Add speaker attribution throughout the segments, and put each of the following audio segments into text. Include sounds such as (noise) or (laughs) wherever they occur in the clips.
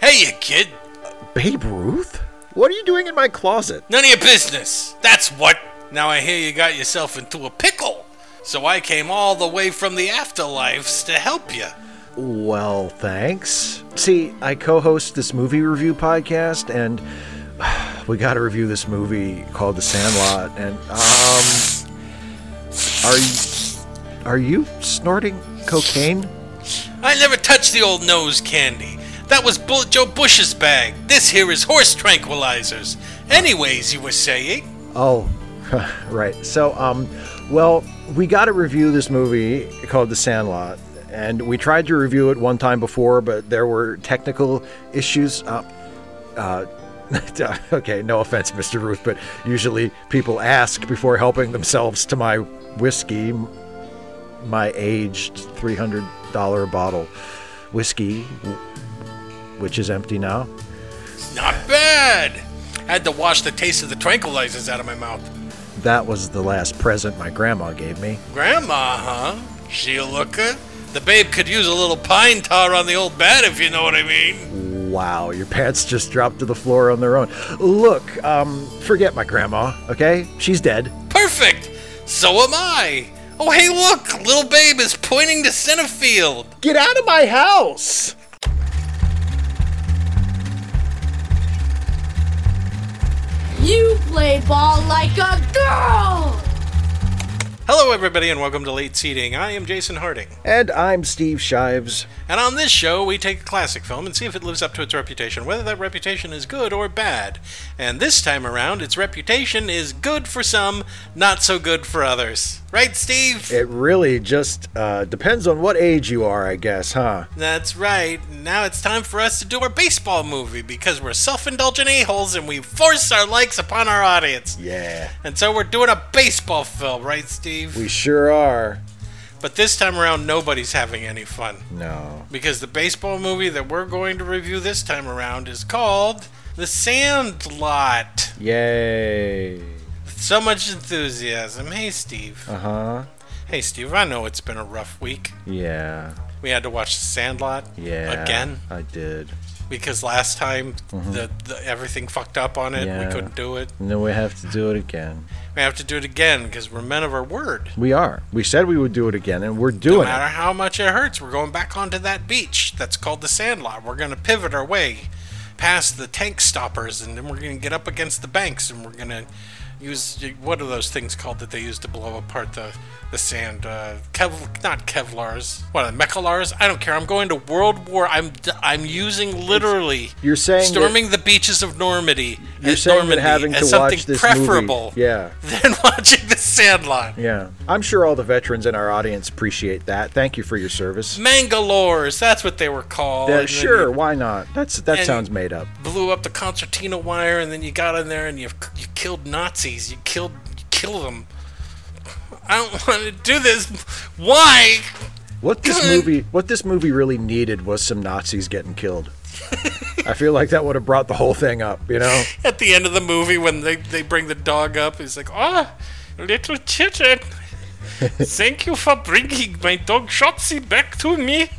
Speaker 1: Hey, you kid.
Speaker 2: Babe Ruth? What are you doing in my closet?
Speaker 1: None of your business. That's what. Now I hear you got yourself into a pickle. So I came all the way from the afterlives to help you.
Speaker 2: Well, thanks. See, I co host this movie review podcast, and (sighs) we got to review this movie called The Sandlot. And, um. Are you, are you snorting cocaine?
Speaker 1: I never touched the old nose candy. That was Bull Joe Bush's bag. This here is horse tranquilizers. Anyways, you were saying.
Speaker 2: Oh, (laughs) right. So, um, well, we got to review this movie called The Sandlot, and we tried to review it one time before, but there were technical issues. Uh, uh, (laughs) okay, no offense, Mr. Ruth, but usually people ask before helping themselves to my whiskey, my aged $300 bottle whiskey, which is empty now.
Speaker 1: Not bad. Had to wash the taste of the tranquilizers out of my mouth.
Speaker 2: That was the last present my grandma gave me.
Speaker 1: Grandma, huh? She a looker. The babe could use a little pine tar on the old bat, if you know what I mean.
Speaker 2: Wow, your pants just dropped to the floor on their own. Look, um, forget my grandma, okay? She's dead.
Speaker 1: Perfect. So am I. Oh, hey, look, little babe is pointing to center field.
Speaker 2: Get out of my house!
Speaker 3: You play ball like a girl!
Speaker 1: Hello, everybody, and welcome to Late Seating. I am Jason Harding.
Speaker 2: And I'm Steve Shives.
Speaker 1: And on this show, we take a classic film and see if it lives up to its reputation, whether that reputation is good or bad. And this time around, its reputation is good for some, not so good for others. Right, Steve?
Speaker 2: It really just uh, depends on what age you are, I guess, huh?
Speaker 1: That's right. Now it's time for us to do our baseball movie because we're self indulgent a-holes and we force our likes upon our audience.
Speaker 2: Yeah.
Speaker 1: And so we're doing a baseball film, right, Steve?
Speaker 2: We sure are.
Speaker 1: But this time around, nobody's having any fun.
Speaker 2: No.
Speaker 1: Because the baseball movie that we're going to review this time around is called The Sandlot.
Speaker 2: Yay.
Speaker 1: So much enthusiasm. Hey, Steve.
Speaker 2: Uh huh.
Speaker 1: Hey, Steve, I know it's been a rough week.
Speaker 2: Yeah.
Speaker 1: We had to watch The Sandlot
Speaker 2: Yeah.
Speaker 1: again
Speaker 2: I did.
Speaker 1: because last time the, the everything fucked up on it.
Speaker 2: Mm-hmm. Yeah.
Speaker 1: We couldn't do it.
Speaker 2: And then we have to do it again.
Speaker 1: We have to do it again because we're men of our word.
Speaker 2: We are. We said we would do it again, and we're
Speaker 1: No
Speaker 2: doing
Speaker 1: matter
Speaker 2: it.
Speaker 1: how much it hurts, we're going back onto that beach that's called the Sandlot. We're going to pivot our way past the tank stoppers, and then we're going to get up against the banks, and we're going to use what are those things called that they use to blow apart the the sand? Uh, Kev, not Kevlar's. What are they, Mechalars? I don't care. I'm going to World War. I'm d- I'm using literally.
Speaker 2: You're saying that-
Speaker 1: storming the beaches of Normandy.
Speaker 2: You're
Speaker 1: as
Speaker 2: saying that
Speaker 1: Normandy
Speaker 2: having to
Speaker 1: as something
Speaker 2: watch this
Speaker 1: preferable
Speaker 2: movie. Yeah.
Speaker 1: (laughs) than watching the Sandlot.
Speaker 2: Yeah. I'm sure all the veterans in our audience appreciate that. Thank you for your service.
Speaker 1: Mangalores, that's what they were called. And
Speaker 2: Yeah,
Speaker 1: then
Speaker 2: sure,
Speaker 1: you
Speaker 2: why not? That's that
Speaker 1: And-
Speaker 2: sounds made up.
Speaker 1: blew up the concertina wire, and then you got in there and you you killed Nazis. You killed you killed them. I don't (laughs) want to do this. Why?
Speaker 2: What this movie what this movie really needed was some Nazis getting killed. I feel like that would have brought the whole thing up, you know?
Speaker 1: At the end of the movie, when they, they bring the dog up, he's like, "Ah, little
Speaker 2: (laughs)
Speaker 1: chicken, thank you for bringing my dog Shotzi back to me."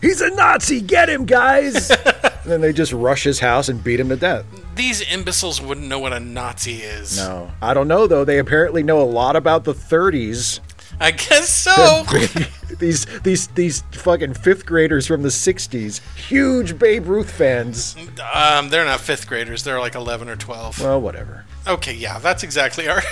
Speaker 2: He's a Nazi, get him guys. And then they just rush his house and beat him to death.
Speaker 1: These imbeciles wouldn't know what a Nazi is.
Speaker 2: No. I don't know though. They apparently know a lot about the 30s.
Speaker 1: I guess so.
Speaker 2: (laughs) these these these fucking fifth graders from the 60s, huge Babe Ruth fans.
Speaker 1: um, they're not fifth graders. They're like eleven or twelve.
Speaker 2: Well, whatever.
Speaker 1: Okay, yeah, that's exactly our (laughs)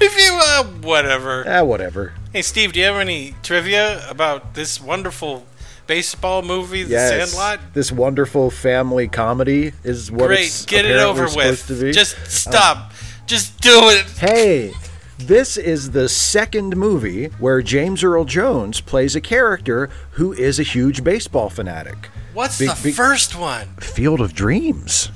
Speaker 1: review. Uh, whatever.
Speaker 2: Ah, whatever.
Speaker 1: Hey, Steve, do you have any trivia about this wonderful baseball movie, The
Speaker 2: Yes.
Speaker 1: Sandlot?
Speaker 2: This wonderful family comedy is what
Speaker 1: Great,
Speaker 2: it's
Speaker 1: get it
Speaker 2: apparently
Speaker 1: over
Speaker 2: supposed
Speaker 1: with.
Speaker 2: to be. Uh,
Speaker 1: Just stop. Just do it.
Speaker 2: Hey, this is the second movie where James Earl Jones plays a character who is a huge baseball fanatic.
Speaker 1: What's
Speaker 2: Big-
Speaker 1: the
Speaker 2: big-
Speaker 1: first one?
Speaker 2: Field of Dreams.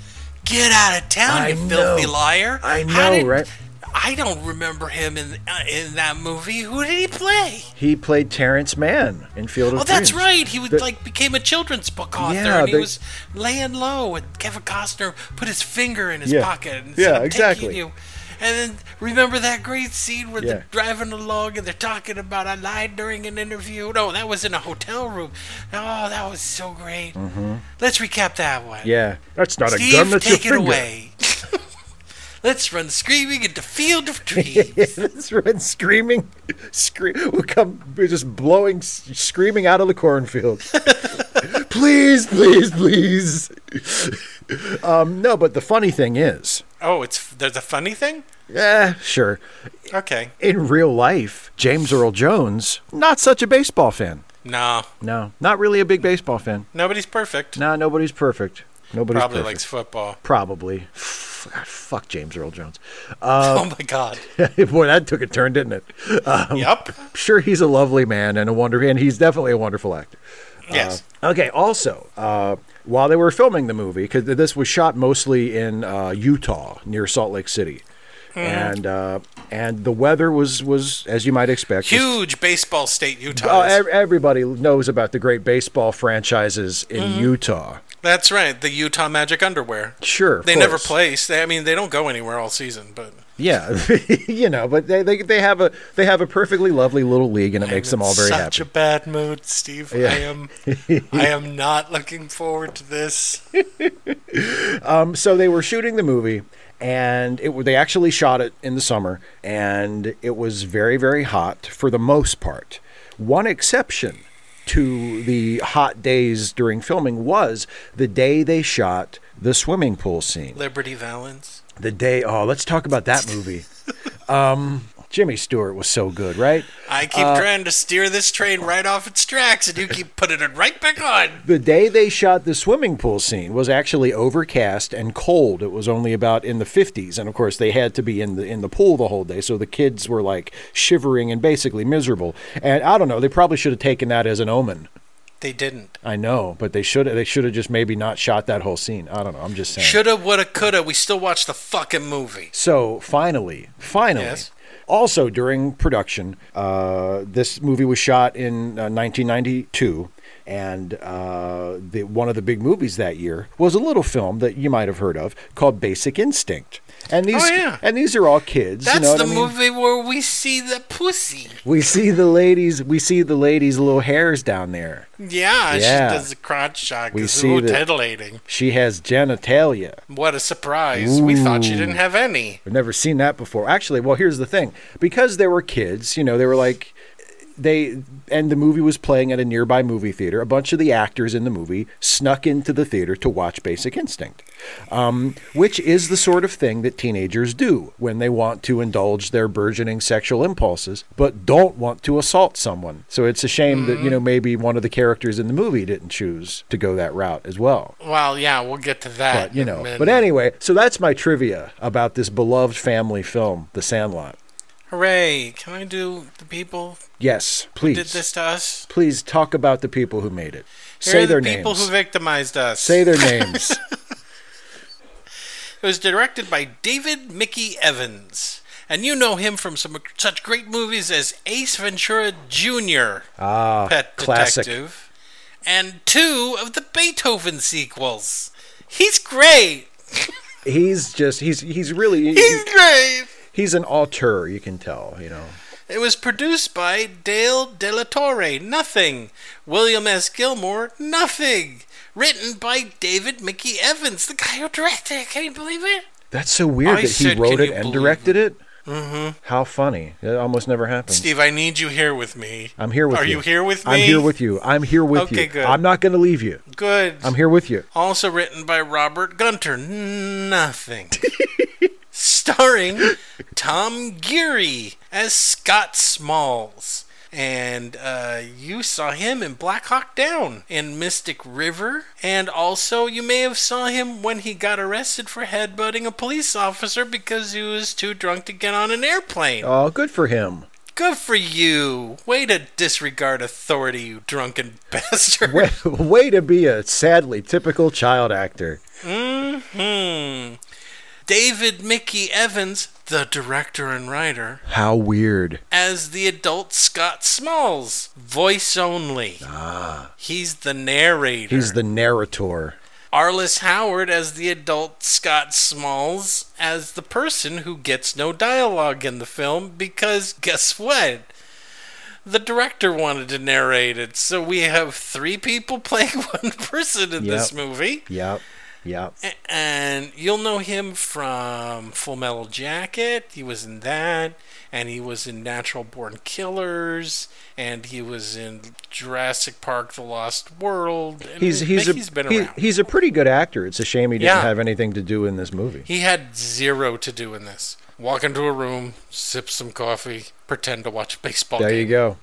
Speaker 1: Get out of town,
Speaker 2: I
Speaker 1: Oh, you filthy
Speaker 2: know.
Speaker 1: liar!
Speaker 2: I
Speaker 1: How
Speaker 2: know,
Speaker 1: did-
Speaker 2: right?
Speaker 1: I don't remember him in uh, in that movie. Who did he play?
Speaker 2: He played Terrence Mann in Field of
Speaker 1: Oh,
Speaker 2: Dreams.
Speaker 1: that's right. He would
Speaker 2: The-
Speaker 1: like became a children's book author,
Speaker 2: Yeah,
Speaker 1: and he
Speaker 2: they-
Speaker 1: was laying low, and Kevin Costner put his finger in his
Speaker 2: Yeah.
Speaker 1: pocket and
Speaker 2: Yeah,
Speaker 1: said, "I'm taking
Speaker 2: exactly.
Speaker 1: you." then remember that great scene where
Speaker 2: Yeah.
Speaker 1: they're driving along and they're talking about I lied during an interview. No, that was in a hotel room. Oh, that was so great. Let's recap that one.
Speaker 2: Mm-hmm. Yeah. That's not
Speaker 1: Steve,
Speaker 2: a gun, that's your
Speaker 1: take it
Speaker 2: finger.
Speaker 1: away. (laughs) Let's run screaming into field of
Speaker 2: (laughs)
Speaker 1: dreams.
Speaker 2: That's right, screaming, scream. We'll come, we're just blowing, s- screaming out of
Speaker 1: (laughs)
Speaker 2: the cornfield. please, please, please. um, no, but the funny thing is,
Speaker 1: oh, it's there's a funny thing.
Speaker 2: yeah, sure.
Speaker 1: Okay,
Speaker 2: In real life, James Earl Jones, not such a baseball fan.
Speaker 1: no,
Speaker 2: No, not really a big baseball fan.
Speaker 1: nobody's perfect.
Speaker 2: No, nobody's perfect. Nobody's
Speaker 1: Probably
Speaker 2: perfect.
Speaker 1: likes football.
Speaker 2: Probably. God, fuck James Earl Jones. (laughs)
Speaker 1: oh my god.
Speaker 2: Boy, that took a turn, didn't it?
Speaker 1: (laughs)
Speaker 2: Um,
Speaker 1: Yup.
Speaker 2: Sure, he's a lovely man and a wonder, and he's definitely a wonderful actor.
Speaker 1: Yes.
Speaker 2: Okay. Also, uh, while they were filming the movie, because this was shot mostly in uh, Utah near Salt Lake City,
Speaker 1: Hmm.
Speaker 2: and uh, and the weather was was as you might expect. was-
Speaker 1: Huge baseball state, Utah.
Speaker 2: Oh,
Speaker 1: is.
Speaker 2: ev- everybody knows about the great baseball franchises in
Speaker 1: Hmm.
Speaker 2: Utah.
Speaker 1: That's right. The Utah Magic underwear.
Speaker 2: Sure, of
Speaker 1: They never
Speaker 2: course.
Speaker 1: place. They, I mean, they don't go anywhere all season, but
Speaker 2: Yeah, (laughs) you know, but they, they they have a they have a perfectly lovely little league, and it makes them all very
Speaker 1: such
Speaker 2: happy.
Speaker 1: a bad mood, Steve. I
Speaker 2: (laughs)
Speaker 1: am. I am not looking forward to this.
Speaker 2: so they were shooting the movie and it they actually shot it in the summer and it was very very hot for the most part one exception to the hot days during filming was the day they shot the swimming pool scene
Speaker 1: Liberty Valance.
Speaker 2: the day oh let's talk about that movie um Jimmy Stewart was so good, right?
Speaker 1: I keep
Speaker 2: Uh,
Speaker 1: trying to steer this train right off its tracks, and you keep putting it right back on.
Speaker 2: The day they shot the swimming pool scene was actually overcast and cold. It was only about in the 50s, and of course they had to be in the in the pool the whole day, so the kids were like shivering and basically miserable. And I don't know, they probably should have taken that as an omen.
Speaker 1: They didn't.
Speaker 2: I know, but they should they should have just maybe not shot that whole scene. I don't know. I'm just saying.
Speaker 1: Shoulda, woulda, coulda. We still watch the fucking movie.
Speaker 2: So finally, finally.
Speaker 1: Yes.
Speaker 2: Also during production, uh, this movie was shot in uh, 1992, and uh, the, one of the big movies that year was a little film that you might have heard of called Basic Instinct. And these
Speaker 1: Oh, yeah.
Speaker 2: and these are all kids.
Speaker 1: That's
Speaker 2: you know what
Speaker 1: the
Speaker 2: I mean?
Speaker 1: movie where we see the pussy.
Speaker 2: We see the ladies. We see the ladies' little hairs down there.
Speaker 1: Yeah,
Speaker 2: Yeah.
Speaker 1: she does a crotch shot.
Speaker 2: We
Speaker 1: We
Speaker 2: see
Speaker 1: ooh,
Speaker 2: the-
Speaker 1: titillating.
Speaker 2: She has genitalia.
Speaker 1: What a surprise! We thought she didn't have any.
Speaker 2: I've never seen that before. Actually, well, here's the thing: because they were kids, you know, they were like they and the movie was playing at a nearby movie theater. A bunch of the actors in the movie snuck into the theater to watch Basic Instinct, um, which is the sort of thing that teenagers do when they want to indulge their burgeoning sexual impulses, but don't want to assault someone. So it's a shame that you know maybe one of the characters in the movie didn't choose to go that route as well
Speaker 1: Well, yeah, we'll get to that.
Speaker 2: but you know.
Speaker 1: man.
Speaker 2: But anyway, so that's my trivia about this beloved family film, The Sandlot.
Speaker 1: hooray! Can I do the people
Speaker 2: Yes,
Speaker 1: who
Speaker 2: please,
Speaker 1: did this to us?
Speaker 2: please talk about the people who made it.
Speaker 1: Here
Speaker 2: Say
Speaker 1: are
Speaker 2: their
Speaker 1: the people
Speaker 2: names.
Speaker 1: who victimized us. (laughs)
Speaker 2: Say their names.
Speaker 1: It was directed by David Mickey Evans, and you know him from some such great movies as Ace Ventura Jr.
Speaker 2: Ah,
Speaker 1: Pet
Speaker 2: classic.
Speaker 1: Detective, and two of the Beethoven sequels. He's great. (laughs)
Speaker 2: he's just he's he's really
Speaker 1: He's great.
Speaker 2: he's an auteur. You can tell, you know.
Speaker 1: It was produced by Dale De La Torre, nothing. William S. Gilmore, nothing. Written by David Mickey Evans, the guy who directed it. Can you believe it?
Speaker 2: That's so weird
Speaker 1: I
Speaker 2: that
Speaker 1: said,
Speaker 2: he wrote
Speaker 1: can
Speaker 2: it
Speaker 1: you
Speaker 2: and
Speaker 1: believe
Speaker 2: directed it. Mm-hmm. How funny! It almost never happens.
Speaker 1: Steve, I need you here with me.
Speaker 2: I'm here with
Speaker 1: Are
Speaker 2: you.
Speaker 1: you here with me?
Speaker 2: I'm here with you. I'm here with you.
Speaker 1: Okay, good.
Speaker 2: I'm not going to leave you.
Speaker 1: Good.
Speaker 2: I'm here with you.
Speaker 1: also written by Robert Gunter, nothing. (laughs) Starring Tom Geary as Scott Smalls. And uh, you saw him in Black Hawk Down in Mystic River. And also, you may have saw him when he got arrested for headbutting a police officer because he was too drunk to get on an airplane.
Speaker 2: Oh, good for him.
Speaker 1: Good for you. Way to disregard authority, you drunken (laughs) bastard.
Speaker 2: way, way to be a sadly typical child actor.
Speaker 1: Hmm. David Mickey Evans, the director and writer,
Speaker 2: How weird.
Speaker 1: as the adult Scott Smalls, voice only. Ah. He's the narrator.
Speaker 2: He's the narrator.
Speaker 1: Arliss Howard as the adult Scott Smalls as the person who gets no dialogue in the film because guess what? The director wanted to narrate it, so we have three people (laughs) playing one person in this
Speaker 2: Yep.
Speaker 1: movie.
Speaker 2: Yep. Yep.
Speaker 1: A- And you'll know him from Full Metal Jacket. He was in that. And he was in Natural Born Killers. And he was in Jurassic Park The Lost World. And
Speaker 2: He's he's a
Speaker 1: he's been
Speaker 2: he-
Speaker 1: around.
Speaker 2: he's a pretty good actor. It's a shame he didn't
Speaker 1: Yeah.
Speaker 2: have anything to do in this movie.
Speaker 1: He had zero to do in this. Walk into a room, sip some coffee, pretend to watch a baseball
Speaker 2: There
Speaker 1: game.
Speaker 2: you go.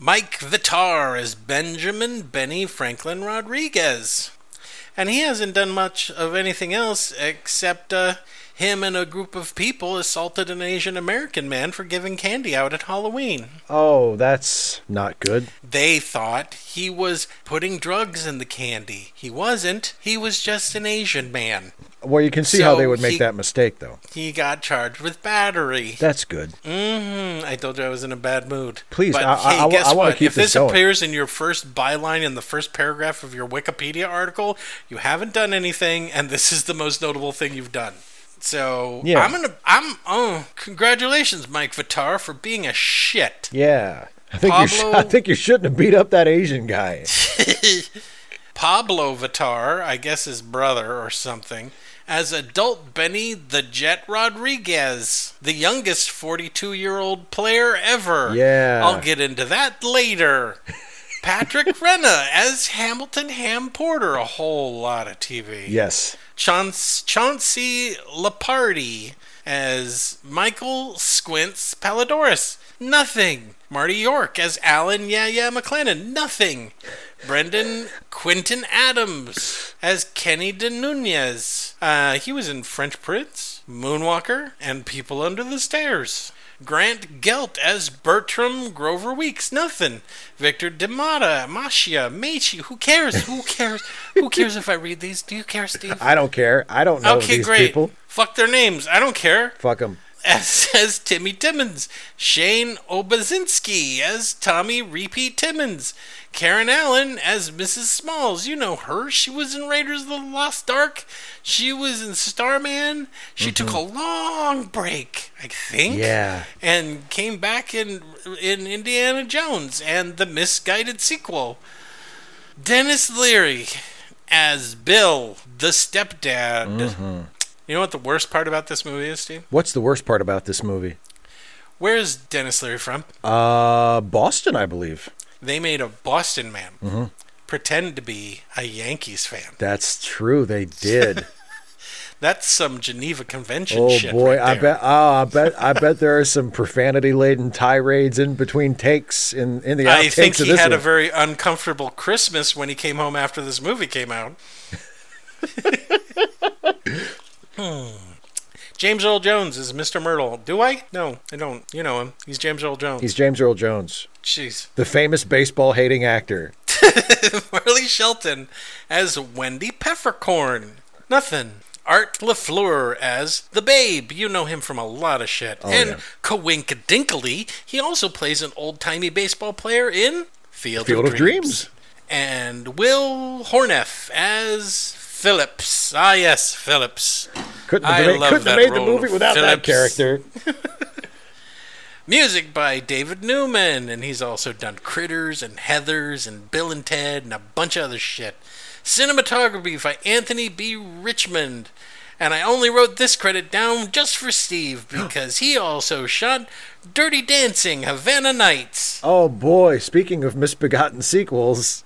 Speaker 1: Mike Vitar is Benjamin Benny Franklin Rodriguez. And he hasn't done much of anything else except uh, him and a group of people assaulted an Asian American man for giving candy out at Halloween.
Speaker 2: Oh, that's not good.
Speaker 1: They thought he was putting drugs in the candy. He wasn't. He was just an Asian man.
Speaker 2: Well, you can see how
Speaker 1: So
Speaker 2: they would make
Speaker 1: he-
Speaker 2: that mistake, though.
Speaker 1: He got charged with battery.
Speaker 2: That's good.
Speaker 1: Mm-hmm. I told you I was in a bad mood.
Speaker 2: Please,
Speaker 1: but,
Speaker 2: I- I-
Speaker 1: hey,
Speaker 2: I wa-
Speaker 1: guess
Speaker 2: I wanna
Speaker 1: what?
Speaker 2: keep
Speaker 1: If
Speaker 2: this
Speaker 1: this
Speaker 2: going.
Speaker 1: appears in your first byline in the first paragraph of your Wikipedia article, you haven't done anything, and this is the most notable thing you've done. So
Speaker 2: Yeah.
Speaker 1: I'm gonna, I'm, oh, congratulations, Mike Vitar, for being a shit.
Speaker 2: Yeah. I think, you sh-
Speaker 1: Pablo-
Speaker 2: I think you shouldn't have beat up that Asian guy.
Speaker 1: Pablo Vitar, I guess his brother or something, as adult Benny the Jet Rodriguez, the youngest 42 year old player ever.
Speaker 2: Yeah.
Speaker 1: I'll get into that later. Patrick Renna as Hamilton Ham Porter, a whole lot of TV.
Speaker 2: Yes.
Speaker 1: Chaunce, Chauncey Lepardi as Michael Squints Palidorus. Nothing. Marty York as Alan Yeah Yeah McLennan. Nothing. Brendan Quinton Adams as Kenny De Nunez. Uh, he was in French Prince, Moonwalker, and People Under the Stairs. Grant Gelt as Bertram Grover Weeks. Nothing. Victor Demata, Machia, Meichi. Who cares? Who cares? Who cares if I read these? Do you care, Steve?
Speaker 2: I don't care. I don't know
Speaker 1: Okay,
Speaker 2: these
Speaker 1: great.
Speaker 2: people.
Speaker 1: Fuck their names. I don't care.
Speaker 2: Fuck them.
Speaker 1: (laughs) As, as Timmy Timmons, Shane Obazinski as Tommy Repeat Timmons, Karen Allen as Mrs. Smalls. You know her. She was in Raiders of the Lost Ark. She was in Starman. She took a long break, I think.
Speaker 2: Yeah.
Speaker 1: And came back in in Indiana Jones and the misguided sequel. Dennis Leary as Bill, the stepdad. You know what the worst part about this movie is, Steve?
Speaker 2: What's the worst part about this movie?
Speaker 1: Where's Dennis Leary from?
Speaker 2: Uh, Boston, I believe.
Speaker 1: They made a Boston man
Speaker 2: Mm-hmm.
Speaker 1: pretend to be a Yankees fan.
Speaker 2: That's
Speaker 1: (laughs)
Speaker 2: true. They did.
Speaker 1: That's some Geneva Convention
Speaker 2: Oh
Speaker 1: shit.
Speaker 2: boy,
Speaker 1: right
Speaker 2: I
Speaker 1: there.
Speaker 2: bet. Oh, I bet. I bet there are some profanity-laden tirades in between takes in in the outtakes
Speaker 1: I think
Speaker 2: of
Speaker 1: he
Speaker 2: this
Speaker 1: had a
Speaker 2: one.
Speaker 1: very uncomfortable Christmas when he came home after this movie came out.
Speaker 2: (laughs)
Speaker 1: Hmm. James Earl Jones is Mr. Myrtle. Do I? No, I don't. You know him. He's James Earl Jones.
Speaker 2: He's James Earl Jones,
Speaker 1: Jeez.
Speaker 2: the famous baseball-hating actor.
Speaker 1: Marley Shelton as Wendy Peppercorn. Nothing. Art LaFleur as The Babe. You know him from a lot of shit. and
Speaker 2: Oh, yeah.
Speaker 1: Kawink Dinkley, he also plays an old timey baseball player in Field,
Speaker 2: Field
Speaker 1: of,
Speaker 2: of
Speaker 1: Dreams.
Speaker 2: Dreams.
Speaker 1: And Will Horneff as Phillips. Ah, yes, Phillips.
Speaker 2: Couldn't
Speaker 1: I
Speaker 2: have, made,
Speaker 1: love
Speaker 2: couldn't have
Speaker 1: that
Speaker 2: made the
Speaker 1: role of
Speaker 2: movie without that
Speaker 1: Phillips.
Speaker 2: character.
Speaker 1: Music by David Newman, and he's also done Critters and Heathers and Bill and Ted and a bunch of other shit. Cinematography by Anthony B. Richmond. And I only wrote this credit down just for Steve because he also shot Dirty Dancing Havana Nights.
Speaker 2: Oh boy, speaking of misbegotten sequels,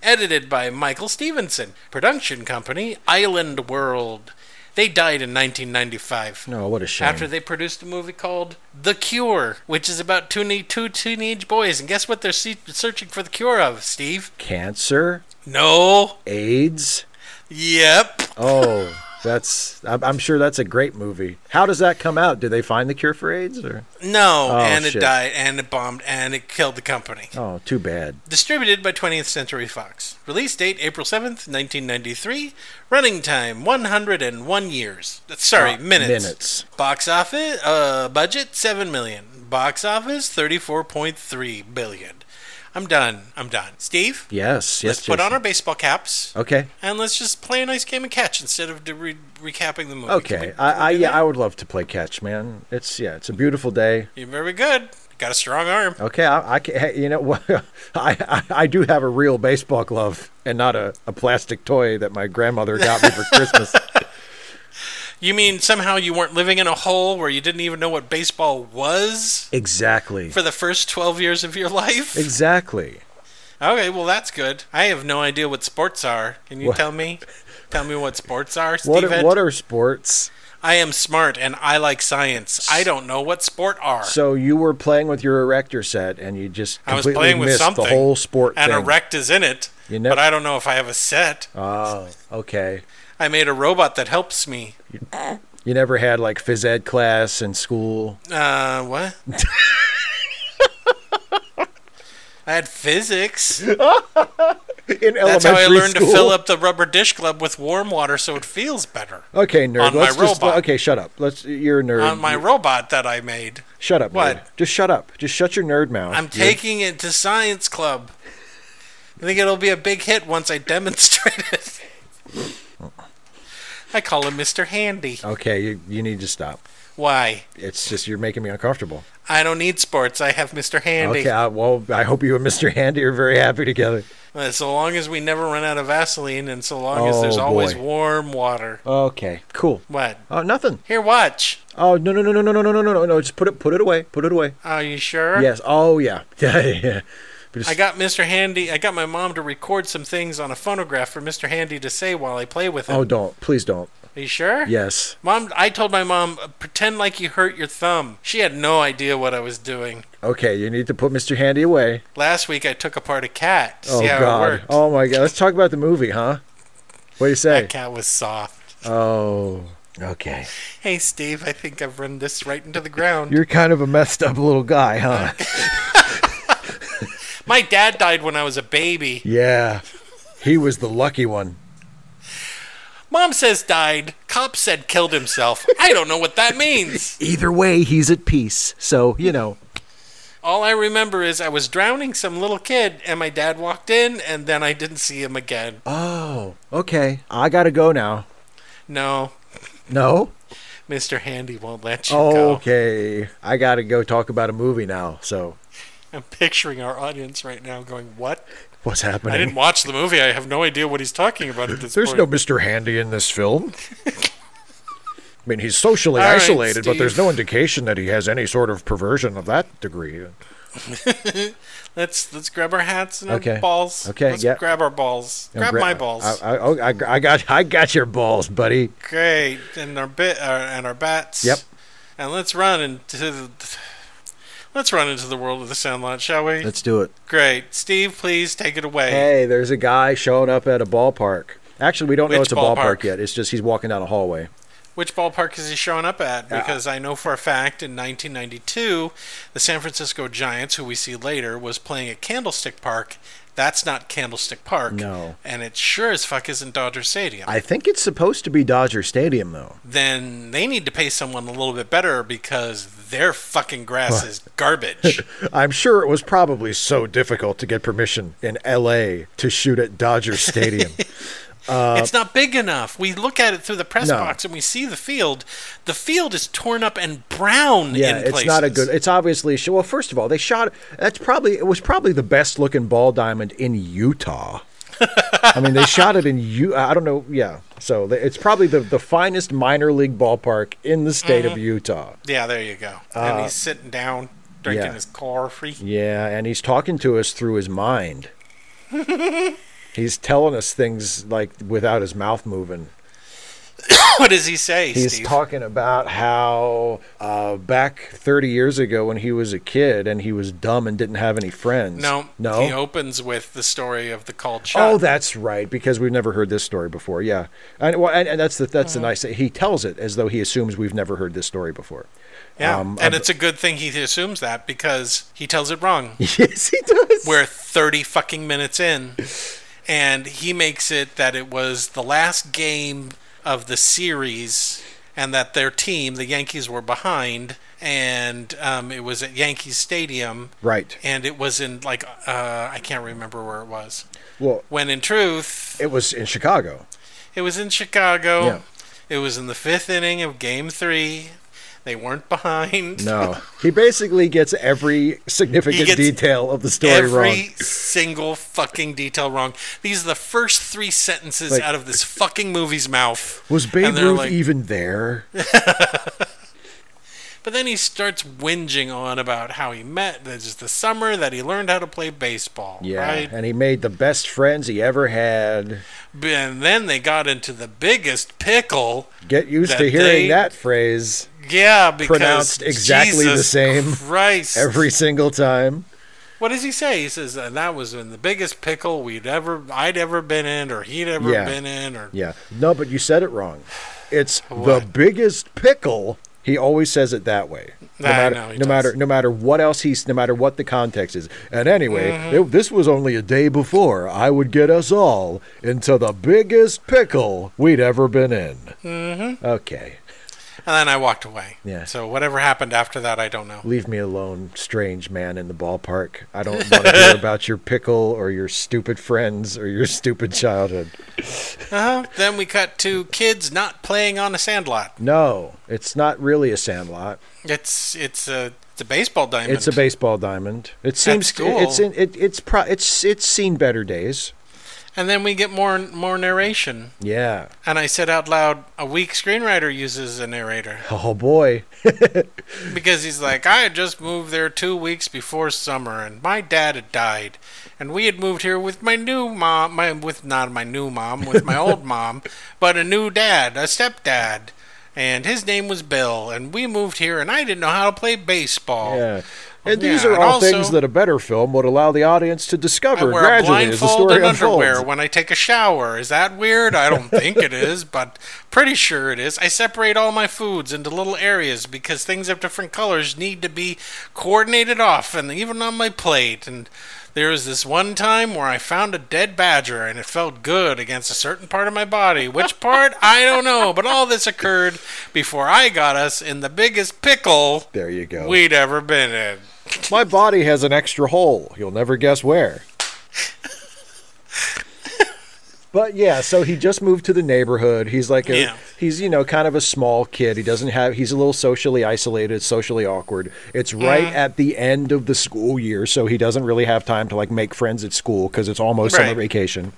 Speaker 1: Edited by Michael Stevenson. Production company Island World. They died in 1995.
Speaker 2: no, what a shame.
Speaker 1: after they produced a movie called The Cure, which is about two, ne- two teenage boys. And guess what they're se- searching for the cure of, Steve?
Speaker 2: Cancer,
Speaker 1: No.
Speaker 2: AIDS.
Speaker 1: Yep.
Speaker 2: Oh, that's. I'm I'm sure that's a great movie. How does that come out? Do they find the cure for AIDS or?
Speaker 1: No.
Speaker 2: Oh,
Speaker 1: and it
Speaker 2: shit.
Speaker 1: died, and it bombed, and it killed the company.
Speaker 2: Oh, too bad.
Speaker 1: Distributed by 20th Century Fox. Release date April 7th, 1993. Running time 101 years. Sorry,
Speaker 2: Uh,
Speaker 1: minutes.
Speaker 2: minutes.
Speaker 1: Box office uh, budget 7 million. Box office 34.3 billion. I'm done. I'm done. Steve?
Speaker 2: Yes, yes.
Speaker 1: Let's put on
Speaker 2: Jason.
Speaker 1: our baseball caps
Speaker 2: Okay.
Speaker 1: and let's just play a nice game of catch instead of de- re- recapping the movie. Can we-
Speaker 2: Okay.
Speaker 1: can
Speaker 2: I,
Speaker 1: we
Speaker 2: I
Speaker 1: do
Speaker 2: yeah,
Speaker 1: that?
Speaker 2: I would love to play catch, man. It's yeah, it's a beautiful day.
Speaker 1: You're very good. Got a strong arm.
Speaker 2: Okay, I, I ca- hey, you know what? (laughs) I, I I do have a real baseball glove and not a, a plastic toy that my grandmother got me for
Speaker 1: (laughs)
Speaker 2: Christmas.
Speaker 1: You mean somehow you weren't living in a hole where you didn't even know what baseball was
Speaker 2: Exactly.
Speaker 1: for the first 12 years of your life?
Speaker 2: Exactly.
Speaker 1: Okay, well that's good. I have no idea what sports are. Can you
Speaker 2: What-
Speaker 1: tell me? Tell me what sports are,
Speaker 2: What
Speaker 1: Steven.
Speaker 2: are, what are sports?
Speaker 1: I am smart and I like science. I don't know what sport are.
Speaker 2: So you were playing with your erector set and you just
Speaker 1: I was
Speaker 2: completely
Speaker 1: playing with
Speaker 2: missed
Speaker 1: something.
Speaker 2: the whole sport
Speaker 1: and
Speaker 2: thing.
Speaker 1: erect is in it.
Speaker 2: You know-
Speaker 1: but I don't know if I have a set.
Speaker 2: oh, okay.
Speaker 1: I made a robot that helps me.
Speaker 2: You never had like phys ed class in school.
Speaker 1: Uh,
Speaker 2: (laughs)
Speaker 1: what? I had
Speaker 2: (laughs)
Speaker 1: physics.
Speaker 2: In
Speaker 1: That's how I
Speaker 2: elementary
Speaker 1: learned
Speaker 2: school?
Speaker 1: to fill up the rubber dish glove with warm water so it feels better.
Speaker 2: Okay, nerd.
Speaker 1: on my
Speaker 2: let's just
Speaker 1: robot.
Speaker 2: okay. Shut up. Let's. You're a nerd.
Speaker 1: On my robot that I made.
Speaker 2: shut up.
Speaker 1: What?
Speaker 2: nerd. Just shut up. Just shut your nerd mouth.
Speaker 1: I'm
Speaker 2: dude.
Speaker 1: taking it to science club. I think it'll be a big hit once I demonstrate it. I call him Mr. Handy.
Speaker 2: Okay, you, you need to stop.
Speaker 1: Why?
Speaker 2: It's just you're making me uncomfortable.
Speaker 1: I don't need sports. I have Mr. Handy.
Speaker 2: Okay. I, well, I hope you and Mr. Handy are very happy together.
Speaker 1: Uh, So long as we never run out of Vaseline and so long as
Speaker 2: Oh,
Speaker 1: there's always
Speaker 2: boy.
Speaker 1: warm water.
Speaker 2: Okay. Cool.
Speaker 1: What?
Speaker 2: Oh, nothing.
Speaker 1: Here, watch.
Speaker 2: Oh no no no no no no no no no no. Just put it put it away. Put it away.
Speaker 1: Are you sure?
Speaker 2: Yes. Oh yeah. (laughs) Yeah yeah. But just-
Speaker 1: I got Mr. Handy. I got my mom to record some things on a phonograph for Mr. Handy to say while I play with him.
Speaker 2: oh don't. Please don't.
Speaker 1: Are you sure?
Speaker 2: Yes.
Speaker 1: Mom, I told my mom, pretend like you hurt your thumb. She had no idea what I was doing.
Speaker 2: Okay. You need to put Mr. Handy away.
Speaker 1: Last week I took apart a cat. to
Speaker 2: Oh
Speaker 1: see how it
Speaker 2: God.
Speaker 1: worked.
Speaker 2: Oh my God. Let's talk about the movie, huh? What do you say?
Speaker 1: That cat was soft.
Speaker 2: Oh. Okay.
Speaker 1: Hey, Steve, I think I've run this right into the ground.
Speaker 2: You're kind of a messed up little guy, huh?
Speaker 1: my dad died when I was a baby.
Speaker 2: yeah. He was the lucky one.
Speaker 1: Mom says died. Cop said killed himself. I don't know what that means.
Speaker 2: Either way, he's at peace. So, you know.
Speaker 1: All I remember is I was drowning some little kid, and my dad walked in, and then I didn't see him again.
Speaker 2: Oh, okay. I got to go now.
Speaker 1: No,
Speaker 2: No?
Speaker 1: Mr. Handy won't let you go.
Speaker 2: Oh, okay. I got to go talk about a movie now. So,
Speaker 1: I'm picturing our audience right now going, What?
Speaker 2: what's
Speaker 1: I didn't
Speaker 2: happening?
Speaker 1: watch the movie. I have no idea what he's talking about at this
Speaker 2: There's
Speaker 1: point.
Speaker 2: no Mr. Handy in this
Speaker 1: (laughs)
Speaker 2: film. I mean, he's socially
Speaker 1: All right,
Speaker 2: isolated, but there's
Speaker 1: Steve.
Speaker 2: no indication that he has any sort of perversion of that degree.
Speaker 1: Let's let's grab our hats and
Speaker 2: Okay.
Speaker 1: our balls.
Speaker 2: Okay,
Speaker 1: Let's
Speaker 2: yeah.
Speaker 1: grab our balls. grab
Speaker 2: Gra-
Speaker 1: my balls.
Speaker 2: I, I, oh, I, I got, I got your balls, buddy.
Speaker 1: Great, and our bit uh, and our bats.
Speaker 2: Yep.
Speaker 1: And let's run into the, let's run into the world of the Sandlot, shall we?
Speaker 2: Let's do it.
Speaker 1: Great, Steve. Please take it away.
Speaker 2: Hey, there's a guy showing up at a ballpark. Actually, we don't know
Speaker 1: Which
Speaker 2: it's a ballpark?
Speaker 1: ballpark?
Speaker 2: yet. It's just he's walking down a hallway.
Speaker 1: Which ballpark is he showing up at? Because I know for a fact in 1992, the San Francisco Giants, who we see later, was playing at Candlestick Park. That's not Candlestick Park.
Speaker 2: No.
Speaker 1: And it sure as fuck isn't Dodger Stadium.
Speaker 2: I think it's supposed to be Dodger Stadium, though.
Speaker 1: then they need to pay someone a little bit better because their fucking grass is
Speaker 2: (laughs)
Speaker 1: garbage.
Speaker 2: I'm sure it was probably so difficult to get permission in L.A. to shoot
Speaker 1: (laughs)
Speaker 2: at Dodger Stadium.
Speaker 1: it's not big enough. We look at it through the press
Speaker 2: Uh, No.
Speaker 1: box and we see the field. The field is torn up and brown
Speaker 2: yeah,
Speaker 1: in
Speaker 2: it's
Speaker 1: places.
Speaker 2: not a good. It's obviously sh- well. First of all, they shot. That's probably it was probably the best looking ball diamond in
Speaker 1: (laughs)
Speaker 2: Utah. I mean, they shot it in U. I don't know. Yeah, so they, it's probably the the finest minor league ballpark in the state
Speaker 1: Mm-hmm.
Speaker 2: of Utah.
Speaker 1: Yeah, there you go. and he's sitting down drinking
Speaker 2: Uh, yeah.
Speaker 1: his coffee.
Speaker 2: Yeah, and he's talking to us through
Speaker 1: (laughs)
Speaker 2: his mind. he's telling us things like without his mouth moving.
Speaker 1: What does he say,
Speaker 2: He's
Speaker 1: Steve?
Speaker 2: talking about how uh, back 30 years ago when he was a kid and he was dumb and didn't have any friends.
Speaker 1: no,
Speaker 2: No.
Speaker 1: He opens with the story of the called shot.
Speaker 2: Oh, that's right, because we've never heard this story before. Yeah, and well, and, and that's the
Speaker 1: Mm.
Speaker 2: that's the nice. He tells it as though he assumes we've never heard this story before. (laughs)
Speaker 1: yeah.
Speaker 2: um,
Speaker 1: and it's a good thing he assumes that because he tells it wrong.
Speaker 2: (laughs) yes, he does.
Speaker 1: We're 30 fucking minutes in. And he makes it that it was the last game of the series and that their team, the Yankees, were behind, and um, it was at Yankee Stadium,
Speaker 2: Right.
Speaker 1: and it was in like uh, I can't remember where it was.
Speaker 2: Well,
Speaker 1: When in truth,
Speaker 2: it was in Chicago.
Speaker 1: it was in Chicago.
Speaker 2: Yeah.
Speaker 1: It was in the fifth inning of Game Three. They weren't behind.
Speaker 2: No. he basically gets every significant
Speaker 1: He gets
Speaker 2: detail of the story
Speaker 1: Every
Speaker 2: wrong.
Speaker 1: single fucking detail wrong. These are the first three sentences
Speaker 2: Like-
Speaker 1: out of this fucking movie's mouth.
Speaker 2: Was Babe
Speaker 1: and they're
Speaker 2: Ruth
Speaker 1: like- (laughs)
Speaker 2: even there?
Speaker 1: But then he starts whinging on about how he met. This is the summer that he learned how to play baseball.
Speaker 2: Yeah.
Speaker 1: Right?
Speaker 2: And he made the best friends he ever had.
Speaker 1: And then they got into the biggest pickle.
Speaker 2: Get used
Speaker 1: That
Speaker 2: to hearing
Speaker 1: they-
Speaker 2: that phrase
Speaker 1: Yeah, because
Speaker 2: Pronounced exactly the
Speaker 1: Jesus
Speaker 2: same
Speaker 1: Christ.
Speaker 2: every single time.
Speaker 1: what does he say? He says, "And that was in the biggest pickle we'd ever, I'd ever been in, or he'd ever
Speaker 2: Yeah.
Speaker 1: been in, or
Speaker 2: Yeah. No, but you said it wrong. It's the
Speaker 1: What?
Speaker 2: biggest pickle. He always says it that way. No
Speaker 1: I
Speaker 2: matter,
Speaker 1: know he
Speaker 2: no matter,
Speaker 1: does.
Speaker 2: no matter what else he's, no matter what the context is. And anyway,
Speaker 1: Mm-hmm.
Speaker 2: it- this was only a day before I would get us all into the biggest pickle we'd ever been in. Mm-hmm. Okay,
Speaker 1: And then I walked away.
Speaker 2: Yeah.
Speaker 1: So whatever happened after that, I don't know.
Speaker 2: (laughs) leave me alone, strange man in the ballpark. I don't want
Speaker 1: (laughs)
Speaker 2: to hear about your pickle or your stupid friends or your stupid childhood.
Speaker 1: Uh-huh. Then we cut to kids not playing on a sandlot.
Speaker 2: No, it's not really a sandlot.
Speaker 1: It's it's a it's a baseball diamond.
Speaker 2: It's a baseball diamond. It seems
Speaker 1: cool.
Speaker 2: it's in, it, it's pro, it's it's seen better days.
Speaker 1: and then we get more more narration.
Speaker 2: Yeah.
Speaker 1: And I said out loud, a weak screenwriter uses a narrator
Speaker 2: Oh boy. (laughs)
Speaker 1: because he's like, I had just moved there two weeks before summer, and my dad had died, and we had moved here with my new mom, my with not my new mom, with my
Speaker 2: (laughs)
Speaker 1: old mom, but a new dad, a stepdad. And his name was Bill, and we moved here, and I didn't know how to play baseball.
Speaker 2: Yeah. And these
Speaker 1: Yeah,
Speaker 2: are
Speaker 1: and
Speaker 2: all
Speaker 1: also-
Speaker 2: things that a better film would allow the audience to
Speaker 1: I
Speaker 2: discover
Speaker 1: wear a
Speaker 2: gradually as the
Speaker 1: blindfold
Speaker 2: story
Speaker 1: and
Speaker 2: unfolds.
Speaker 1: underwear when I take a shower. Is that weird? I don't think it is, but pretty sure it is. I separate all my foods into little areas because things of different colors need to be coordinated off and even on my plate. And there was this one time where I found a dead badger and it felt good against a certain part of my body. Which
Speaker 2: (laughs)
Speaker 1: part? I don't know, but all this occurred before I got us in the biggest pickle
Speaker 2: There you go.
Speaker 1: we'd ever been in.
Speaker 2: My body has an extra hole. You'll never guess where. but yeah, so he just moved to the neighborhood. He's like a
Speaker 1: Yeah.
Speaker 2: he's you know kind of a small kid. He doesn't have he's a little socially isolated, socially awkward. It's right at the end of the school year, so he doesn't really have time to like make friends at school cuz it's almost summer
Speaker 1: Right.
Speaker 2: vacation.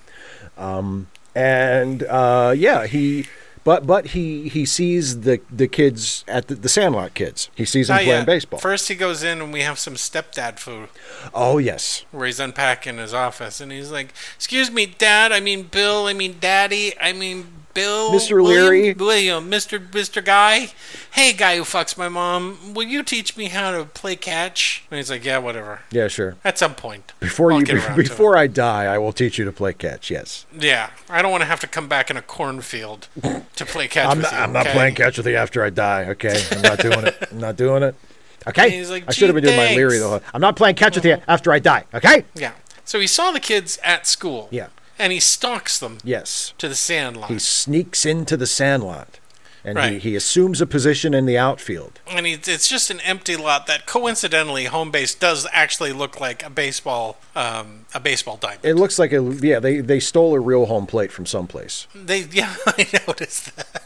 Speaker 2: Um and uh yeah, he but but he he sees the the kids at the, the Sandlot kids. He sees them
Speaker 1: Not
Speaker 2: playing
Speaker 1: yet.
Speaker 2: baseball.
Speaker 1: First, he goes in and we have some stepdad food.
Speaker 2: oh yes.
Speaker 1: where he's unpacking his office and he's like, "Excuse me, Dad. I mean Bill. I mean Daddy. I mean Bill.
Speaker 2: Mr. Leary?
Speaker 1: William, William. Mr. Mr. Guy. Hey, guy who fucks my mom. Will you teach me how to play catch?" And he's like, "Yeah, whatever.
Speaker 2: Yeah, sure.
Speaker 1: At some point
Speaker 2: Before
Speaker 1: I'll
Speaker 2: you,
Speaker 1: get
Speaker 2: (laughs)
Speaker 1: around to it."
Speaker 2: before I die, I will teach you to play catch. Yes,
Speaker 1: Yeah, I don't want to have to come back in a cornfield to
Speaker 2: (laughs)
Speaker 1: play catch.
Speaker 2: I'm
Speaker 1: with
Speaker 2: not,
Speaker 1: you,
Speaker 2: I'm not
Speaker 1: okay?
Speaker 2: playing catch with you after I die. Okay, I'm not doing it. I'm not doing it. Okay,
Speaker 1: And he's like,
Speaker 2: I should have been
Speaker 1: "Gee,
Speaker 2: doing my Leary
Speaker 1: thanks."
Speaker 2: the whole. I'm not playing catch with you after I die. Okay.
Speaker 1: Yeah. So he saw the kids at school.
Speaker 2: Yeah.
Speaker 1: And he stalks them
Speaker 2: Yes,
Speaker 1: to the sand line.
Speaker 2: he sneaks into the sandlot, and
Speaker 1: Right.
Speaker 2: he, he assumes a position in the outfield.
Speaker 1: and he, it's just an empty lot that coincidentally home base does actually look like a baseball um, a baseball diamond
Speaker 2: It looks like a yeah. They they stole a real home plate from someplace.
Speaker 1: they (laughs) yeah i noticed that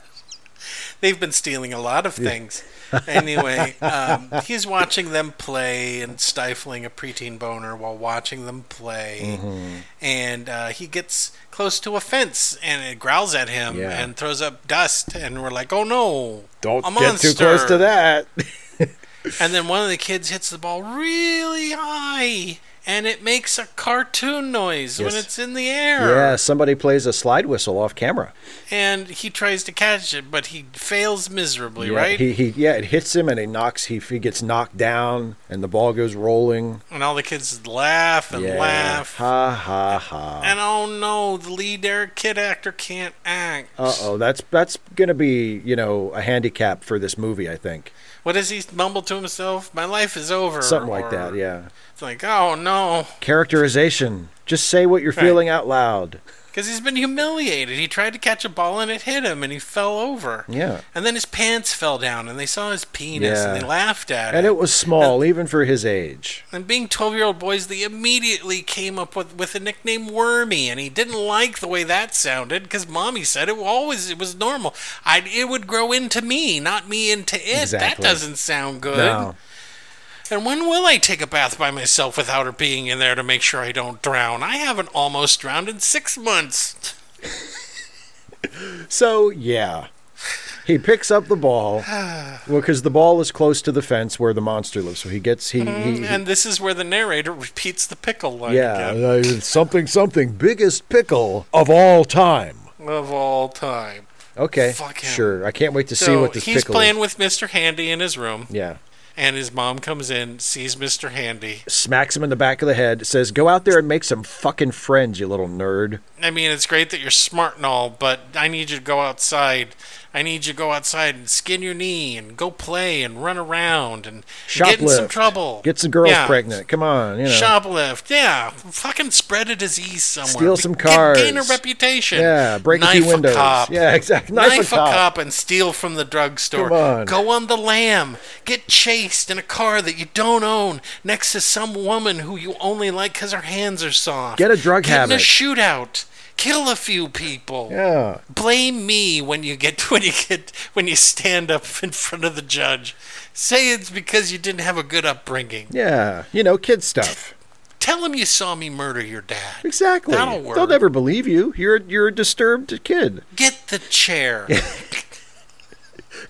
Speaker 1: they've been stealing a lot of things anyway um, he's watching them play and stifling a preteen boner while watching them play
Speaker 2: Mm-hmm.
Speaker 1: and uh, he gets close to a fence and it growls at him
Speaker 2: Yeah.
Speaker 1: and throws up dust and we're like oh no
Speaker 2: Don't
Speaker 1: a
Speaker 2: get too close
Speaker 1: monster."
Speaker 2: to that.
Speaker 1: And then one of the kids hits the ball really high, and it makes a cartoon noise when
Speaker 2: Yes.
Speaker 1: it's in the air.
Speaker 2: yeah, somebody plays a slide whistle off camera.
Speaker 1: And he tries to catch it, but he fails miserably,
Speaker 2: Yeah,
Speaker 1: right?
Speaker 2: He, he yeah, it hits him and he knocks. He, he gets knocked down and the ball goes rolling.
Speaker 1: and all the kids laugh and
Speaker 2: Yeah.
Speaker 1: laugh.
Speaker 2: Ha ha ha.
Speaker 1: And oh no, the lead air kid actor can't act.
Speaker 2: Uh oh, that's that's gonna be you know a handicap for this movie. I think
Speaker 1: What does he mumble to himself? My life is over.
Speaker 2: something like
Speaker 1: or-
Speaker 2: that. Yeah,
Speaker 1: It's like, oh no.
Speaker 2: characterization. Just say what you're feeling out loud.
Speaker 1: Because he's been humiliated. He tried to catch a ball and it hit him and he fell over.
Speaker 2: Yeah.
Speaker 1: And then his pants fell down and they saw his penis and
Speaker 2: Yeah.
Speaker 1: they laughed at
Speaker 2: And
Speaker 1: it.
Speaker 2: it was small, even for his age.
Speaker 1: And being 12 year old boys, they immediately came up with, with the nickname Wormy, and he didn't like the way that sounded because mommy said it always it was normal. I It would grow into me, not me into it. That
Speaker 2: Exactly.
Speaker 1: doesn't sound good.
Speaker 2: No.
Speaker 1: And when will I take a bath by myself without her being in there to make sure I don't drown? I haven't almost drowned in six months.
Speaker 2: So, yeah. He picks up
Speaker 1: (sighs)
Speaker 2: the ball. Well, because the ball is close to the fence where the monster lives. So he gets, he, he, he
Speaker 1: And this is where the narrator (laughs) repeats the pickle line
Speaker 2: yeah,
Speaker 1: again.
Speaker 2: uh, something, something, biggest pickle of all time.
Speaker 1: Of all time.
Speaker 2: Okay,
Speaker 1: Fuck him.
Speaker 2: sure. I can't wait to see
Speaker 1: so
Speaker 2: what this
Speaker 1: he's
Speaker 2: pickle
Speaker 1: playing
Speaker 2: is.
Speaker 1: with Mr. Handy in his room,
Speaker 2: Yeah.
Speaker 1: and his mom comes in, sees Mr. Handy.
Speaker 2: Smacks him in the back of the head, says, Go out there and make some fucking friends, you little nerd.
Speaker 1: I mean, it's great that you're smart and all, but I need you to go outside. I need you to go outside and skin your knee and go play and run around and get in some
Speaker 2: Shoplift.
Speaker 1: trouble.
Speaker 2: Get some girls
Speaker 1: Yeah.
Speaker 2: pregnant. Come on, you know.
Speaker 1: Shoplift, yeah. Fucking spread a disease somewhere.
Speaker 2: Steal some
Speaker 1: Get- Gain a
Speaker 2: cars.
Speaker 1: reputation.
Speaker 2: Yeah, break
Speaker 1: Knife
Speaker 2: a few windows.
Speaker 1: cop.
Speaker 2: Yeah, exactly.
Speaker 1: Knife, a, cop.
Speaker 2: cop.
Speaker 1: and steal from the drugstore.
Speaker 2: Come on.
Speaker 1: Go on the lam. Get chased in a car that you don't own next to some woman who you only like because her hands are soft.
Speaker 2: Get a drug
Speaker 1: Get in a
Speaker 2: habit.
Speaker 1: shootout. Kill a few people.
Speaker 2: Yeah.
Speaker 1: Blame me when you get (laughs) when you get when you stand up in front of the judge. Say it's because you didn't have a good upbringing.
Speaker 2: Yeah. You know, kid stuff.
Speaker 1: Tell him you saw me murder your dad.
Speaker 2: Exactly.
Speaker 1: That'll work.
Speaker 2: They'll never believe you. You're you're a disturbed kid.
Speaker 1: Get the chair.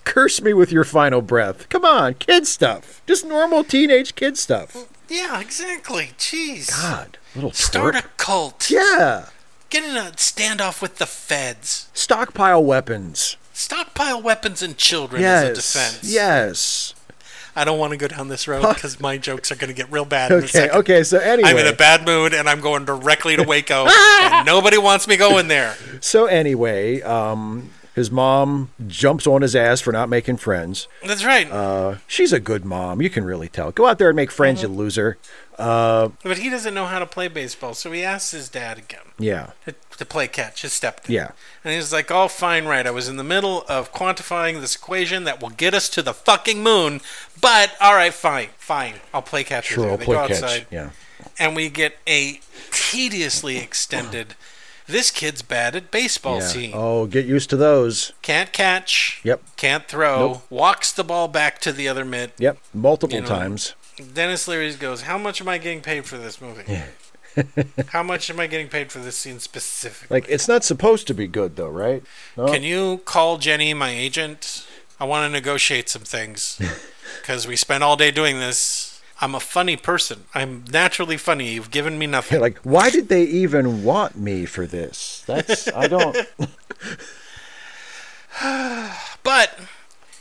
Speaker 2: Curse me with your final breath. Come on, kid stuff. Just normal teenage kid stuff.
Speaker 1: yeah, exactly. Jeez.
Speaker 2: God, little
Speaker 1: Start a
Speaker 2: twerp.
Speaker 1: cult.
Speaker 2: Yeah.
Speaker 1: Get in a standoff with the feds.
Speaker 2: Stockpile weapons.
Speaker 1: Stockpile weapons and children as a
Speaker 2: Yes.
Speaker 1: defense.
Speaker 2: Yes.
Speaker 1: I don't want to go down this road because my jokes are going to get real bad. in a
Speaker 2: Okay.
Speaker 1: second.
Speaker 2: Okay. So anyway.
Speaker 1: I'm in a bad mood and I'm going directly to
Speaker 2: (laughs)
Speaker 1: Waco. and nobody wants me going there.
Speaker 2: so anyway, um, his mom jumps on his ass for not making friends.
Speaker 1: That's right.
Speaker 2: Uh, she's a good mom. You can really tell. Go out there and make friends,
Speaker 1: Mm-hmm.
Speaker 2: you loser. Uh,
Speaker 1: but he doesn't know how to play baseball, so he asks his dad again
Speaker 2: yeah.
Speaker 1: to, to play catch, his stepdad.
Speaker 2: Yeah.
Speaker 1: And he's like, "All fine, right? I was in the middle of quantifying this equation that will get us to the fucking moon, but all right, fine, fine. I'll play catch
Speaker 2: Sure.
Speaker 1: with you."
Speaker 2: I'll
Speaker 1: They
Speaker 2: play
Speaker 1: go
Speaker 2: catch.
Speaker 1: outside,
Speaker 2: Yeah.
Speaker 1: and we get a tediously extended. This kid's bad at baseball
Speaker 2: Yeah.
Speaker 1: scene.
Speaker 2: Oh, get used to those.
Speaker 1: Can't catch.
Speaker 2: Yep.
Speaker 1: Can't throw. Walks the ball back to the other mitt.
Speaker 2: Yep, multiple
Speaker 1: You know.
Speaker 2: times.
Speaker 1: Dennis Leary goes, "How much am I getting paid for this movie? How much am I getting paid for this scene specifically?"
Speaker 2: Like it's not supposed to be good though, right? (laughs) No.
Speaker 1: Can you call Jenny, my agent? I want to negotiate some
Speaker 2: (laughs)
Speaker 1: things because we spent all day doing this. I'm a funny person. I'm naturally funny. You've given me nothing.
Speaker 2: like why did they even want me for this? That's
Speaker 1: (laughs)
Speaker 2: I don't
Speaker 1: But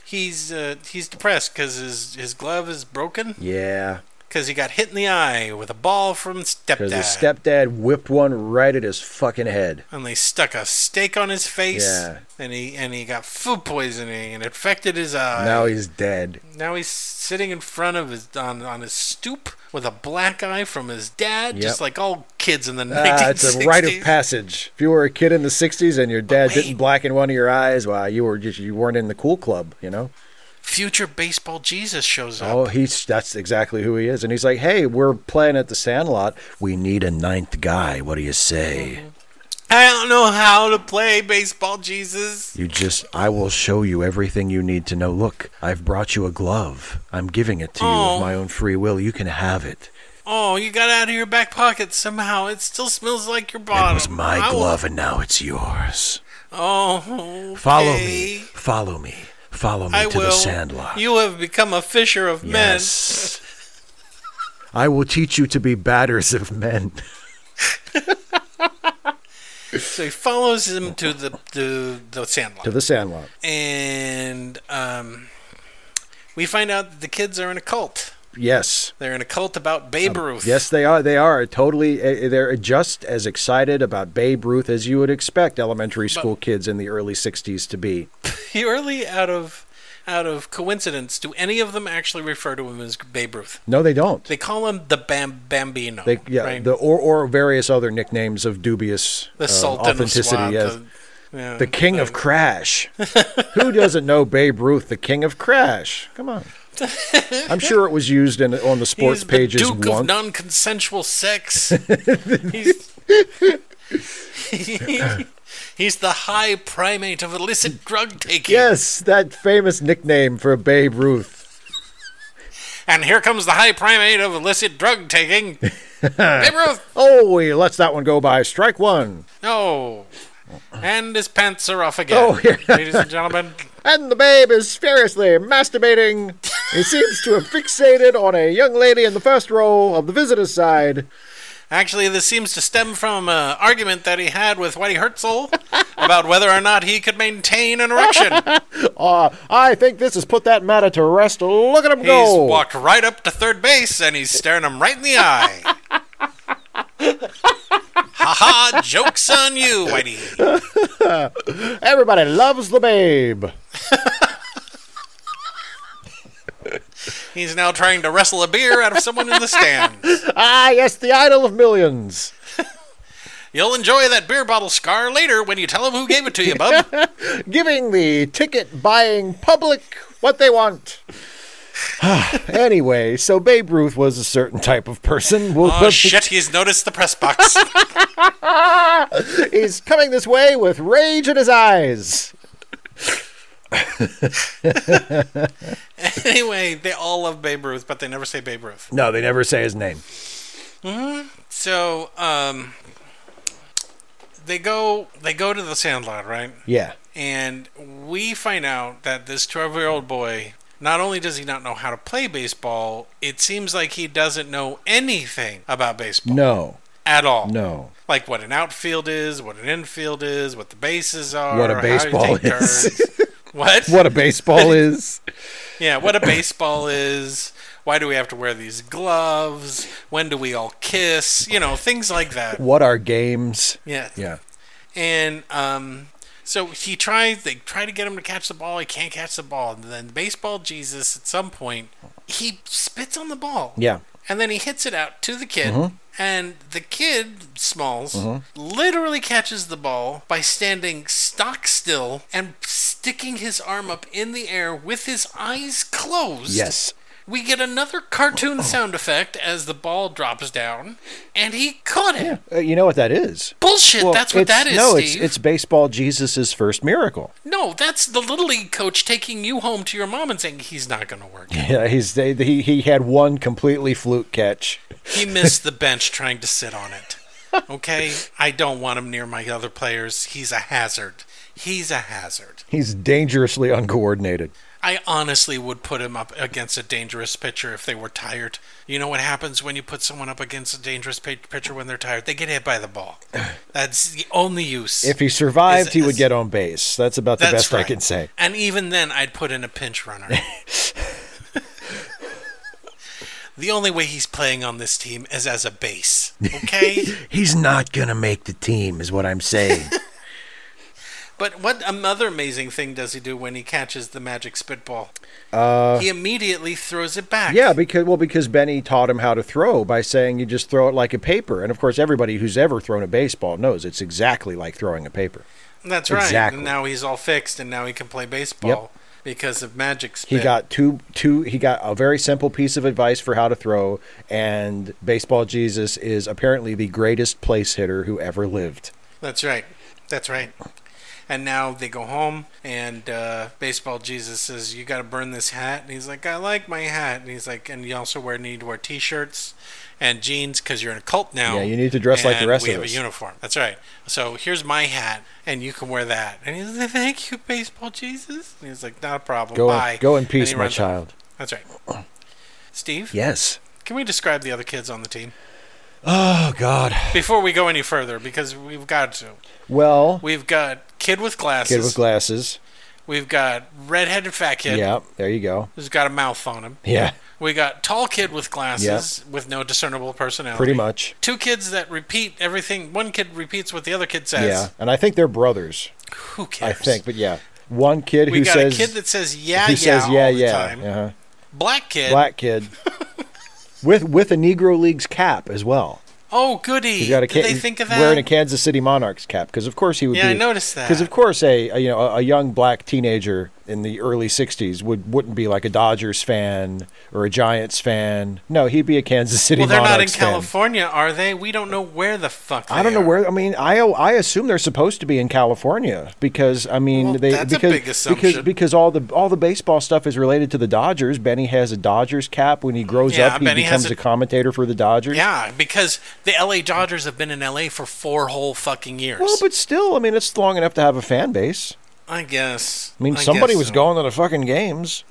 Speaker 1: he's uh, he's depressed because his his glove is broken
Speaker 2: Yeah,
Speaker 1: because he got hit in the eye with a ball from
Speaker 2: cuz
Speaker 1: stepdad.
Speaker 2: his stepdad whipped one right at his fucking head.
Speaker 1: and they stuck a stake on his face.
Speaker 2: Yeah.
Speaker 1: And he and he got food poisoning and infected his eye.
Speaker 2: Now
Speaker 1: (laughs)
Speaker 2: he's dead.
Speaker 1: Now he's sitting in front of his on, on his stoop with a black eye from his dad,
Speaker 2: Yep.
Speaker 1: just like all kids in the 1960s.
Speaker 2: Ah, it's a rite of passage. If you were a kid in the 60s and your dad
Speaker 1: wait.
Speaker 2: didn't blacken one of your eyes, why you were just you weren't in the cool club, you know?
Speaker 1: Future baseball Jesus shows up.
Speaker 2: Oh, he's that's exactly who he is. And he's like, "Hey, we're playing at the Sandlot. We need a ninth guy. What do you say?"
Speaker 1: I don't know how to play baseball Jesus.
Speaker 2: You just, I will show you everything you need to know. Look, I've brought you a glove. I'm giving it to you
Speaker 1: Oh.
Speaker 2: of my own free will. You can have it.
Speaker 1: Oh, you got it out of your back pocket somehow. It still smells like your bottom.
Speaker 2: It was my
Speaker 1: Um, I will-
Speaker 2: glove, and now it's yours.
Speaker 1: Oh, okay.
Speaker 2: Follow me. Follow me. Follow me
Speaker 1: I
Speaker 2: to
Speaker 1: will.
Speaker 2: the sandlot.
Speaker 1: You have become a fisher of men.
Speaker 2: yes. I will teach you to be batters of men.
Speaker 1: So he follows him to the to the sandlot.
Speaker 2: To the sandlot.
Speaker 1: and um, we find out that the kids are in a cult.
Speaker 2: Yes.
Speaker 1: They're in a cult about Babe Ruth.
Speaker 2: Um, Yes, they are. They are totally. eh, They're just as excited about Babe Ruth as you would expect elementary school kids in the early '60s to be.
Speaker 1: (laughs) purely out of out of coincidence, do any of them actually refer to him as Babe Ruth?
Speaker 2: No, they don't.
Speaker 1: They call him the Bam- Bambino.
Speaker 2: They, yeah,
Speaker 1: right?
Speaker 2: the or or various other nicknames of dubious
Speaker 1: The
Speaker 2: uh,
Speaker 1: Sultan of
Speaker 2: authenticity.
Speaker 1: Swat,
Speaker 2: yes.
Speaker 1: the- yeah.
Speaker 2: The king of
Speaker 1: (laughs)
Speaker 2: crash. Who doesn't know Babe Ruth, the king of crash?
Speaker 1: (laughs)
Speaker 2: Come on. I'm sure it was used in on the sports
Speaker 1: He's
Speaker 2: pages
Speaker 1: the Duke of
Speaker 2: once.
Speaker 1: non-consensual
Speaker 2: (laughs)
Speaker 1: sex. he's, (laughs) he's the high primate of illicit drug taking.
Speaker 2: yes, that famous nickname for Babe Ruth.
Speaker 1: And here comes the high primate of illicit drug
Speaker 2: (laughs)
Speaker 1: taking. Babe Ruth.
Speaker 2: Oh, he lets that one go by. Strike one.
Speaker 1: No. And his pants are off again.
Speaker 2: Oh, yeah.
Speaker 1: Ladies and gentlemen,
Speaker 2: And the babe is furiously masturbating. he seems to have fixated on a young lady in the first row of the visitor's side.
Speaker 1: Actually, this seems to stem from an argument that he had with Whitey Herzl about whether or not he could maintain an
Speaker 2: (laughs)
Speaker 1: erection.
Speaker 2: Uh, I think this has put that matter to rest. Look at him
Speaker 1: He's
Speaker 2: go.
Speaker 1: walked right up to third base and he's staring him right in the eye. (laughs) ha ha, joke's on you, Whitey.
Speaker 2: Everybody loves the babe.
Speaker 1: He's now trying to wrestle a beer out of someone in the stands.
Speaker 2: Ah, yes, the idol of millions.
Speaker 1: You'll enjoy that beer bottle scar later when you tell him who gave it to you, (laughs) bub.
Speaker 2: giving the ticket buying public what they want. (sighs) anyway, so Babe Ruth was a certain type of person. We'll-
Speaker 1: Oh, shit, he's noticed the press box.
Speaker 2: He's coming this way with rage in his eyes.
Speaker 1: (laughs) anyway, they all love Babe Ruth, but they never say Babe Ruth.
Speaker 2: No, they never say his name.
Speaker 1: So, um, they go they go to the Sandlot, right?
Speaker 2: Yeah.
Speaker 1: And we find out that this 12 year old boy, not only does he not know how to play baseball, it seems like he doesn't know anything about baseball
Speaker 2: No.
Speaker 1: at all.
Speaker 2: No.
Speaker 1: Like what an outfield is, what an infield is, what the bases are,
Speaker 2: What a
Speaker 1: how you
Speaker 2: baseball
Speaker 1: take
Speaker 2: is.
Speaker 1: turns. (laughs) what?
Speaker 2: What a baseball (laughs) is.
Speaker 1: Yeah, what a baseball is. Why do we have to wear these gloves? When do we all kiss? You know, things like that.
Speaker 2: What are games?
Speaker 1: Yeah.
Speaker 2: Yeah.
Speaker 1: and um, so he tries. They try to get him to catch the ball. He can't catch the ball. And then baseball Jesus, at some point, he spits on the ball.
Speaker 2: Yeah. Mm-hmm.
Speaker 1: And then he hits it out to the kid. And the kid, Smalls, literally catches the ball by standing stock still and sticking his arm up in the air with his eyes closed.
Speaker 2: Yes.
Speaker 1: We get another cartoon sound effect as the ball drops down, and he caught it.
Speaker 2: Uh, you know what that is?
Speaker 1: Bullshit!
Speaker 2: Well,
Speaker 1: that's what
Speaker 2: it's-
Speaker 1: that is,
Speaker 2: No,
Speaker 1: Steve.
Speaker 2: it's it's baseball Jesus' first miracle. (laughs)
Speaker 1: No, that's the little league coach taking you home to your mom and saying he's not going to work.
Speaker 2: Yeah, he's they, he he had one completely flute catch.
Speaker 1: He missed the bench trying to sit on it. Okay, I don't want him near my other players. He's a hazard. He's a hazard.
Speaker 2: He's dangerously uncoordinated.
Speaker 1: I honestly would put him up against a dangerous pitcher if they were tired. You know what happens when you put someone up against a dangerous pi- pitcher when they're tired? They get hit by the
Speaker 2: (clears throat)
Speaker 1: ball. That's the only use.
Speaker 2: If he survived,
Speaker 1: Is-
Speaker 2: he would
Speaker 1: is-
Speaker 2: get on base. That's about the
Speaker 1: That's
Speaker 2: best I
Speaker 1: right.
Speaker 2: can say.
Speaker 1: And even then, I'd put in a pinch
Speaker 2: (laughs)
Speaker 1: runner. the only way he's playing on this team is as a base,
Speaker 2: (laughs)
Speaker 1: okay?
Speaker 2: He's not gonna make the team, is what I'm saying.
Speaker 1: but what another amazing thing does he do when he catches the magic spitball? he immediately throws it back.
Speaker 2: Uh, yeah, because well, because Benny taught him how to throw by saying you just throw it like a paper, and of course, everybody who's ever thrown a baseball knows it's exactly like throwing a paper.
Speaker 1: that's right.
Speaker 2: exactly.
Speaker 1: And now he's all fixed, and now he can play baseball because of magic
Speaker 2: He
Speaker 1: spit.
Speaker 2: got two two. He got a very simple piece of advice for how to throw, and baseball Jesus is apparently the greatest place hitter who ever lived.
Speaker 1: That's right. That's right. And now they go home, and uh, baseball Jesus says, "You got to burn this hat." And he's like, "I like my hat." And he's like, "And you also wear need to wear t-shirts and jeans because you're in a cult now."
Speaker 2: Yeah, you need to dress like the
Speaker 1: and
Speaker 2: rest
Speaker 1: we
Speaker 2: of
Speaker 1: have
Speaker 2: us."
Speaker 1: a uniform. That's right. So here's my hat, and you can wear that. And he's like, "Thank you, baseball Jesus." And he's like, "Not a problem.
Speaker 2: Go
Speaker 1: Bye.
Speaker 2: in, go in
Speaker 1: And he
Speaker 2: peace, my
Speaker 1: runs off.
Speaker 2: child.
Speaker 1: That's right.
Speaker 2: (clears throat)
Speaker 1: Steve,
Speaker 2: Yes.
Speaker 1: can we describe the other kids on the team
Speaker 2: Oh God.
Speaker 1: before we go any further? Because we've got to.
Speaker 2: Well,
Speaker 1: We've got kid with glasses.
Speaker 2: kid with glasses.
Speaker 1: We've got redheaded fat kid
Speaker 2: Yeah, there you go.
Speaker 1: who's got a mouth on him.
Speaker 2: Yeah,
Speaker 1: We got tall kid with glasses with no discernible personality.
Speaker 2: pretty much.
Speaker 1: Two kids that repeat everything. One kid repeats what the other kid says.
Speaker 2: Yeah, and I think they're brothers.
Speaker 1: Who
Speaker 2: I
Speaker 1: cares?
Speaker 2: think, but yeah, one kid
Speaker 1: We
Speaker 2: who
Speaker 1: got
Speaker 2: says
Speaker 1: a kid that says yeah,
Speaker 2: who
Speaker 1: yeah,
Speaker 2: says yeah
Speaker 1: all the
Speaker 2: yeah
Speaker 1: time.
Speaker 2: uh-huh.
Speaker 1: Black kid.
Speaker 2: black
Speaker 1: (laughs)
Speaker 2: kid with with a Negro Leagues cap as well.
Speaker 1: Oh, goody.
Speaker 2: He's got a
Speaker 1: Did
Speaker 2: ca-
Speaker 1: they think of that?
Speaker 2: wearing a Kansas City Monarchs cap because of course he would
Speaker 1: Yeah,
Speaker 2: be.
Speaker 1: I noticed that.
Speaker 2: Because of course a, a you know a, a young black teenager in the early '60s would wouldn't be like a Dodgers fan or a Giants fan. No, he'd be a Kansas City.
Speaker 1: well, they're not in
Speaker 2: Monarchs fan.
Speaker 1: California, are they? We don't know where the fuck. They
Speaker 2: I don't know
Speaker 1: are.
Speaker 2: where. I mean, I I assume they're supposed to be in California because I mean
Speaker 1: Well,
Speaker 2: they
Speaker 1: that's a
Speaker 2: because
Speaker 1: big
Speaker 2: because
Speaker 1: assumption.
Speaker 2: because all the all the baseball stuff is related to the Dodgers. Benny has a Dodgers cap when he grows
Speaker 1: Yeah,
Speaker 2: up. He
Speaker 1: Benny has
Speaker 2: becomes
Speaker 1: a-
Speaker 2: a commentator for the Dodgers.
Speaker 1: Yeah, because the LA Dodgers have been in LA for four whole fucking years.
Speaker 2: Well, but still, I mean, it's long enough to have a fan base.
Speaker 1: I guess.
Speaker 2: I mean,
Speaker 1: guess
Speaker 2: somebody was
Speaker 1: so.
Speaker 2: going to the fucking games.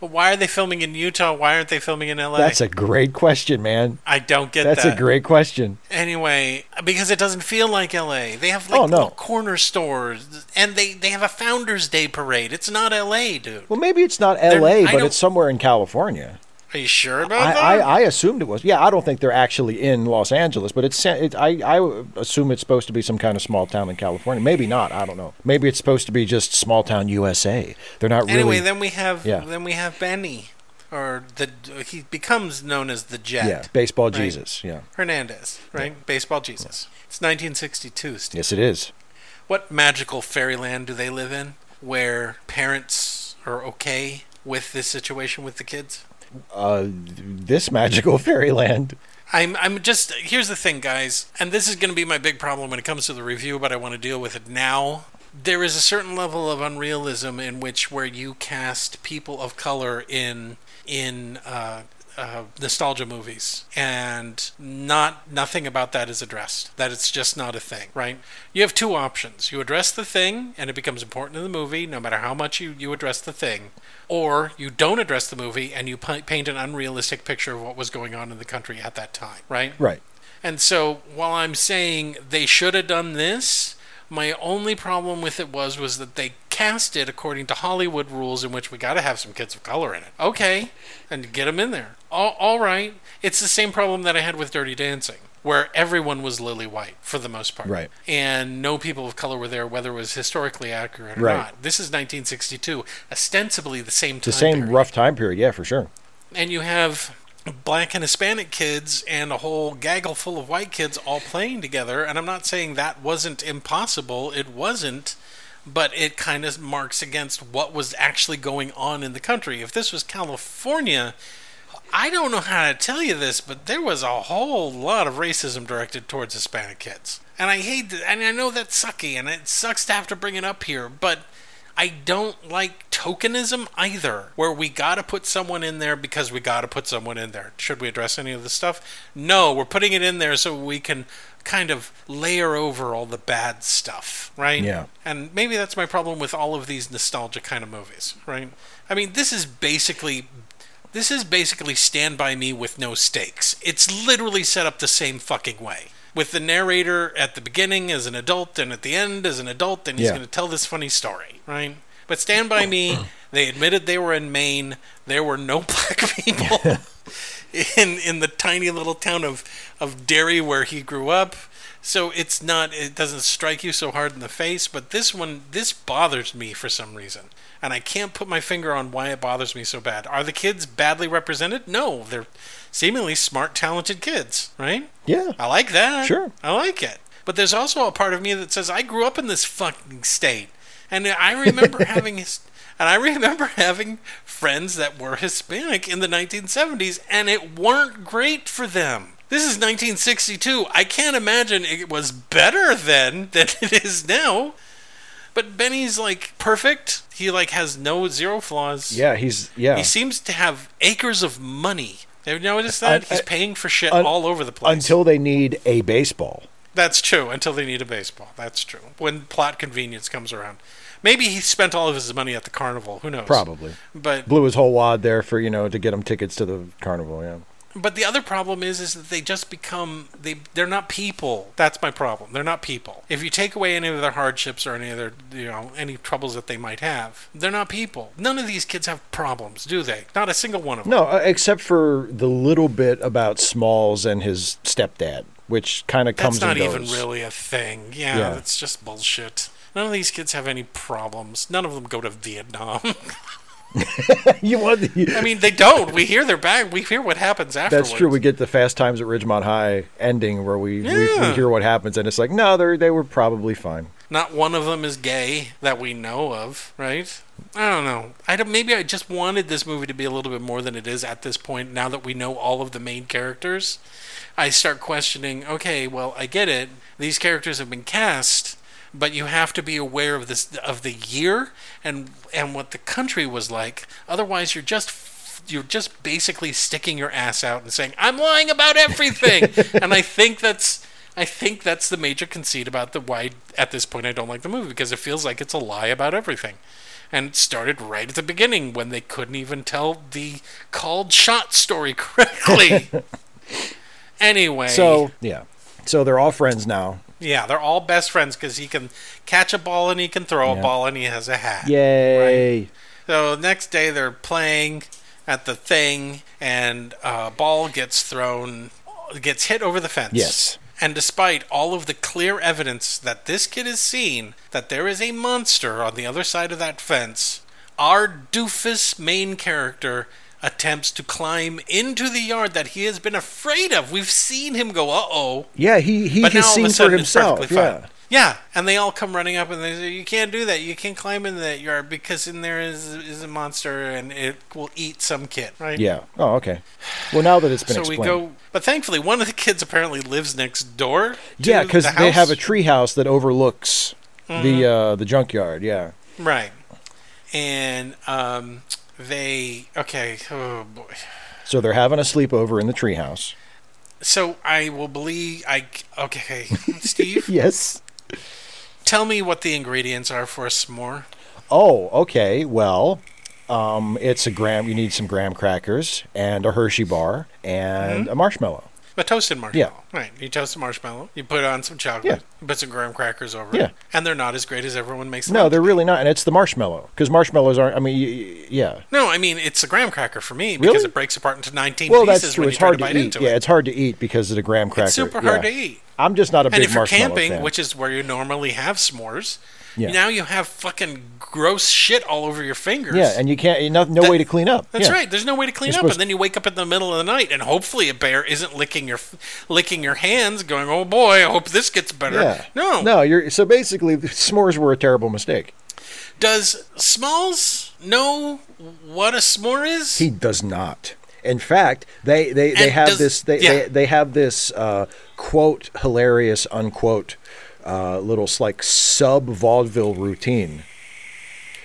Speaker 1: But why are they filming in Utah? Why aren't they filming in LA?
Speaker 2: That's a great question, man.
Speaker 1: I don't get
Speaker 2: That's
Speaker 1: that.
Speaker 2: a great question.
Speaker 1: Anyway, because it doesn't feel like LA. They have like
Speaker 2: Oh, no.
Speaker 1: little corner stores and they, they have a Founders Day parade. It's not LA, dude.
Speaker 2: Well, maybe it's not
Speaker 1: They're-
Speaker 2: L.A.,
Speaker 1: I
Speaker 2: but
Speaker 1: don't-
Speaker 2: it's somewhere in California.
Speaker 1: Are you sure about that?
Speaker 2: I, I, I assumed it was. Yeah, I don't think they're actually in Los Angeles, but it's. sa- It, I, I assume it's supposed to be some kind of small town in California. Maybe not. I don't know. Maybe it's supposed to be just small town USA. They're not really.
Speaker 1: Anyway, then we have
Speaker 2: Yeah.
Speaker 1: then we have Benny or the he becomes known as the Jet.
Speaker 2: yeah, baseball
Speaker 1: right?
Speaker 2: Jesus. Yeah.
Speaker 1: Hernandez, right? Baseball Jesus. It's 1962, Steve.
Speaker 2: Yes, it is.
Speaker 1: What magical fairyland do they live in where parents are okay with this situation with the kids?
Speaker 2: Uh, this magical (laughs) fairyland.
Speaker 1: I'm I'm just here's the thing, guys, and this is going to be my big problem when it comes to the review, but I want to deal with it now. There is a certain level of unrealism in which where you cast people of color in in uh, uh, nostalgia movies, and not nothing about that is addressed. That it's just not a thing, right? You have two options: you address the thing, and it becomes important in the movie, no matter how much you you address the thing, or you don't address the movie and you pi- paint an unrealistic picture of what was going on in the country at that time, right?
Speaker 2: Right.
Speaker 1: And so while I'm saying they should have done this, my only problem with it was was that they cast it according to Hollywood rules in which we got to have some kids of color in it. Okay, and get them in there. All, all right. It's the same problem that I had with Dirty Dancing. Where everyone was lily white for the most part,
Speaker 2: Right.
Speaker 1: And no people of color were there, whether it was historically accurate or
Speaker 2: Right.
Speaker 1: not. This is 1962, ostensibly the same time.
Speaker 2: The same
Speaker 1: period
Speaker 2: rough time period. Yeah, for sure.
Speaker 1: and you have black and Hispanic kids and a whole gaggle full of white kids all playing together. And I'm not saying that wasn't impossible, it wasn't, but it kind of marks against what was actually going on in the country. If this was California, I don't know how to tell you this, but there was a whole lot of racism directed towards Hispanic kids. And I hate that, and I know that's sucky, and it sucks to have to bring it up here, but I don't like tokenism either, where we gotta put someone in there because we gotta put someone in there. Should we address any of this stuff? No, we're putting it in there so we can kind of layer over all the bad stuff, right?
Speaker 2: Yeah.
Speaker 1: And maybe that's my problem with all of these nostalgia kind of movies, right? I mean, this is basically this is basically Stand By Me with no stakes. It's literally set up the same fucking way. With the narrator at the beginning as an adult and at the end as an adult, and he's
Speaker 2: Yeah.
Speaker 1: going to tell this funny story, right? But Stand By Me, they admitted they were in Maine. There were no (laughs) black people in, in the tiny little town of, of Derry where he grew up. So it's not, it doesn't strike you so hard in the face. But this one, this bothers me for some reason. And I can't put my finger on why it bothers me so bad. Are the kids badly represented? No, they're seemingly smart, talented kids, right?
Speaker 2: Yeah.
Speaker 1: I like (laughs) that.
Speaker 2: Sure.
Speaker 1: I like it. But there's also a part of me that says I grew up in this fucking state, and I
Speaker 2: (laughs)
Speaker 1: remember having his, and I remember (laughs) having friends that were Hispanic in the 1970s, and it weren't great for them. This is 1962. I can't imagine it was better then (laughs) than it is now. But Benny's like perfect. He like has no zero flaws.
Speaker 2: Yeah. He's yeah.
Speaker 1: He seems to have acres of money. Have you noticed
Speaker 2: Un-
Speaker 1: that? He's paying for shit
Speaker 2: un-
Speaker 1: all over the place.
Speaker 2: Until they need a baseball.
Speaker 1: That's true. Until they need a baseball. That's true. When plot convenience comes around, maybe he spent all of his money at the carnival. Who knows?
Speaker 2: Probably.
Speaker 1: But
Speaker 2: Blew his whole wad there for you know to get him tickets to the carnival. Yeah.
Speaker 1: but the other problem is is that they just become they they're not people. That's my problem. They're not people. If you take away any of their hardships or any of their you know any troubles that they might have, they're not people. None of these kids have problems, do they? Not a single one of them.
Speaker 2: No, uh, except for the little bit about Smalls and his stepdad, which kind of comes
Speaker 1: That's not
Speaker 2: and
Speaker 1: even
Speaker 2: goes.
Speaker 1: really a thing. Yeah,
Speaker 2: Yeah.
Speaker 1: that's just bullshit. None of these kids have any problems. None of them go to Vietnam.
Speaker 2: (laughs)
Speaker 1: (laughs)
Speaker 2: you want the,
Speaker 1: I mean, they don't. We hear their back. We hear what happens afterwards.
Speaker 2: that's true. We get the Fast Times at Ridgemont High ending where we, we, we
Speaker 1: Yeah.
Speaker 2: hear what happens, and it's like, no, they they were probably fine.
Speaker 1: Not one of them is gay that we know of, right? I don't know. I don't, maybe I just wanted this movie to be a little bit more than it is at this point. Now that we know all of the main characters, I start questioning. Okay, well, I get it. These characters have been cast, but you have to be aware of this of the year and and what the country was like. Otherwise, you're just you're just basically sticking your ass out and saying I'm lying about everything. and I think that's I think that's the major conceit about the why at this point I don't like the movie because it feels like it's a lie about everything. And it started right at the beginning when they couldn't even tell the called shot story (laughs) correctly. anyway,
Speaker 2: So yeah, so they're all friends now.
Speaker 1: yeah, they're all best friends because he can catch a ball and he can throw a ball and he has a hat.
Speaker 2: Yay!
Speaker 1: So the next day they're playing at the thing, and a ball gets thrown, gets hit over the fence.
Speaker 2: Yes.
Speaker 1: And despite all of the clear evidence that this kid has seen that there is a monster on the other side of that fence, our doofus main character attempts to climb into the yard that he has been afraid of. We've seen him go, uh oh
Speaker 2: Yeah, he he
Speaker 1: but
Speaker 2: has
Speaker 1: now all of
Speaker 2: seen
Speaker 1: a
Speaker 2: for
Speaker 1: sudden
Speaker 2: himself.
Speaker 1: it's perfectly
Speaker 2: yeah.
Speaker 1: fine. Yeah, and they all come running up and they say, "You can't do that. You can't climb into that yard because in there is is a monster and it will eat some kid." Right?
Speaker 2: Yeah. Oh, okay. Well, now that it's been
Speaker 1: So
Speaker 2: explained,
Speaker 1: we go, but thankfully, one of the kids apparently lives next door. to
Speaker 2: yeah, because
Speaker 1: the
Speaker 2: they
Speaker 1: house.
Speaker 2: have a
Speaker 1: Mm-hmm.
Speaker 2: tree house that overlooks the uh, the junkyard. Yeah.
Speaker 1: right, and um, they okay. Oh boy.
Speaker 2: So they're having a sleepover in the tree house.
Speaker 1: So I will believe I okay, (laughs) Steve.
Speaker 2: (laughs) Yes.
Speaker 1: Tell me what the ingredients are for a s'more.
Speaker 2: Oh, okay. Well, um, it's a graham. You need some graham crackers and a Hershey bar and
Speaker 1: Mm-hmm.
Speaker 2: a marshmallow.
Speaker 1: A toasted marshmallow.
Speaker 2: Yeah.
Speaker 1: Right. You toast a marshmallow. You put on some chocolate.
Speaker 2: Yeah.
Speaker 1: You put some graham crackers over
Speaker 2: Yeah.
Speaker 1: it. And they're not as great as everyone makes them.
Speaker 2: No,
Speaker 1: out to
Speaker 2: they're really not, and it's the marshmallow because marshmallows aren't. I mean, y- y- yeah.
Speaker 1: be. No, I mean, it's a graham cracker for me because
Speaker 2: Really?
Speaker 1: it breaks apart into 19
Speaker 2: Well,
Speaker 1: pieces
Speaker 2: that's true.
Speaker 1: when
Speaker 2: It's
Speaker 1: you try
Speaker 2: hard
Speaker 1: to
Speaker 2: to
Speaker 1: bite
Speaker 2: eat.
Speaker 1: into
Speaker 2: Yeah,
Speaker 1: it.
Speaker 2: it's hard to eat because of the graham cracker.
Speaker 1: It's super hard
Speaker 2: yeah.
Speaker 1: to eat.
Speaker 2: I'm just not a big
Speaker 1: And if you're
Speaker 2: marshmallow
Speaker 1: camping,
Speaker 2: fan.
Speaker 1: which is where you normally have s'mores,
Speaker 2: Yeah.
Speaker 1: now you have fucking gross shit all over your fingers.
Speaker 2: yeah, and you can't. you- No, no way to clean up.
Speaker 1: That's
Speaker 2: Yeah.
Speaker 1: right. There's no way to clean
Speaker 2: You're
Speaker 1: up, and
Speaker 2: supposed-
Speaker 1: then you wake up in the middle of the night, and hopefully a bear isn't licking your, licking your hands, going, "Oh boy, I hope this gets better."
Speaker 2: Yeah.
Speaker 1: No,
Speaker 2: No, you're so basically (laughs) the s'mores were a terrible mistake.
Speaker 1: Does Smalls know what a s'more is?
Speaker 2: He does not. In fact, they they, they
Speaker 1: And
Speaker 2: have
Speaker 1: does-
Speaker 2: this they,
Speaker 1: yeah.
Speaker 2: they they have this uh, quote hilarious unquote uh, little like sub vaudeville routine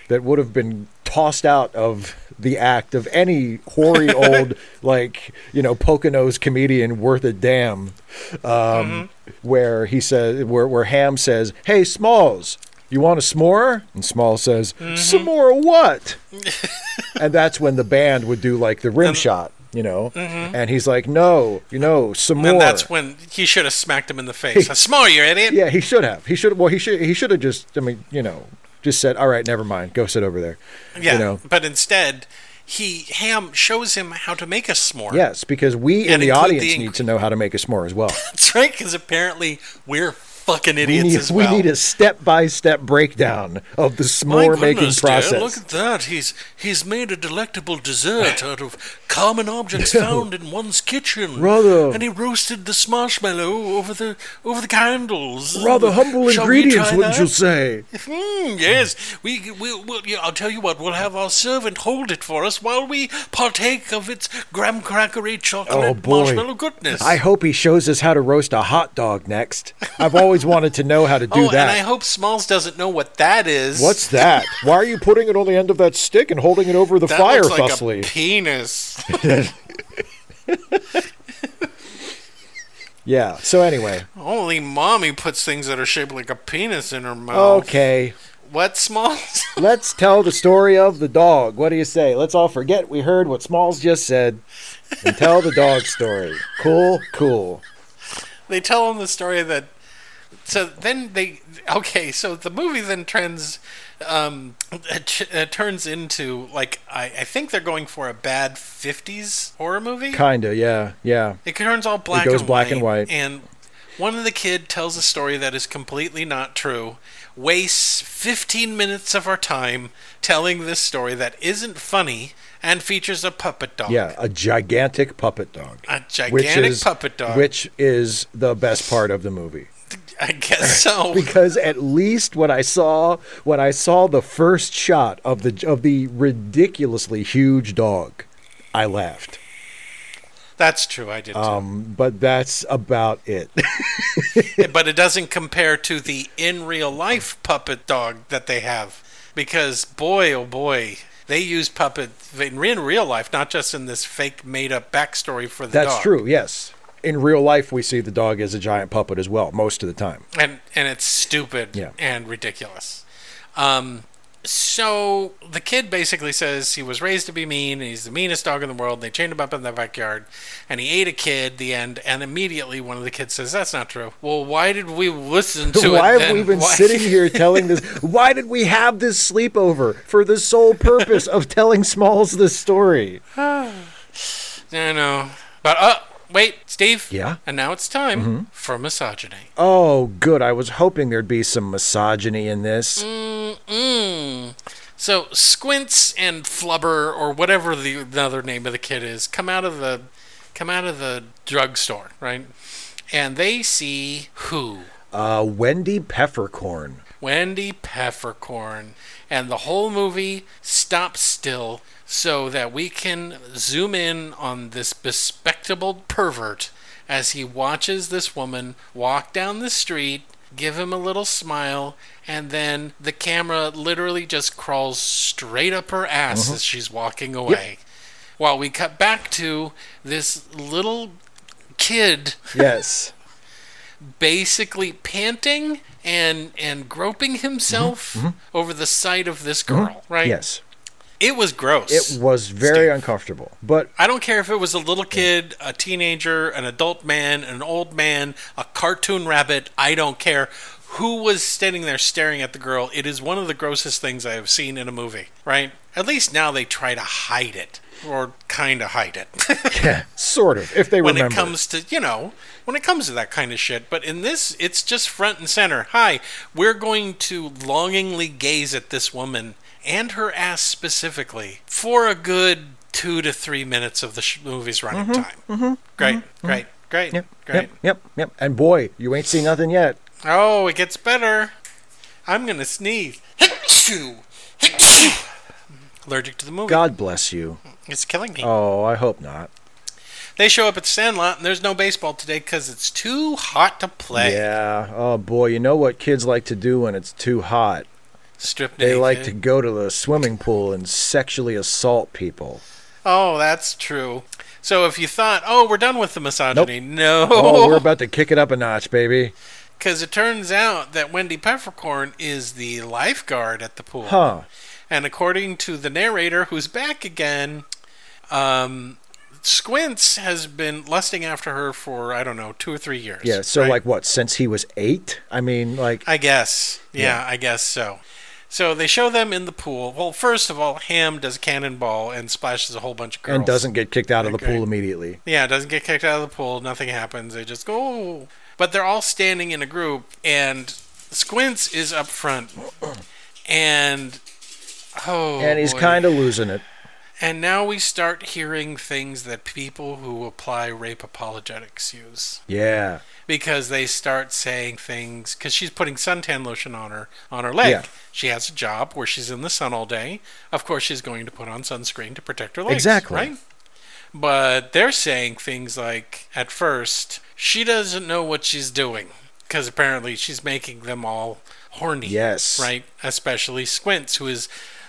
Speaker 2: that would have been tossed out of the act of any
Speaker 1: (laughs)
Speaker 2: hoary old like you know Poconos comedian worth a damn um,
Speaker 1: Mm-hmm.
Speaker 2: where he says where where Ham says hey Smalls you want a s'more and Smalls says
Speaker 1: Mm-hmm.
Speaker 2: s'more
Speaker 1: (laughs)
Speaker 2: what and that's when the band would do like the rim shot you know and he's like no you know some more
Speaker 1: Mm-hmm. and that's when he should have smacked him in the
Speaker 2: (laughs)
Speaker 1: face. A s'more, you idiot!
Speaker 2: yeah, he should have. He should. Well, he should. He should have just. I mean, you know, just said, "All right, never mind. Go sit over there."
Speaker 1: Yeah,
Speaker 2: You know.
Speaker 1: but instead, he Ham shows him how to make a s'more.
Speaker 2: Yes, because we in
Speaker 1: And
Speaker 2: the
Speaker 1: include
Speaker 2: audience
Speaker 1: the ing-
Speaker 2: need to know how to make a s'more as well.
Speaker 1: (laughs) that's right. Because apparently we're fucking
Speaker 2: We
Speaker 1: idiots
Speaker 2: need,
Speaker 1: as
Speaker 2: we
Speaker 1: well.
Speaker 2: need a step-by-step breakdown of the
Speaker 1: My
Speaker 2: s'more making
Speaker 1: goodness,
Speaker 2: process.
Speaker 1: Dad, look at that. He's he's made a delectable dessert out of common
Speaker 2: (laughs)
Speaker 1: objects found in one's kitchen.
Speaker 2: Rather-
Speaker 1: and he roasted this marshmallow over the over the candles.
Speaker 2: (laughs) Rather humble
Speaker 1: Shall we
Speaker 2: ingredients,
Speaker 1: try
Speaker 2: wouldn't
Speaker 1: that?
Speaker 2: you say?
Speaker 1: Hmm, yes, we we will. Yeah, I'll tell you what. We'll have our servant hold it for us while we partake of its graham crackery chocolate
Speaker 2: Oh boy!
Speaker 1: marshmallow goodness.
Speaker 2: I hope he shows us how to roast a hot dog next. I've always wanted to know how to
Speaker 1: (laughs)
Speaker 2: do
Speaker 1: oh,
Speaker 2: that.
Speaker 1: and I hope Smalls doesn't know what that is.
Speaker 2: What's that? Why are you putting it on the end of that stick and holding it over the
Speaker 1: that
Speaker 2: fire,
Speaker 1: looks like
Speaker 2: fussily?
Speaker 1: a
Speaker 2: (laughs)
Speaker 1: penis?
Speaker 2: yeah. So anyway,
Speaker 1: Only mommy puts things that are shaped like a penis in her mouth.
Speaker 2: okay.
Speaker 1: What Smalls?
Speaker 2: Let's tell the story of the dog. What do you say? Let's all forget we heard what Smalls just said and tell the dog story. Cool, cool.
Speaker 1: they tell him the story that so then they okay so the movie then trends um it, it turns into like I, I think they're going for a bad 50s horror movie
Speaker 2: Kinda, yeah, yeah.
Speaker 1: it turns all black
Speaker 2: goes
Speaker 1: and
Speaker 2: black
Speaker 1: white,
Speaker 2: and white.
Speaker 1: and One of the kid tells a story that is completely not true, wastes 15 minutes of our time telling this story that isn't funny, and features a puppet dog.
Speaker 2: Yeah, a gigantic puppet dog.
Speaker 1: A
Speaker 2: which
Speaker 1: gigantic
Speaker 2: is,
Speaker 1: puppet dog.
Speaker 2: Which is the best part of the movie.
Speaker 1: I guess
Speaker 2: (laughs)
Speaker 1: so.
Speaker 2: because at least when I saw when I saw the first shot of the of the ridiculously huge dog, I laughed.
Speaker 1: That's true. I did too.
Speaker 2: Um, but that's about it.
Speaker 1: (laughs) but it doesn't compare to the in real life puppet dog that they have because boy oh boy they use puppet in in real life not just in this fake made up backstory for the
Speaker 2: that's
Speaker 1: dog.
Speaker 2: true. Yes, in real life we see the dog as a giant puppet as well most of the time.
Speaker 1: and and it's stupid
Speaker 2: Yeah.
Speaker 1: and ridiculous. Um, so the kid basically says he was raised to be mean. And he's the meanest dog in the world. They chained him up in their backyard, and he ate a kid. The end. And immediately one of the kids says, "That's not true." Well, why did we listen to it?
Speaker 2: (laughs) Why have
Speaker 1: then?
Speaker 2: we been
Speaker 1: Why- (laughs)
Speaker 2: sitting here telling this? Why did we have this sleepover for the sole purpose of telling Smalls this story?
Speaker 1: I know. But uh, wait, Steve.
Speaker 2: Yeah?
Speaker 1: And now it's time for misogyny.
Speaker 2: Oh, good. I was hoping there'd be some misogyny in this.
Speaker 1: Mm. So Squints and Flubber, or whatever the, the other name of the kid is, come out of the come out of the drugstore, right? And they see who
Speaker 2: Uh, Wendy Peppercorn.
Speaker 1: Wendy Peppercorn, and the whole movie stops still so that we can zoom in on this bespectacled pervert as he watches this woman walk down the street, give him a little smile, and then the camera literally just crawls straight up her ass as she's walking away. While we cut back to this little kid
Speaker 2: Yes.
Speaker 1: basically panting and and groping himself over the sight of this girl, (laughs) right?
Speaker 2: Mm-hmm. yes.
Speaker 1: It was gross.
Speaker 2: It was very
Speaker 1: Steve.
Speaker 2: uncomfortable. But
Speaker 1: I don't care if it was a little kid, a teenager, an adult man, an old man, a cartoon rabbit, I don't care. Who was standing there staring at the girl? It is one of the grossest things I have seen in a movie, right? At least now they try to hide it or kind of hide it. (laughs)
Speaker 2: yeah, sort of, if they
Speaker 1: when
Speaker 2: remember.
Speaker 1: it comes to you know when it comes to that kind of shit but in this it's just front and center hi we're going to longingly gaze at this woman and her ass specifically for a good two to three minutes of the sh- movie's running time great great great
Speaker 2: Mm-hmm. Yep,
Speaker 1: great
Speaker 2: yep, yep, yep. And boy, you ain't seen nothing yet.
Speaker 1: oh it gets better i'm gonna sneeze Hachoo! Hachoo! allergic to the movie
Speaker 2: God bless you.
Speaker 1: it's killing me
Speaker 2: Oh, I hope not.
Speaker 1: they show up at the sandlot and there's no baseball today because it's too hot to play
Speaker 2: Yeah. Oh boy, you know what kids like to do when it's too hot?
Speaker 1: strip
Speaker 2: They like
Speaker 1: naked.
Speaker 2: to go to the swimming pool and sexually assault
Speaker 1: (laughs)
Speaker 2: people.
Speaker 1: Oh, that's true. So if you thought, oh, we're done with the misogyny,
Speaker 2: Oh,
Speaker 1: (laughs)
Speaker 2: we're
Speaker 1: no,
Speaker 2: about to kick it up a notch, baby.
Speaker 1: because it turns out that Wendy Peppercorn is the lifeguard at the pool,
Speaker 2: Huh.
Speaker 1: and according to the narrator, who's back again, um, Squints has been lusting after her for I don't know two or three years.
Speaker 2: Yeah, so
Speaker 1: right?
Speaker 2: like what, since he was eight? I mean, like
Speaker 1: I guess. Yeah, I guess so. So they show them in the pool. Well, first of all, Ham does a cannonball and splashes a whole bunch of girls.
Speaker 2: and doesn't get kicked out of the
Speaker 1: Okay.
Speaker 2: pool immediately.
Speaker 1: Yeah, doesn't get kicked out of the pool. Nothing happens. They just go. "Oh." But they're all standing in a group, and Squints is up front, and oh,
Speaker 2: And he's
Speaker 1: boy.
Speaker 2: kinda losing it.
Speaker 1: And now we start hearing things that people who apply rape apologetics use
Speaker 2: Yeah.
Speaker 1: because they start saying things because she's putting suntan lotion on her on her leg.
Speaker 2: Yeah.
Speaker 1: She has a job where she's in the sun all day. Of course, she's going to put on sunscreen to protect her legs.
Speaker 2: Exactly.
Speaker 1: Right. But they're saying things like, at first, she doesn't know what she's doing because apparently she's making them all horny.
Speaker 2: Yes.
Speaker 1: Right. Especially Squints, who is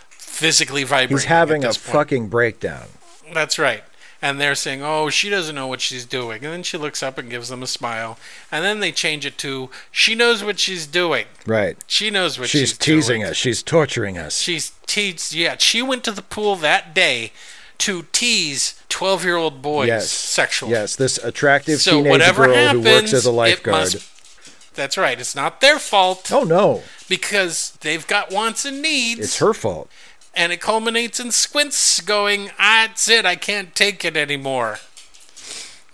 Speaker 1: physically vibrating.
Speaker 2: He's having
Speaker 1: at
Speaker 2: a
Speaker 1: this point.
Speaker 2: fucking breakdown.
Speaker 1: That's right. And they're saying, oh, she doesn't know what she's doing. And then she looks up and gives them a smile. And then they change it to, she knows what she's doing.
Speaker 2: Right.
Speaker 1: She knows what she's,
Speaker 2: She's, teasing
Speaker 1: doing.
Speaker 2: us. She's torturing us.
Speaker 1: She's teased. Yeah, she went to the pool that day to tease 12 year old boys
Speaker 2: yes.
Speaker 1: sexually.
Speaker 2: Yes, this attractive
Speaker 1: So
Speaker 2: teenage
Speaker 1: whatever
Speaker 2: girl
Speaker 1: happens,
Speaker 2: who works as a
Speaker 1: it
Speaker 2: lifeguard.
Speaker 1: must- that's right. It's not their fault
Speaker 2: Oh no,
Speaker 1: because they've got wants and needs.
Speaker 2: it's her fault.
Speaker 1: and it "Ah, culminates in Squints going, "That's it, I can't take it anymore."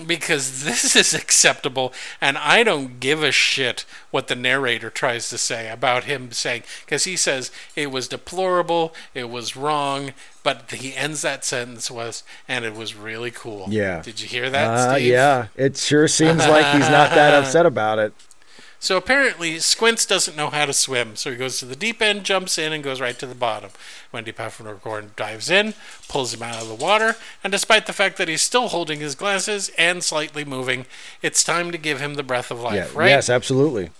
Speaker 1: because (laughs) this is acceptable and I don't give a shit what the narrator tries to say about him saying cuz he says it was deplorable, it was wrong, but he ends that sentence was and it was really cool.
Speaker 2: Yeah.
Speaker 1: Did you hear that,
Speaker 2: Uh,
Speaker 1: Steve?
Speaker 2: yeah, it sure seems like he's not
Speaker 1: (laughs)
Speaker 2: that upset about it.
Speaker 1: So apparently, Squints doesn't know how to swim, so he goes to the deep end, jumps in, and goes right to the bottom. Wendy Paffercorn dives in, pulls him out of the water, and despite the fact that he's still holding his glasses and slightly moving, it's time to give him the breath of life,
Speaker 2: Yeah,
Speaker 1: right?
Speaker 2: Yes, absolutely.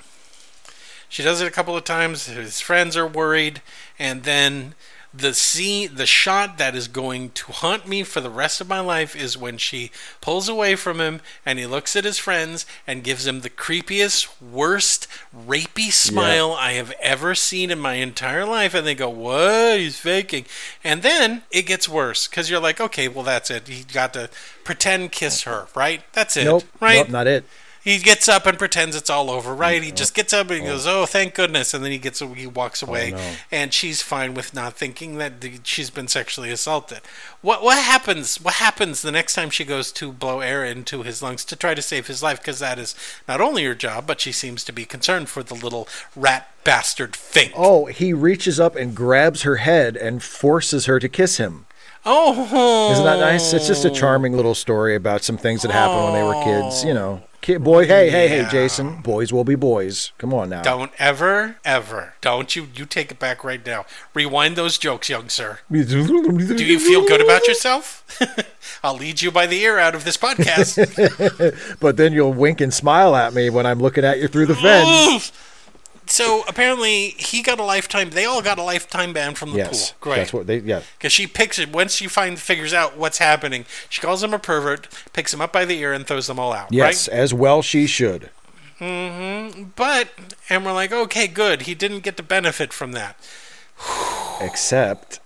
Speaker 1: She does it a couple of times. His friends are worried, and then the scene, the shot that is going to haunt me for the rest of my life is when she pulls away from him and he looks at his friends and gives him the creepiest, worst, rapey smile I have ever seen in my entire life. And they go, "Whoa, he's faking!" And then it gets worse because you're like, "Okay, well that's it. He got to pretend kiss her, right? That's it,
Speaker 2: Nope,
Speaker 1: right?
Speaker 2: nope, not it.
Speaker 1: he gets up and pretends it's all over, right? He just gets up and he goes, "Oh, thank goodness!" And then he gets he walks away,
Speaker 2: no.
Speaker 1: and she's fine with not thinking that the, she's been sexually assaulted. What what happens? What happens the next time she goes to blow air into his lungs to try to save his life? Because that is not only her job, but she seems to be concerned for the little rat bastard Fink. Oh,
Speaker 2: Oh, he reaches up and grabs her head and forces her to kiss him.
Speaker 1: Oh.
Speaker 2: Isn't that nice? It's just a charming little story about some things that happened when they were kids. You know, kid, boy, hey, hey, hey,
Speaker 1: Oh. Yeah.
Speaker 2: Jason, boys will be boys. Come on (laughs) now.
Speaker 1: Don't ever, ever, don't you? You take it back right now. Rewind those jokes, young sir. Do you feel good
Speaker 2: (laughs)
Speaker 1: about yourself? (laughs) I'll lead you by the ear out of this
Speaker 2: (laughs)
Speaker 1: podcast.
Speaker 2: But then you'll wink and smile at me when I'm looking at you through
Speaker 1: (gasps)
Speaker 2: the fence.
Speaker 1: so apparently he got a lifetime. They all got a lifetime ban from the
Speaker 2: Yes,
Speaker 1: pool. Great.
Speaker 2: that's what they. Yeah,
Speaker 1: because she picks it once she find figures out what's happening. She calls him a pervert, picks him up by the ear, and throws them all out.
Speaker 2: yes, as well she should.
Speaker 1: Right? But and we're like, okay, good. He didn't get to benefit from that.
Speaker 2: Except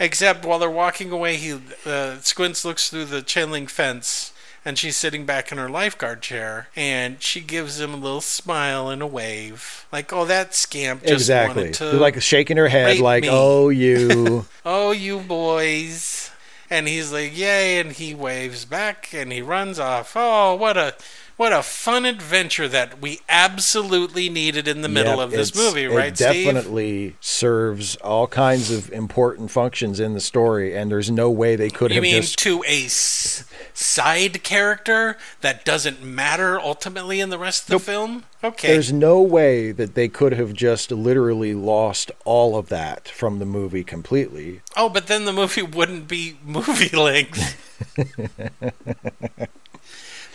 Speaker 1: Except while they're walking away, he uh, Squints looks through the chain link fence, and she's sitting back in her lifeguard chair, and she gives him a little smile and a wave, like, "Oh, that scamp just
Speaker 2: exactly,
Speaker 1: wanted to,
Speaker 2: like shaking her head,
Speaker 1: rape
Speaker 2: like,
Speaker 1: me. (laughs)
Speaker 2: "Oh, you."
Speaker 1: oh, you boys." And he's like, "Yay!" And he waves back, and he runs off. Oh, what a what a fun adventure that we absolutely needed in the middle
Speaker 2: Yep,
Speaker 1: of this
Speaker 2: it's-
Speaker 1: movie, right,
Speaker 2: It
Speaker 1: Steve?
Speaker 2: definitely serves all kinds of important functions in the story, and there's no way they could
Speaker 1: You
Speaker 2: have
Speaker 1: mean
Speaker 2: just.
Speaker 1: to a s- side character that doesn't matter ultimately in the rest of the film? Okay.
Speaker 2: There's no way that they could have just literally lost all of that from the movie completely.
Speaker 1: oh, but then the movie wouldn't be movie (laughs)
Speaker 2: (laughs)
Speaker 1: length.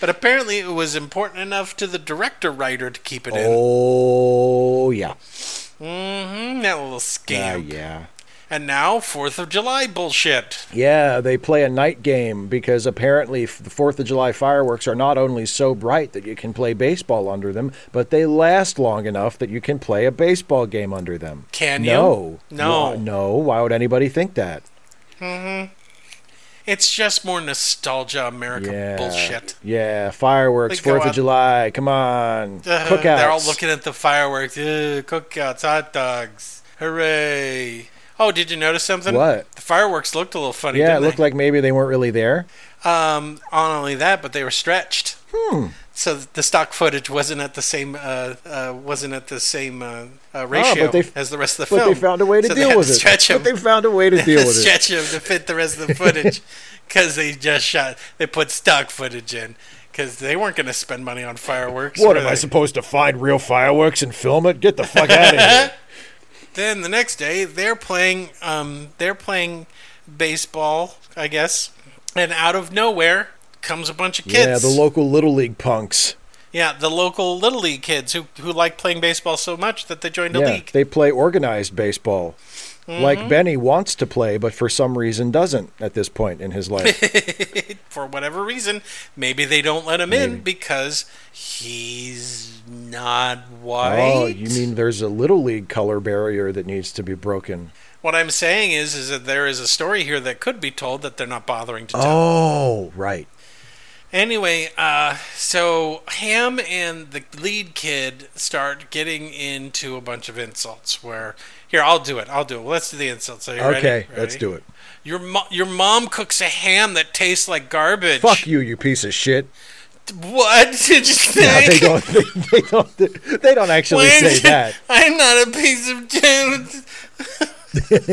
Speaker 1: but apparently it was important enough to the director writer to keep it in.
Speaker 2: Oh yeah,
Speaker 1: Mm-hmm, that little
Speaker 2: Ah, yeah,
Speaker 1: scam.
Speaker 2: yeah,
Speaker 1: And now 4th of July bullshit.
Speaker 2: yeah. They play a night game because apparently f- the Fourth of July fireworks are not only so bright that you can play baseball under them, but they last long enough that you can play a baseball game under them.
Speaker 1: Can
Speaker 2: No.
Speaker 1: you? No.
Speaker 2: Why- No. Why would anybody think that?
Speaker 1: It's just more nostalgia America
Speaker 2: Yeah.
Speaker 1: bullshit.
Speaker 2: Yeah. Fireworks,
Speaker 1: They go
Speaker 2: 4th of
Speaker 1: out-
Speaker 2: July. Come on.
Speaker 1: Uh,
Speaker 2: Cookouts.
Speaker 1: They're all looking at the fireworks. Ugh, cookouts, hot dogs. Hooray. Oh, did you notice something?
Speaker 2: What?
Speaker 1: The fireworks looked a little funny.
Speaker 2: Yeah, it
Speaker 1: didn't
Speaker 2: looked
Speaker 1: they?
Speaker 2: like maybe they weren't really there.
Speaker 1: Um, not only that, but they were stretched. Hmm. So the stock footage wasn't at the same uh, uh, wasn't at the same uh, uh, ratio
Speaker 2: Ah, they f-
Speaker 1: as the rest of the
Speaker 2: But
Speaker 1: film.
Speaker 2: they found a way to
Speaker 1: So they had
Speaker 2: deal with it.
Speaker 1: Stretch them.
Speaker 2: But they found a
Speaker 1: (laughs)
Speaker 2: way to deal with it.
Speaker 1: stretch them to fit the rest of the
Speaker 2: (laughs)
Speaker 1: footage because they just shot. They put stock footage in because they weren't going to spend money on fireworks.
Speaker 2: What
Speaker 1: were
Speaker 2: am I
Speaker 1: they?
Speaker 2: supposed to find real fireworks and film it? Get the fuck out
Speaker 1: (laughs)
Speaker 2: of here.
Speaker 1: then the next day they're playing um they're playing baseball i guess and out of nowhere comes a bunch of
Speaker 2: Yeah,
Speaker 1: kids
Speaker 2: the local little league punks.
Speaker 1: yeah the local little league kids who who like playing baseball so much that they joined a
Speaker 2: yeah,
Speaker 1: league Mm-hmm.
Speaker 2: they play organized baseball. Like Benny wants to play, but for some reason doesn't at this point in
Speaker 1: (laughs)
Speaker 2: his life.
Speaker 1: for whatever reason maybe they don't let him in because he's not white
Speaker 2: oh, you mean there's a little league color barrier that needs to be broken?
Speaker 1: what i'm saying is is that there is a story here that could be told that they're not bothering to tell
Speaker 2: Oh, right.
Speaker 1: Anyway, uh, so Ham and the lead kid start getting into a bunch of insults. Where here, I'll do it. I'll do it. Let's do the insults. Are you ready?
Speaker 2: Okay, let's
Speaker 1: Ready?
Speaker 2: do it.
Speaker 1: Your mo- your mom cooks a ham that tastes like garbage.
Speaker 2: Fuck you, you piece of shit.
Speaker 1: What (laughs) did you say?
Speaker 2: No, they don't. They, they don't. They don't actually
Speaker 1: Why
Speaker 2: say
Speaker 1: did-
Speaker 2: that.
Speaker 1: I'm not a piece of
Speaker 2: (laughs)
Speaker 1: shit.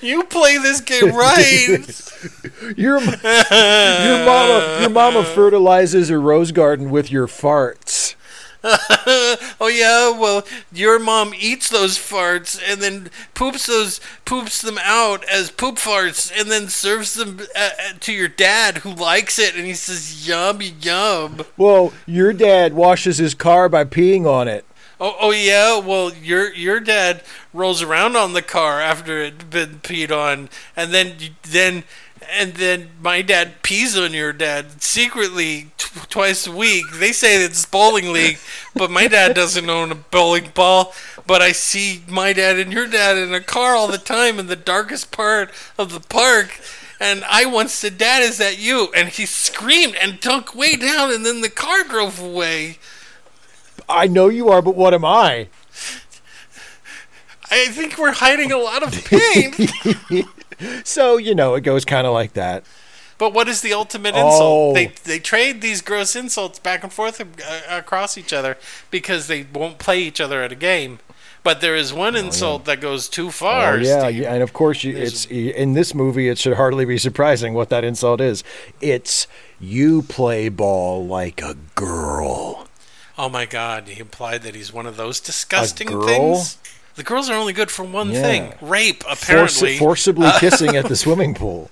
Speaker 1: you play this game
Speaker 2: (laughs)
Speaker 1: right.
Speaker 2: Your m- your mama your mama fertilizes a rose garden with your farts.
Speaker 1: oh yeah, well, your mom eats those farts and then poops those poops them out as poop farts and then serves them uh, uh, to your dad who likes it and he says yum yum.
Speaker 2: Well, your dad washes his car by peeing on it.
Speaker 1: Oh, oh yeah. Well, your your dad rolls around on the car after it had been peed on, and then then and then my dad pees on your dad secretly t- twice a week. They say it's bowling league, but my dad doesn't own a bowling ball. But I see my dad and your dad in a car all the time in the darkest part of the park. And I once said, "Dad, is that you?" And he screamed and dunked way down, and then the car drove away.
Speaker 2: I know you are, but what am I?
Speaker 1: I think we're hiding a lot of pain.
Speaker 2: (laughs) So you know, it goes kind of like that.
Speaker 1: but what is the ultimate insult?
Speaker 2: Oh.
Speaker 1: They they trade these gross insults back and forth uh, across each other because they won't play each other at a game. But there is one insult that goes too far.
Speaker 2: Oh, yeah,
Speaker 1: Steve.
Speaker 2: yeah, and of course, you, it's in this movie. It should hardly be surprising what that insult is. It's you play ball like a girl.
Speaker 1: Oh my God! He implied that he's one of those disgusting
Speaker 2: girl?
Speaker 1: things. The girls are only good for one
Speaker 2: Yeah.
Speaker 1: thing: rape.
Speaker 2: Forci-
Speaker 1: Apparently,
Speaker 2: (laughs) forcibly kissing at the swimming pool.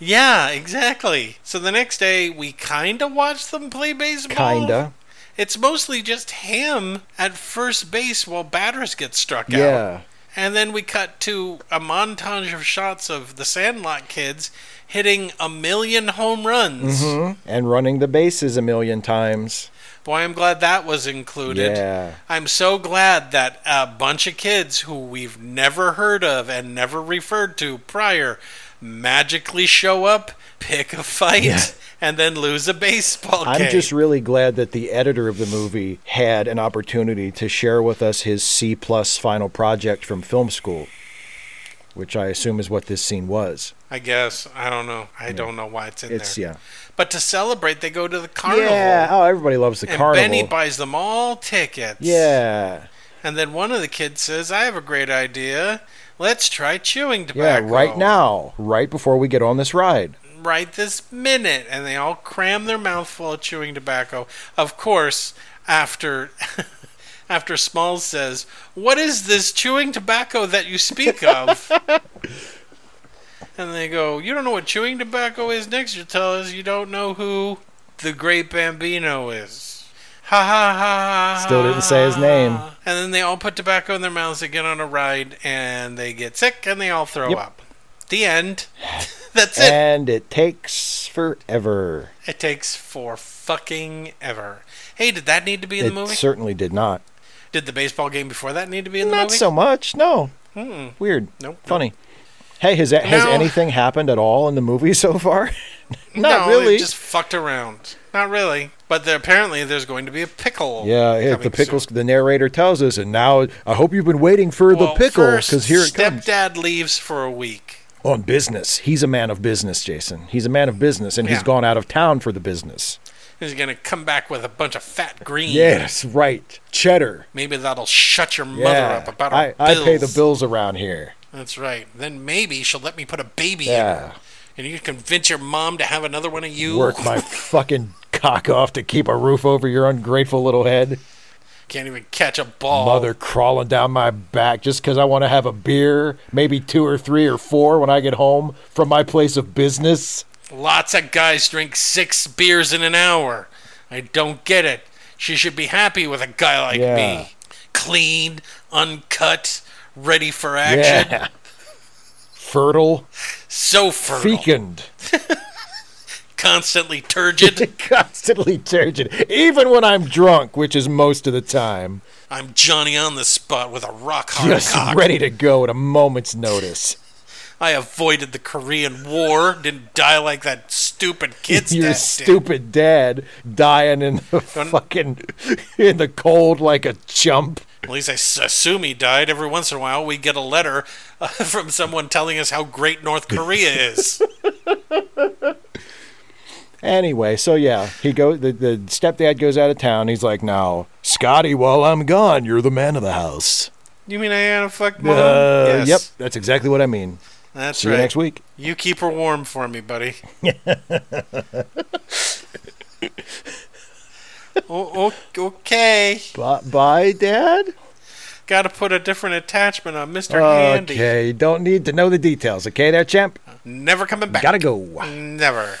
Speaker 1: yeah, exactly. So the next day, we kinda watch them play baseball.
Speaker 2: Kinda.
Speaker 1: It's mostly just him at first base while batters get struck out.
Speaker 2: Yeah.
Speaker 1: And then we cut to a montage of shots of the Sandlot kids hitting a million home runs.
Speaker 2: Mm-hmm. And running the bases a million times.
Speaker 1: Boy, I'm glad that was included.
Speaker 2: Yeah.
Speaker 1: I'm so glad that a bunch of kids who we've never heard of and never referred to prior magically show up, pick a fight,
Speaker 2: Yeah.
Speaker 1: and then lose a baseball game.
Speaker 2: I'm just really glad that the editor of the movie had an opportunity to share with us his C plus final project from film school, which I assume is what this scene was.
Speaker 1: I guess. I don't know. I don't know why it's in
Speaker 2: It's
Speaker 1: there.
Speaker 2: yeah,
Speaker 1: But to celebrate, they go to the carnival.
Speaker 2: yeah. Oh, everybody loves the
Speaker 1: And
Speaker 2: carnival.
Speaker 1: Benny buys them all tickets.
Speaker 2: yeah,
Speaker 1: And then one of the kids says, I have a great idea. Let's try chewing
Speaker 2: yeah.
Speaker 1: tobacco.
Speaker 2: Right now, right before we get on this ride.
Speaker 1: Right this minute. And they all cram their mouth full of chewing tobacco. Of course, after. (laughs) After Smalls says, What is this chewing tobacco that you speak of? (laughs) and they go, You don't know what chewing tobacco is? Next, you tell us you don't know who the great Bambino is. Ha ha ha ha.
Speaker 2: Still didn't say his name.
Speaker 1: And then they all put tobacco in their mouths They get on a ride and they get sick and they all throw
Speaker 2: Yep.
Speaker 1: up. The end. (laughs) That's it.
Speaker 2: And it takes forever.
Speaker 1: It takes for fucking ever. Hey, did that need to be in
Speaker 2: it
Speaker 1: the movie?
Speaker 2: certainly did not.
Speaker 1: Did the baseball game before that need to be in the
Speaker 2: Not
Speaker 1: movie? Hmm.
Speaker 2: so much. No. Weird.
Speaker 1: Nope.
Speaker 2: Funny. Hey, has has
Speaker 1: No.
Speaker 2: anything happened at all in the movie (laughs) so far? Not
Speaker 1: no,
Speaker 2: really.
Speaker 1: It just fucked around. Not really. But there, apparently, there's going to be a pickle.
Speaker 2: yeah, yeah, the
Speaker 1: coming
Speaker 2: pickles.
Speaker 1: soon.
Speaker 2: The narrator tells us, and now I hope you've been waiting for
Speaker 1: Well,
Speaker 2: the pickle
Speaker 1: first,
Speaker 2: because here it comes
Speaker 1: Stepdad leaves for a week.
Speaker 2: on business. He's a man of business, Jason. He's a man of business, and he's
Speaker 1: Yeah.
Speaker 2: gone out of town for the business.
Speaker 1: He's gonna come back with a bunch of fat greens.
Speaker 2: Yes, right. Cheddar.
Speaker 1: Maybe that'll shut your mother
Speaker 2: yeah,
Speaker 1: up about
Speaker 2: I,
Speaker 1: our
Speaker 2: I pay the
Speaker 1: bills.
Speaker 2: bills around here.
Speaker 1: That's right. Then maybe she'll let me put a baby in
Speaker 2: Yeah,
Speaker 1: her. And you can convince your mom to have another one of you.
Speaker 2: work
Speaker 1: (laughs)
Speaker 2: my fucking cock off to keep a roof over your ungrateful little head.
Speaker 1: Can't even catch a ball.
Speaker 2: mother crawling down my back just because I want to have a beer, maybe two or three or four when I get home from my place of business.
Speaker 1: Lots of guys drink six beers in an hour. I don't get it. She should be happy with a guy like
Speaker 2: Yeah.
Speaker 1: me. Clean, uncut, ready for action.
Speaker 2: Yeah. Fertile,
Speaker 1: So fertile.
Speaker 2: fecund,
Speaker 1: Constantly
Speaker 2: (laughs)
Speaker 1: turgid.
Speaker 2: constantly turgid, even when I'm drunk, which is most of the time.
Speaker 1: I'm Johnny on the spot with a rock hard
Speaker 2: Just
Speaker 1: cock.
Speaker 2: ready to go at a moment's notice.
Speaker 1: I avoided the Korean War. Didn't die like that stupid kid's
Speaker 2: Your
Speaker 1: dad did.
Speaker 2: stupid dad dying in the fucking in the cold like a chump.
Speaker 1: At least I s- assume he died. Every once in a while, we get a letter uh, (laughs) from someone telling us how great
Speaker 2: (laughs)
Speaker 1: North Korea is.
Speaker 2: Anyway, so yeah, he go the, the stepdad goes out of town. He's like, "Now, Scotty, while I'm gone, you're the man of the house."
Speaker 1: you mean I had a fuck mom?
Speaker 2: Uh,
Speaker 1: Yes.
Speaker 2: Yep, that's exactly what I mean.
Speaker 1: That's
Speaker 2: See
Speaker 1: right.
Speaker 2: you next week.
Speaker 1: You keep her warm for me,
Speaker 2: (laughs)
Speaker 1: buddy. o- o- okay.
Speaker 2: Bye, bye, Dad.
Speaker 1: Got to put a different attachment on Mr. Handy.
Speaker 2: Okay, don't need to know the details. Okay, there, champ.
Speaker 1: Never coming back.
Speaker 2: Gotta go. (sighs)
Speaker 1: Never.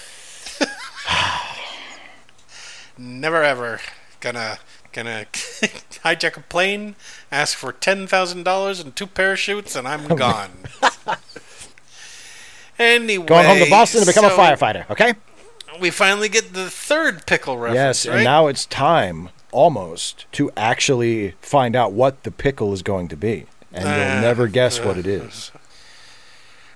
Speaker 1: Never ever gonna gonna (laughs) hijack a plane, ask for ten thousand dollars and two parachutes, and
Speaker 2: (laughs)
Speaker 1: I'm gone. anyway,
Speaker 2: Going home to Boston to become
Speaker 1: so
Speaker 2: a firefighter. Okay.
Speaker 1: We finally get the third pickle reference.
Speaker 2: Yes,
Speaker 1: right?
Speaker 2: and now it's time almost to actually find out what the pickle is going to be, and
Speaker 1: Ah, uh,
Speaker 2: you'll never guess what it is.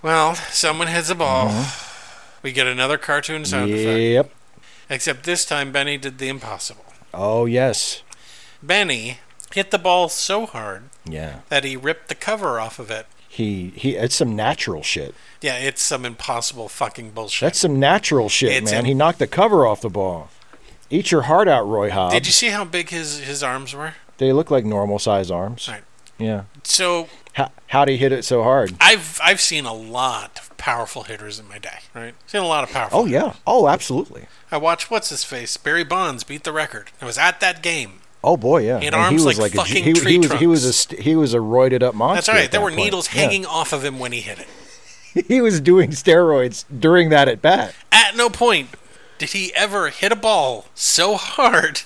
Speaker 1: well, someone hits a ball.
Speaker 2: Mm-hmm.
Speaker 1: We get another cartoon sound effect,
Speaker 2: Yep.
Speaker 1: except this time Benny did the impossible.
Speaker 2: Oh yes.
Speaker 1: Benny hit the ball so hard
Speaker 2: Yeah.
Speaker 1: that he ripped the cover off of it.
Speaker 2: He he. It's some natural shit.
Speaker 1: Yeah, it's some impossible fucking bullshit.
Speaker 2: That's some natural shit,
Speaker 1: It's
Speaker 2: man.
Speaker 1: im-
Speaker 2: he knocked the cover off the ball. Eat your heart out, Roy Hobbs.
Speaker 1: Did you see how big his, his arms were?
Speaker 2: They look like normal size arms.
Speaker 1: Right.
Speaker 2: Yeah.
Speaker 1: So
Speaker 2: How how'd he hit it so hard?
Speaker 1: I've I've seen a lot of powerful hitters in my day, right? Seen a lot of powerful.
Speaker 2: Oh yeah. Oh absolutely.
Speaker 1: I watched what's his face Barry Bonds beat the record. I was at that game.
Speaker 2: Oh boy, yeah.
Speaker 1: He had
Speaker 2: And
Speaker 1: arms
Speaker 2: he
Speaker 1: like
Speaker 2: was like, a,
Speaker 1: fucking
Speaker 2: he,
Speaker 1: tree
Speaker 2: he was he was a
Speaker 1: trunks.
Speaker 2: st- he was a roided up monster.
Speaker 1: That's all right.
Speaker 2: at
Speaker 1: there
Speaker 2: that
Speaker 1: were
Speaker 2: point.
Speaker 1: needles
Speaker 2: Yeah.
Speaker 1: hanging off of him when he hit it.
Speaker 2: (laughs) he was doing steroids during that at bat.
Speaker 1: At no point did he ever hit a ball so hard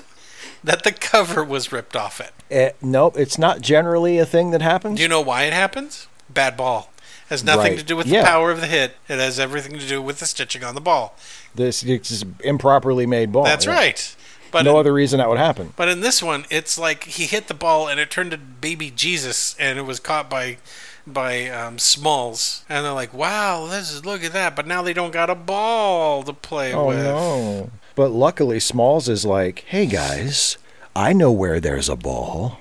Speaker 1: that the cover was ripped off it.
Speaker 2: Eh, nope, it's not generally a thing that happens.
Speaker 1: Do you know why it happens? Bad ball. Has nothing
Speaker 2: Right.
Speaker 1: to do with
Speaker 2: Yeah.
Speaker 1: the power of the hit. It has everything to do with the stitching on the ball.
Speaker 2: this it's just improperly made ball.
Speaker 1: That's
Speaker 2: Oh, yeah.
Speaker 1: right. But uh,
Speaker 2: No
Speaker 1: in,
Speaker 2: other reason that would happen.
Speaker 1: but in this one, it's like he hit the ball and it turned to baby Jesus, and it was caught by by um, Smalls, and they're like, "Wow, this is look at that!" But now they don't got a ball to play
Speaker 2: (laughs) Oh
Speaker 1: with.
Speaker 2: no. But luckily Smalls is like, "Hey guys, I know where there's a ball."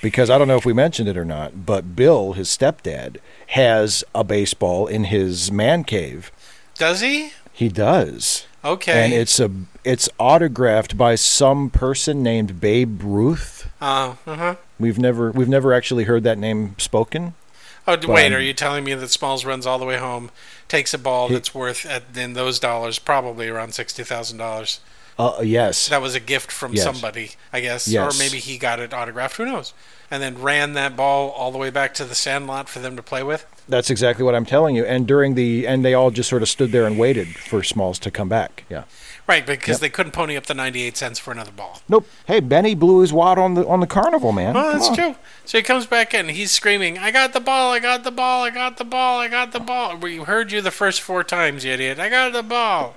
Speaker 2: Because I don't know if we mentioned it or not, but Bill, his stepdad, has a baseball in his man cave.
Speaker 1: Does he?
Speaker 2: He does.
Speaker 1: Okay.
Speaker 2: And it's a it's autographed by some person named Babe Ruth.
Speaker 1: uh huh.
Speaker 2: We've never we've never actually heard that name spoken.
Speaker 1: Oh d wait,
Speaker 2: um,
Speaker 1: are you telling me that Smalls runs all the way home, takes a ball that's worth at, in those dollars probably around sixty thousand dollars?
Speaker 2: Uh, yes.
Speaker 1: That was a gift from
Speaker 2: Yes.
Speaker 1: somebody, I guess, or
Speaker 2: Yes.
Speaker 1: maybe he got it autographed. Who knows? And then ran that ball all the way back to the sandlot for them to play with.
Speaker 2: That's exactly what I'm telling you. And during the and they all just sort of stood there and waited for Smalls to come back. Yeah.
Speaker 1: Right, because they couldn't pony up the ninety-eight cents for another ball.
Speaker 2: Nope. Hey, Benny blew his wad on the on the carnival, man.
Speaker 1: Oh,
Speaker 2: Come
Speaker 1: that's
Speaker 2: on.
Speaker 1: true. So he comes back in, he's screaming, "I got the ball! I got the ball! I got the ball! I got the ball!" We heard you the first four times, you idiot. I got the ball.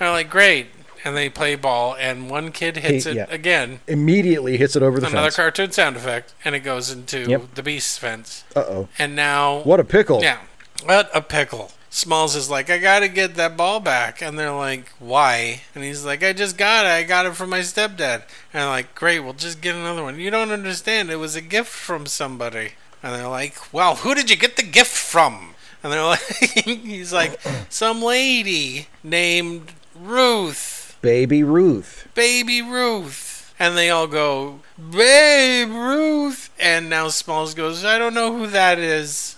Speaker 1: And I'm like, great. And they play ball, and one kid hits
Speaker 2: He-
Speaker 1: it
Speaker 2: yeah.
Speaker 1: again.
Speaker 2: Immediately hits it over the
Speaker 1: Another
Speaker 2: fence.
Speaker 1: cartoon sound effect, and it goes into
Speaker 2: Yep. Uh,
Speaker 1: the beast's fence.
Speaker 2: Uh-oh.
Speaker 1: And now,
Speaker 2: What a pickle.
Speaker 1: Yeah. What a pickle. Smalls is like, I gotta get that ball back. And they're like, why? And he's like, I just got it. I got it from my stepdad. And I'm like, great, we'll just get another one. You don't understand. It was a gift from somebody. And they're like, well, who did you get the gift from? And they're (laughs) like, he's like, some lady named Ruth.
Speaker 2: Baby Ruth.
Speaker 1: Baby Ruth. And they all go, Babe Ruth. And now Smalls goes, I don't know who that is.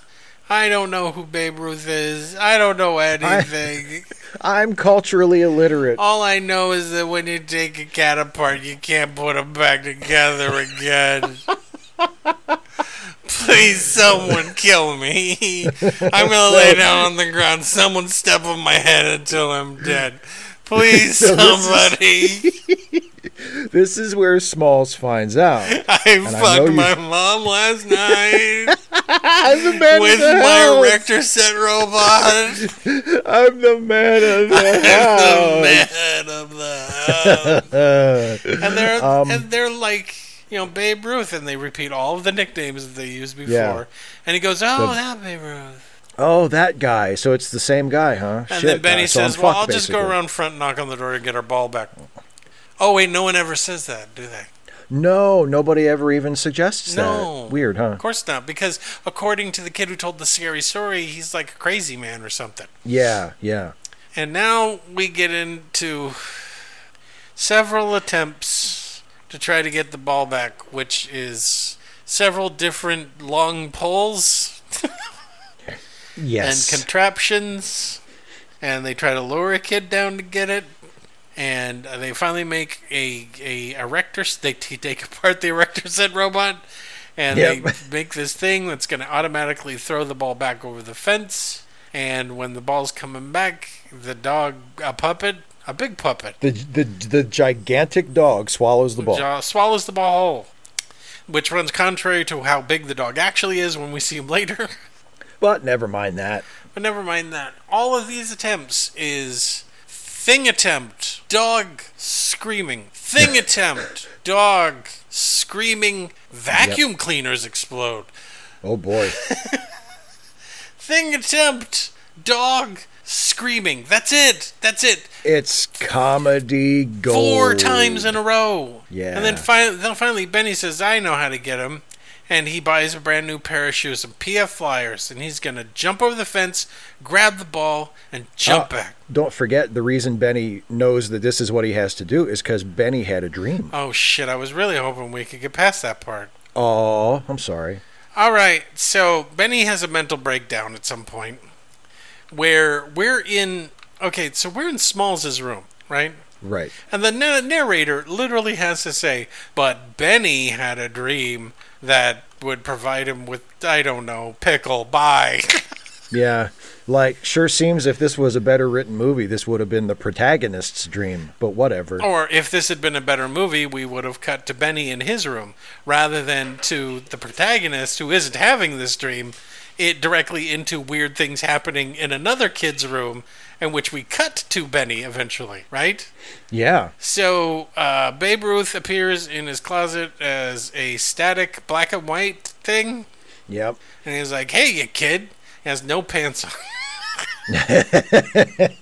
Speaker 1: I don't know who Babe Ruth is. I don't know anything.
Speaker 2: I'm culturally illiterate.
Speaker 1: all I know is that when you take a cat apart, you can't put them back together again. Please, someone kill me. I'm going to lay down on the ground. Someone step on my head until I'm dead. Please, somebody.
Speaker 2: This is where Smalls
Speaker 1: (laughs)
Speaker 2: finds out.
Speaker 1: I
Speaker 2: know
Speaker 1: fucked
Speaker 2: you-
Speaker 1: my mom last
Speaker 2: (laughs)
Speaker 1: night
Speaker 2: I'm the man
Speaker 1: with
Speaker 2: of the
Speaker 1: my
Speaker 2: house.
Speaker 1: Rector set robot.
Speaker 2: (laughs) I'm the
Speaker 1: (laughs)
Speaker 2: man of the
Speaker 1: the
Speaker 2: house. Uh,
Speaker 1: man of the house. and they're
Speaker 2: Um,
Speaker 1: and they're like you know Babe Ruth, and they repeat all of the nicknames that they used before.
Speaker 2: Yeah.
Speaker 1: And he goes, "Oh, that Babe Ruth."
Speaker 2: Oh, that guy. So it's the same guy, huh?
Speaker 1: And
Speaker 2: Shit,
Speaker 1: then Benny
Speaker 2: uh, so I'm
Speaker 1: says, "Well,
Speaker 2: fucked,
Speaker 1: I'll just go
Speaker 2: basically."
Speaker 1: around front, and knock on the door, and get our ball back." Oh wait, no one ever says that, do they?
Speaker 2: No, nobody ever even suggests
Speaker 1: No.
Speaker 2: that. Weird, huh?
Speaker 1: Of course not, because according to the kid who told the scary story, he's like a crazy man or something.
Speaker 2: Yeah, yeah.
Speaker 1: And now we get into several attempts to try to get the ball back, which is several different long poles (laughs)
Speaker 2: Yes.
Speaker 1: and contraptions. And they try to lure a kid down to get it. And uh, they finally make a, a erector. s- They t- take apart the erector set robot. And they
Speaker 2: Yep. (laughs)
Speaker 1: make this thing that's going to automatically throw the ball back over the fence. And when the ball's coming back, the dog, a puppet, a big puppet,
Speaker 4: The, the the gigantic dog swallows the ball.
Speaker 1: jaw- swallows the ball whole. Which runs contrary to how big the dog actually is when we see him (laughs) later.
Speaker 2: but never mind that.
Speaker 1: But never mind that. All of these attempts is thing attempt, dog screaming,
Speaker 2: (laughs)
Speaker 1: thing attempt, dog screaming, vacuum cleaners explode,
Speaker 2: Oh boy.
Speaker 1: thing attempt, dog screaming. That's it. That's it.
Speaker 2: it's comedy gold. Uh,
Speaker 1: Four times in a row.
Speaker 2: Oh. Yeah.
Speaker 1: And then, fi- then finally, Benny says, I know how to get him. And he buys a brand new pair of shoes, some PF Flyers, and he's going to jump over the fence, grab the ball, and jump
Speaker 2: Uh,
Speaker 1: back.
Speaker 2: Don't forget the reason Benny knows that this is what he has to do is because Benny had a dream.
Speaker 1: Oh shit, I was really hoping we could get past that part.
Speaker 2: Oh, I'm sorry.
Speaker 1: All right, so Benny has a mental breakdown at some point where we're in. Okay, so we're in Smalls' room, right?
Speaker 2: Right.
Speaker 1: And the na- narrator literally has to say, but Benny had a dream that would provide him with, I don't know, pickle, bye. (laughs)
Speaker 2: Yeah. Like, sure seems if this was a better written movie, this would have been the protagonist's dream, but whatever.
Speaker 1: or if this had been a better movie, we would have cut to Benny in his room rather than to the protagonist who isn't having this dream. It directly into weird things happening in another kid's room, in which we cut to Benny eventually, right?
Speaker 2: Yeah.
Speaker 1: So uh, Babe Ruth appears in his closet as a static black and white thing,
Speaker 2: Yep.
Speaker 1: and he's like, "Hey, you kid!" He has no pants on. (laughs)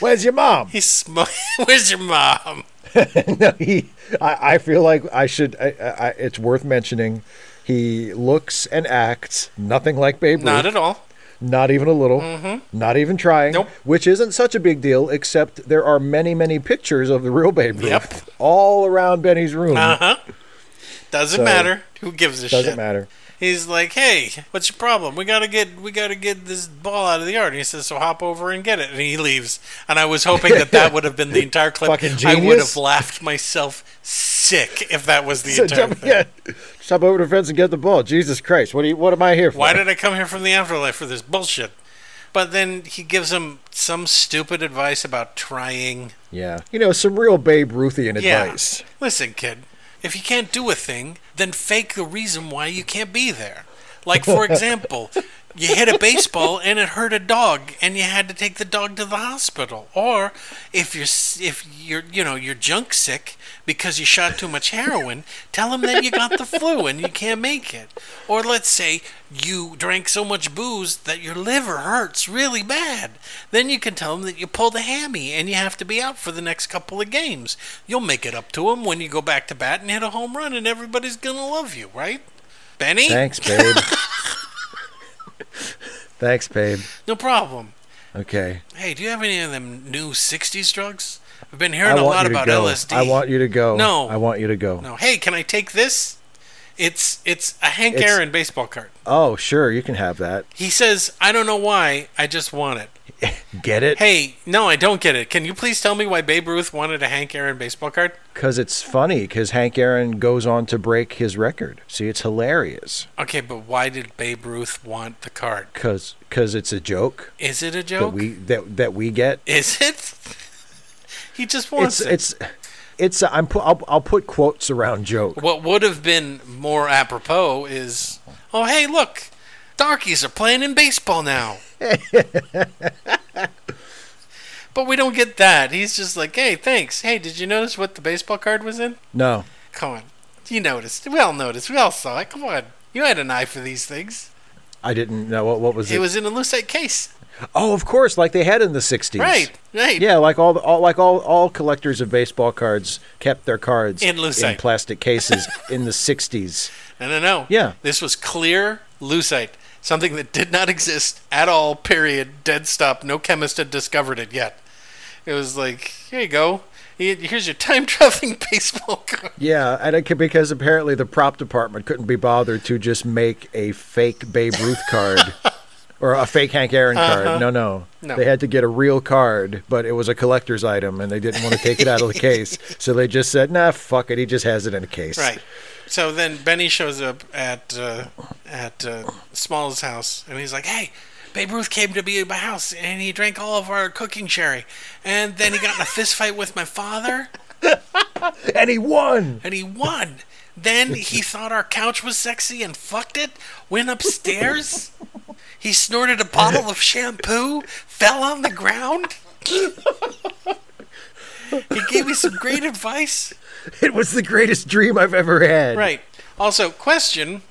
Speaker 2: Where's your mom? (laughs)
Speaker 1: He's smoking. (laughs) Where's your mom?
Speaker 2: no, he. I, I feel like I should. I, I, I- it's worth mentioning. He looks and acts nothing like Babe Ruth.
Speaker 1: Not at all.
Speaker 2: Not even a little. Not even trying.
Speaker 1: Mm-hmm. Nope.
Speaker 2: Which isn't such a big deal, except there are many, many pictures of the real Babe Ruth
Speaker 1: Yep.
Speaker 2: all around Benny's room.
Speaker 1: Uh huh. Doesn't
Speaker 2: So-
Speaker 1: matter. Who gives a shit?
Speaker 2: Doesn't matter.
Speaker 1: He's like, "Hey, what's your problem? We gotta get we gotta get this ball out of the yard." And he says, "So hop over and get it." And he leaves. And I was hoping that that would have
Speaker 2: (laughs)
Speaker 1: been the entire clip.
Speaker 2: Fucking
Speaker 1: I would
Speaker 2: genius.
Speaker 1: have laughed myself sick if that was the
Speaker 2: So
Speaker 1: entire
Speaker 2: jump,
Speaker 1: thing.
Speaker 2: yeah, jump over the fence and get the ball. Jesus Christ! What do you, What am I here for?
Speaker 1: Why did I come here from the afterlife for this bullshit? But then he gives him some stupid advice about trying.
Speaker 2: yeah. You know, some real Babe Ruthian
Speaker 1: Yeah.
Speaker 2: advice.
Speaker 1: Listen, kid. If you can't do a thing, then fake the reason why you can't be there. Like for example, you hit a baseball and it hurt a dog and you had to take the dog to the hospital. Or if you're s- if you're you know, you're junk sick because you shot too much heroin, tell them that you got the flu and you can't make it. Or let's say you drank so much booze that your liver hurts really bad. Then you can tell them that you pulled a hammy and you have to be out for the next couple of games. You'll make it up to them when you go back to bat and hit a home run and everybody's going to love you, right? Benny?
Speaker 2: Thanks, babe. (laughs) Thanks, babe.
Speaker 1: No problem.
Speaker 2: Okay.
Speaker 1: Hey, do you have any of them new 60s drugs? I've been hearing
Speaker 2: I
Speaker 1: a
Speaker 2: want
Speaker 1: lot
Speaker 2: you to
Speaker 1: about
Speaker 2: go.
Speaker 1: LSD.
Speaker 2: I want you to go.
Speaker 1: No.
Speaker 2: I want you to go.
Speaker 1: No, hey, can I take this? It's it's a Hank
Speaker 2: It's-
Speaker 1: Aaron baseball card.
Speaker 2: Oh, sure, you can have that. (laughs)
Speaker 1: He says, "I don't know why, I just want it."
Speaker 2: Get it?
Speaker 1: Hey, no, I don't get it. Can you please tell me why Babe Ruth wanted a Hank Aaron baseball card?
Speaker 2: Because it's funny, because Hank Aaron goes on to break his record. See, it's hilarious.
Speaker 1: Okay, but why did Babe Ruth want the card?
Speaker 2: Because cause it's a joke
Speaker 1: Is it a
Speaker 2: that
Speaker 1: joke?
Speaker 2: we that, that we get.
Speaker 1: Is it? (laughs) he just wants
Speaker 2: It's
Speaker 1: it.
Speaker 2: it's it's uh, I'm pu- I'll, I'll put quotes around joke.
Speaker 1: What would have been more apropos is, "Oh, hey, look. Darkies are playing in baseball
Speaker 2: (laughs)
Speaker 1: now." but we don't get that. He's just like, "Hey, thanks. Hey, did you notice what the baseball card was in?"
Speaker 2: No,
Speaker 1: Come on. You noticed. We all noticed. We all saw it. Come on. You had an eye for these things.
Speaker 2: I didn't know what what was it.
Speaker 1: It was in a lucite case.
Speaker 2: oh, of course, like they had in the '60s.
Speaker 1: Right, right.
Speaker 2: Yeah, like all, the, all like all all collectors of baseball cards kept their cards
Speaker 1: In lucite.
Speaker 2: in plastic cases in the '60s.
Speaker 1: No, no, no.
Speaker 2: Yeah.
Speaker 1: This was clear lucite, something that did not (laughs) exist at all, period, dead stop. No chemist had discovered it yet. It was like, here you go. Here- Here's your time traveling (laughs) baseball card.
Speaker 2: Yeah, and it, could- because apparently the prop department couldn't be bothered to just make a fake Babe Ruth
Speaker 1: (laughs)
Speaker 2: card or a fake Hank Aaron card. No, no,
Speaker 1: Uh-huh. No.
Speaker 2: They had to get a real card, but it was a collector's item and they didn't want to take it out
Speaker 1: (laughs)
Speaker 2: of the case. So they just said, nah, fuck it. He just has it in a case.
Speaker 1: Right. So then Benny shows up at uh, at uh, Small's house, and he's like, "Hey, Babe Ruth came to be at my house, and he drank all of our cooking sherry, and then he got in a fist fight with my father,
Speaker 2: And he won.
Speaker 1: and he won. Then he thought our couch was sexy and fucked it. Went upstairs. He snorted a bottle of shampoo, fell on the ground." He gave me some great advice.
Speaker 2: It was the greatest dream I've ever had.
Speaker 1: Right. Also, question.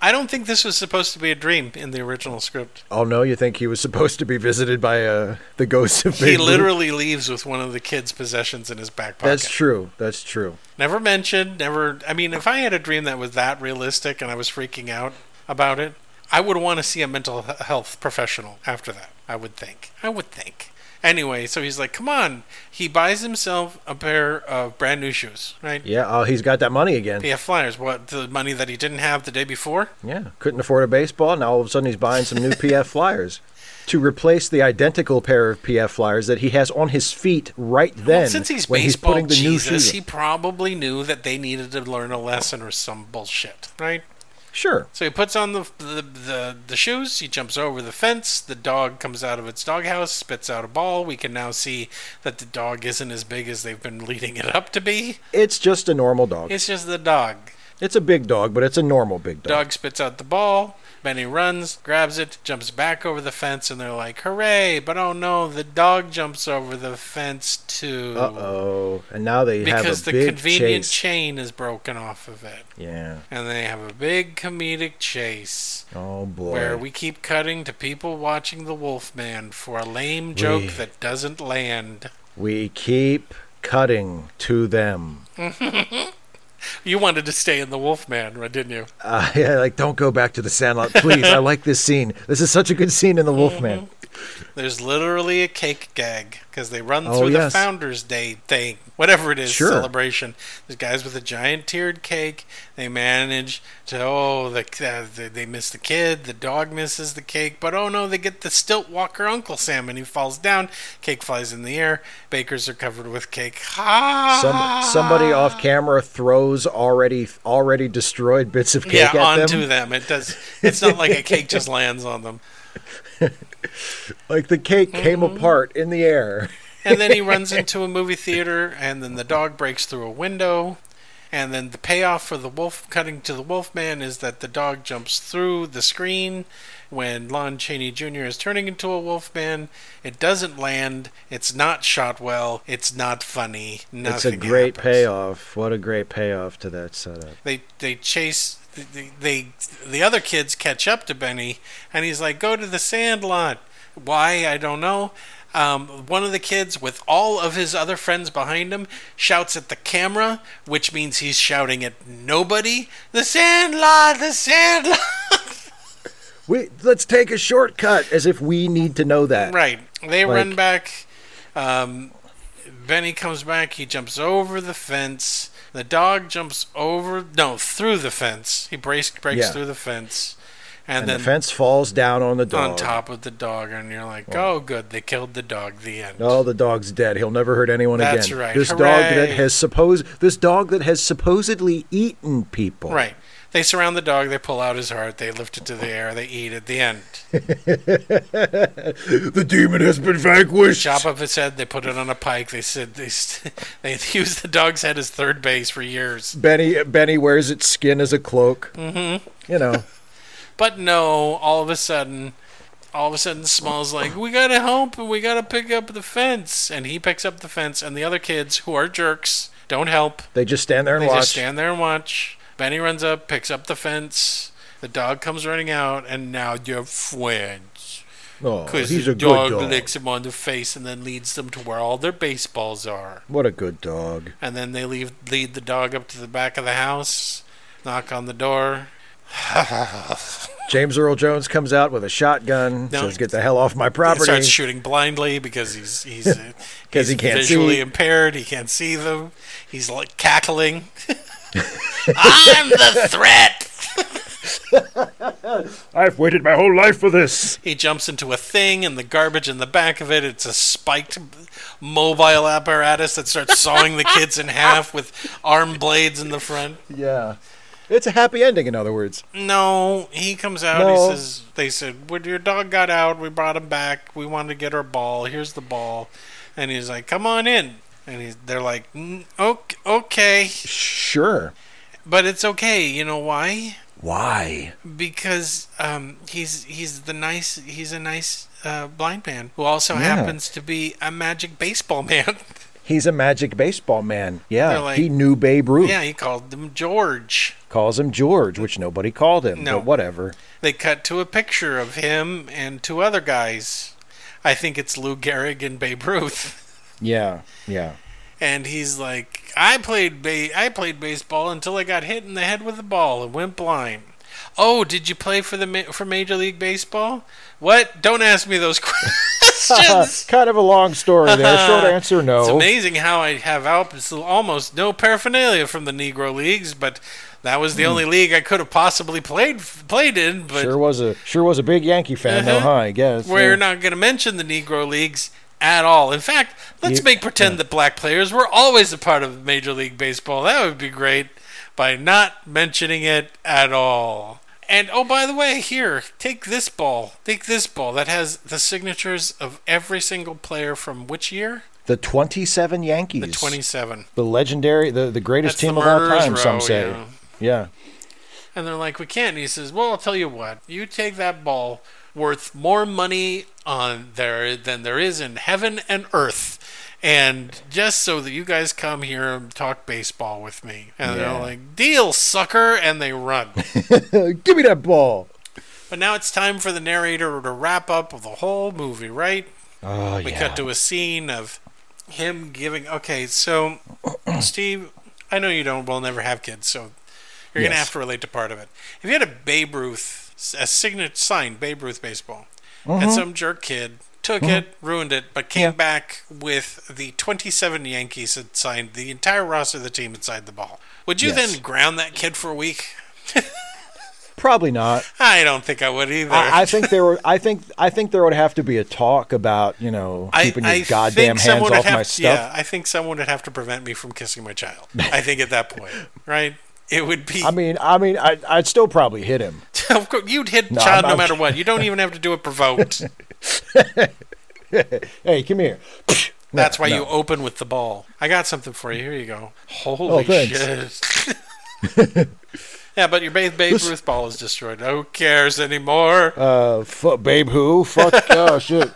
Speaker 1: I don't think this was supposed to be a dream in the original script.
Speaker 2: Oh, no, you think he was supposed to be visited by uh, the ghost of Babe
Speaker 1: He
Speaker 2: Ruth?
Speaker 1: literally leaves with one of the kids' possessions in his back pocket.
Speaker 2: That's true. That's true.
Speaker 1: Never mentioned, never. I mean, if I had a dream that was that realistic and I was freaking out about it, I would want to see a mental he- health professional after that, I would think. I would think. Anyway, so he's like, come on. He buys himself a pair of brand new shoes, right?
Speaker 2: Yeah, oh, he's got that money again.
Speaker 1: Yeah, flyers. What, the money that he didn't have the day before?
Speaker 2: Yeah, couldn't afford a baseball. Now all of a sudden he's buying some new PF Flyers to replace the identical pair of PF Flyers that he has on his feet right then.
Speaker 1: well, since he's
Speaker 2: when
Speaker 1: baseball
Speaker 2: he's putting the
Speaker 1: Jesus,
Speaker 2: new shoes.
Speaker 1: he
Speaker 2: on.
Speaker 1: probably knew that they needed to learn a lesson or some bullshit, right?
Speaker 2: Sure.
Speaker 1: So he puts on the the, the the shoes. He jumps over the fence. The dog comes out of its doghouse, spits out a ball. We can now see that the dog isn't as big as they've been leading it up to be.
Speaker 2: It's just a normal dog. It's,
Speaker 1: It's just the dog.
Speaker 2: a big dog, but it's a normal big dog.
Speaker 1: Dog spits out the ball. Benny runs, grabs it, jumps back over the fence, and they're like, "Hooray!" But oh no, the dog jumps over the fence too.
Speaker 2: Uh-oh. And now they
Speaker 1: Because
Speaker 2: have a
Speaker 1: the
Speaker 2: big
Speaker 1: convenient
Speaker 2: chase.
Speaker 1: chain is broken off of it.
Speaker 2: yeah.
Speaker 1: and they have a big comedic chase
Speaker 2: Oh boy.
Speaker 1: where we keep cutting to people watching the Wolfman for a lame joke
Speaker 2: We-
Speaker 1: that doesn't land.
Speaker 2: we keep cutting to them.
Speaker 1: You wanted to stay in the Wolfman, right, didn't you?
Speaker 2: Uh, (laughs) yeah, like don't go back to the Sandlot, please. I like this scene. This is such a good scene in The
Speaker 1: Mm-hmm.
Speaker 2: Wolfman.
Speaker 1: There's literally a cake gag because they run
Speaker 2: Oh,
Speaker 1: through
Speaker 2: yes.
Speaker 1: the Founders Day thing, whatever it is,
Speaker 2: Sure.
Speaker 1: celebration. There's guys with a giant tiered cake. They manage to oh the uh, they- they miss the kid, the dog misses the cake, but oh no, they get the stilt walker Uncle Sam and he falls down. Cake flies in the air. Bakers are covered with cake. Ah! Ha!
Speaker 2: Some, somebody off camera throws already already destroyed bits of cake
Speaker 1: yeah
Speaker 2: at
Speaker 1: onto
Speaker 2: them.
Speaker 1: them. It does. It's not like a cake
Speaker 2: (laughs)
Speaker 1: just lands on them.
Speaker 2: Like the cake came apart in the air.
Speaker 1: and then he runs into a movie theater, and then the dog breaks through a window. And then the payoff for the wolf cutting to the wolfman is that the dog jumps through the screen when Lon Chaney Jr. is turning into a wolfman. It doesn't land. It's not shot well. It's not funny. Nothing
Speaker 2: It's a great
Speaker 1: happens.
Speaker 2: payoff. What a great payoff to that setup.
Speaker 1: They they chase they, they the other kids catch up to Benny, and he's like, "Go to the sand lot." Why I don't know. Um, one of the kids, with all of his other friends behind him, shouts at the camera, which means he's shouting at nobody. The sand lot, the sand lot. (laughs)
Speaker 2: We let's take a shortcut as if we need to know that.
Speaker 1: Right. They
Speaker 2: Like-
Speaker 1: run back. Um, Benny comes back. He jumps over the fence. The dog jumps over, no, through the fence. He breaks, breaks
Speaker 2: Yeah.
Speaker 1: through the fence. And,
Speaker 2: And
Speaker 1: then
Speaker 2: the fence falls down on the dog.
Speaker 1: on top of the dog. And you're like, oh, good. They killed the dog. The end.
Speaker 2: Oh, the dog's dead. He'll never hurt anyone
Speaker 1: That's
Speaker 2: again.
Speaker 1: right.
Speaker 2: This dog that
Speaker 1: Hooray.
Speaker 2: has supposed this dog that has supposedly eaten people.
Speaker 1: Right. They surround the dog. They pull out his heart. They lift it to the air. They eat it. The end.
Speaker 2: (laughs) The demon has been vanquished.
Speaker 1: Chop off its head. They put it on a pike. They said they (laughs) st- they used the dog's head as third base for years.
Speaker 2: Benny Benny wears its skin as a cloak. Mm-hmm. You know.
Speaker 1: But no, all of a sudden, all of a sudden, Small's like, "We gotta help, and we gotta pick up the fence." And he picks up the fence, and the other kids, who are jerks, don't help.
Speaker 2: They just stand there and
Speaker 1: They
Speaker 2: watch.
Speaker 1: just stand there and watch. Benny runs up, picks up the fence. The dog comes running out, and now they're friends.
Speaker 2: Oh,
Speaker 1: Because
Speaker 2: he's
Speaker 1: the
Speaker 2: a good
Speaker 1: dog,
Speaker 2: dog.
Speaker 1: licks him on the face and then leads them to where all their baseballs are.
Speaker 2: What a good dog.
Speaker 1: And then they leave, lead the dog up to the back of the house, knock on the door.
Speaker 2: James Earl Jones comes out with a shotgun,
Speaker 1: No.
Speaker 2: says, "Get the hell off my
Speaker 1: He
Speaker 2: property."
Speaker 1: starts shooting blindly because he's he's because
Speaker 2: (laughs) 'Cause he can't
Speaker 1: visually
Speaker 2: see.
Speaker 1: impaired. He can't see them. He's like
Speaker 2: (laughs)
Speaker 1: cackling. I'm the threat.
Speaker 2: I've waited my whole life for this.
Speaker 1: He jumps into a thing, and the garbage in the back of it, it's a spiked mobile apparatus that starts sawing the kids in half with arm blades in the front.
Speaker 2: Yeah, it's a happy ending. In other words,
Speaker 1: No, he comes out.
Speaker 2: No.
Speaker 1: He says, "They said well, your dog got out. We brought him back. We wanted to get our ball. Here's the ball." And he's like, "Come on in." And he's, they're like, "Mm, "Ok- "Okay,
Speaker 2: sure.
Speaker 1: but it's okay. You know why?
Speaker 2: Why?
Speaker 1: Because um, he's he's the nice he's a nice uh, blind man who also
Speaker 2: Yeah.
Speaker 1: happens to be a magic baseball (laughs) man.
Speaker 2: He's a magic baseball man. Yeah,
Speaker 1: They're like-
Speaker 2: he knew Babe Ruth.
Speaker 1: yeah, he called them George."
Speaker 2: Calls him George, which nobody called him.
Speaker 1: No.
Speaker 2: But whatever.
Speaker 1: They cut to a picture of him and two other guys. I think it's Lou Gehrig and Babe Ruth.
Speaker 2: Yeah, yeah.
Speaker 1: and he's like, "I played ba- I played baseball until I got hit in the head with a ball and went blind." Oh, did you play for the ma- for Major League Baseball? What? Don't ask me those (laughs)
Speaker 2: (laughs)
Speaker 1: questions.
Speaker 2: kind of a long story
Speaker 1: (laughs)
Speaker 2: there. Short answer, no.
Speaker 1: It's amazing how I have al- almost no paraphernalia from the Negro leagues, but that was the only league I could have possibly played played in. But Uh-huh.
Speaker 2: Hmm. Sure was a sure was a big Yankee fan though, huh? I guess.
Speaker 1: we're
Speaker 2: Yeah.
Speaker 1: not going to mention the Negro leagues at all. In fact, let's make pretend that black players were always a part of Major League Baseball. That would be great by not mentioning it at all. And oh, by the way, here, take this ball. Take this ball that has the signatures of every single player from which year?
Speaker 2: the twenty-seven Yankees,
Speaker 1: The 27.
Speaker 2: the legendary, the, the greatest
Speaker 1: That's the
Speaker 2: team of all
Speaker 1: murderers
Speaker 2: time. some
Speaker 1: row,
Speaker 2: say,
Speaker 1: yeah.
Speaker 2: yeah. (laughs)
Speaker 1: And they're like, we can't. And he says, well, I'll tell you what. You take that ball worth more money on there than there is in heaven and earth. And just so that you guys come here and talk baseball with me. And
Speaker 2: Yeah.
Speaker 1: they're like, deal, sucker. And they run. (laughs)
Speaker 2: Give me that ball.
Speaker 1: but now it's time for the narrator to wrap up the whole movie, right?
Speaker 2: Oh
Speaker 1: We
Speaker 2: yeah.
Speaker 1: cut to a scene of him giving. Okay, so (clears throat) Steve, I know you don't. We'll never have kids, so you're gonna
Speaker 2: Yes.
Speaker 1: have to relate to part of it. If you had a Babe Ruth, a signature signed Babe Ruth baseball, and some jerk kid took it, ruined it, but came
Speaker 2: Mm-hmm. Yeah.
Speaker 1: back with the 27 Yankees that signed the entire roster of the team inside the ball, would you
Speaker 2: Yes.
Speaker 1: then ground that kid for a week?
Speaker 2: Probably not.
Speaker 1: (laughs) I don't think I would either.
Speaker 2: I, I think there were. I think I think there would have to be a talk about you know
Speaker 1: I-
Speaker 2: keeping your
Speaker 1: I
Speaker 2: goddamn
Speaker 1: think
Speaker 2: hands
Speaker 1: someone would
Speaker 2: off
Speaker 1: have-
Speaker 2: my stuff.
Speaker 1: Yeah, I think someone would have to prevent me from kissing my child. I think at that point, right? It would be.
Speaker 2: I mean, I mean, I, I'd still probably hit him.
Speaker 1: (laughs) of course, you'd hit
Speaker 2: No,
Speaker 1: child
Speaker 2: I'm
Speaker 1: no
Speaker 2: not- (laughs)
Speaker 1: matter what. You don't even have to do it provoked.
Speaker 2: Hey, come here. (laughs)
Speaker 1: That's why
Speaker 2: no.
Speaker 1: you open with the ball. I got something for you. Here you go.
Speaker 2: Oh,
Speaker 1: Holy
Speaker 2: thanks.
Speaker 1: shit. (laughs)
Speaker 2: (laughs)
Speaker 1: yeah, but your Babe, Babe Ruth ball is destroyed. Who cares anymore?
Speaker 2: Uh, fu babe,
Speaker 1: (laughs)
Speaker 2: who? Fuck, oh shit.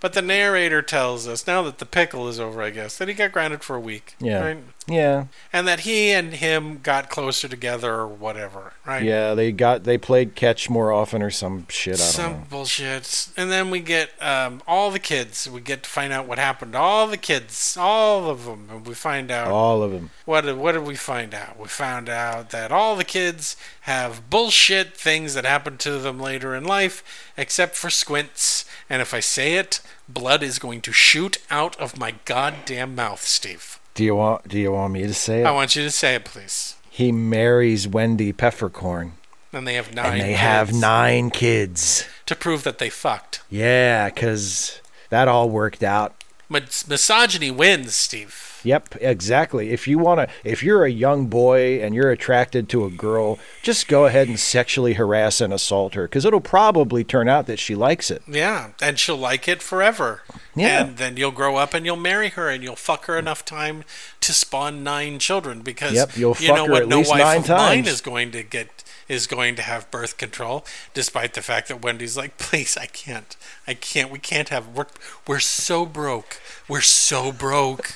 Speaker 1: but the narrator tells us now that the pickle is over, I guess, that he got grounded for a week.
Speaker 2: Yeah.
Speaker 1: Right?
Speaker 2: Yeah,
Speaker 1: And that he and him got closer together or whatever. Right?
Speaker 2: yeah. They got they played catch more often or some shit. I don't
Speaker 1: Some
Speaker 2: know.
Speaker 1: bullshit. And then we get um, all the kids. We get to find out what happened to all the kids, all of them. And we find out
Speaker 2: All of them.
Speaker 1: what did, what did we find out? We found out that all the kids have bullshit things that happen to them later in life, except for squints. And if I say it, blood is going to shoot out of my goddamn mouth, Steve.
Speaker 2: Do you want Do you want me to say it?
Speaker 1: I want you to say it, please.
Speaker 2: He marries Wendy Peppercorn,
Speaker 1: And they have nine.
Speaker 2: and they have
Speaker 1: kids
Speaker 2: nine kids.
Speaker 1: to prove that they fucked.
Speaker 2: Yeah, because that all worked out.
Speaker 1: Mis- misogyny wins, Steve.
Speaker 2: Yep, exactly. If you want to, if you're a young boy and you're attracted to a girl, just go ahead and sexually harass and assault her because it'll probably turn out that she likes it.
Speaker 1: Yeah, and she'll like it forever.
Speaker 2: Yeah.
Speaker 1: And then you'll grow up and you'll marry her and you'll fuck her enough time to spawn nine children because
Speaker 2: Yep, you'll
Speaker 1: you
Speaker 2: fuck
Speaker 1: know
Speaker 2: her
Speaker 1: what
Speaker 2: at
Speaker 1: no
Speaker 2: least
Speaker 1: wife
Speaker 2: nine
Speaker 1: of mine
Speaker 2: times.
Speaker 1: is going to get is going to have birth control despite the fact that Wendy's like, (laughs) "Please, I can't. I can't. We can't have we're we're so broke. We're so broke."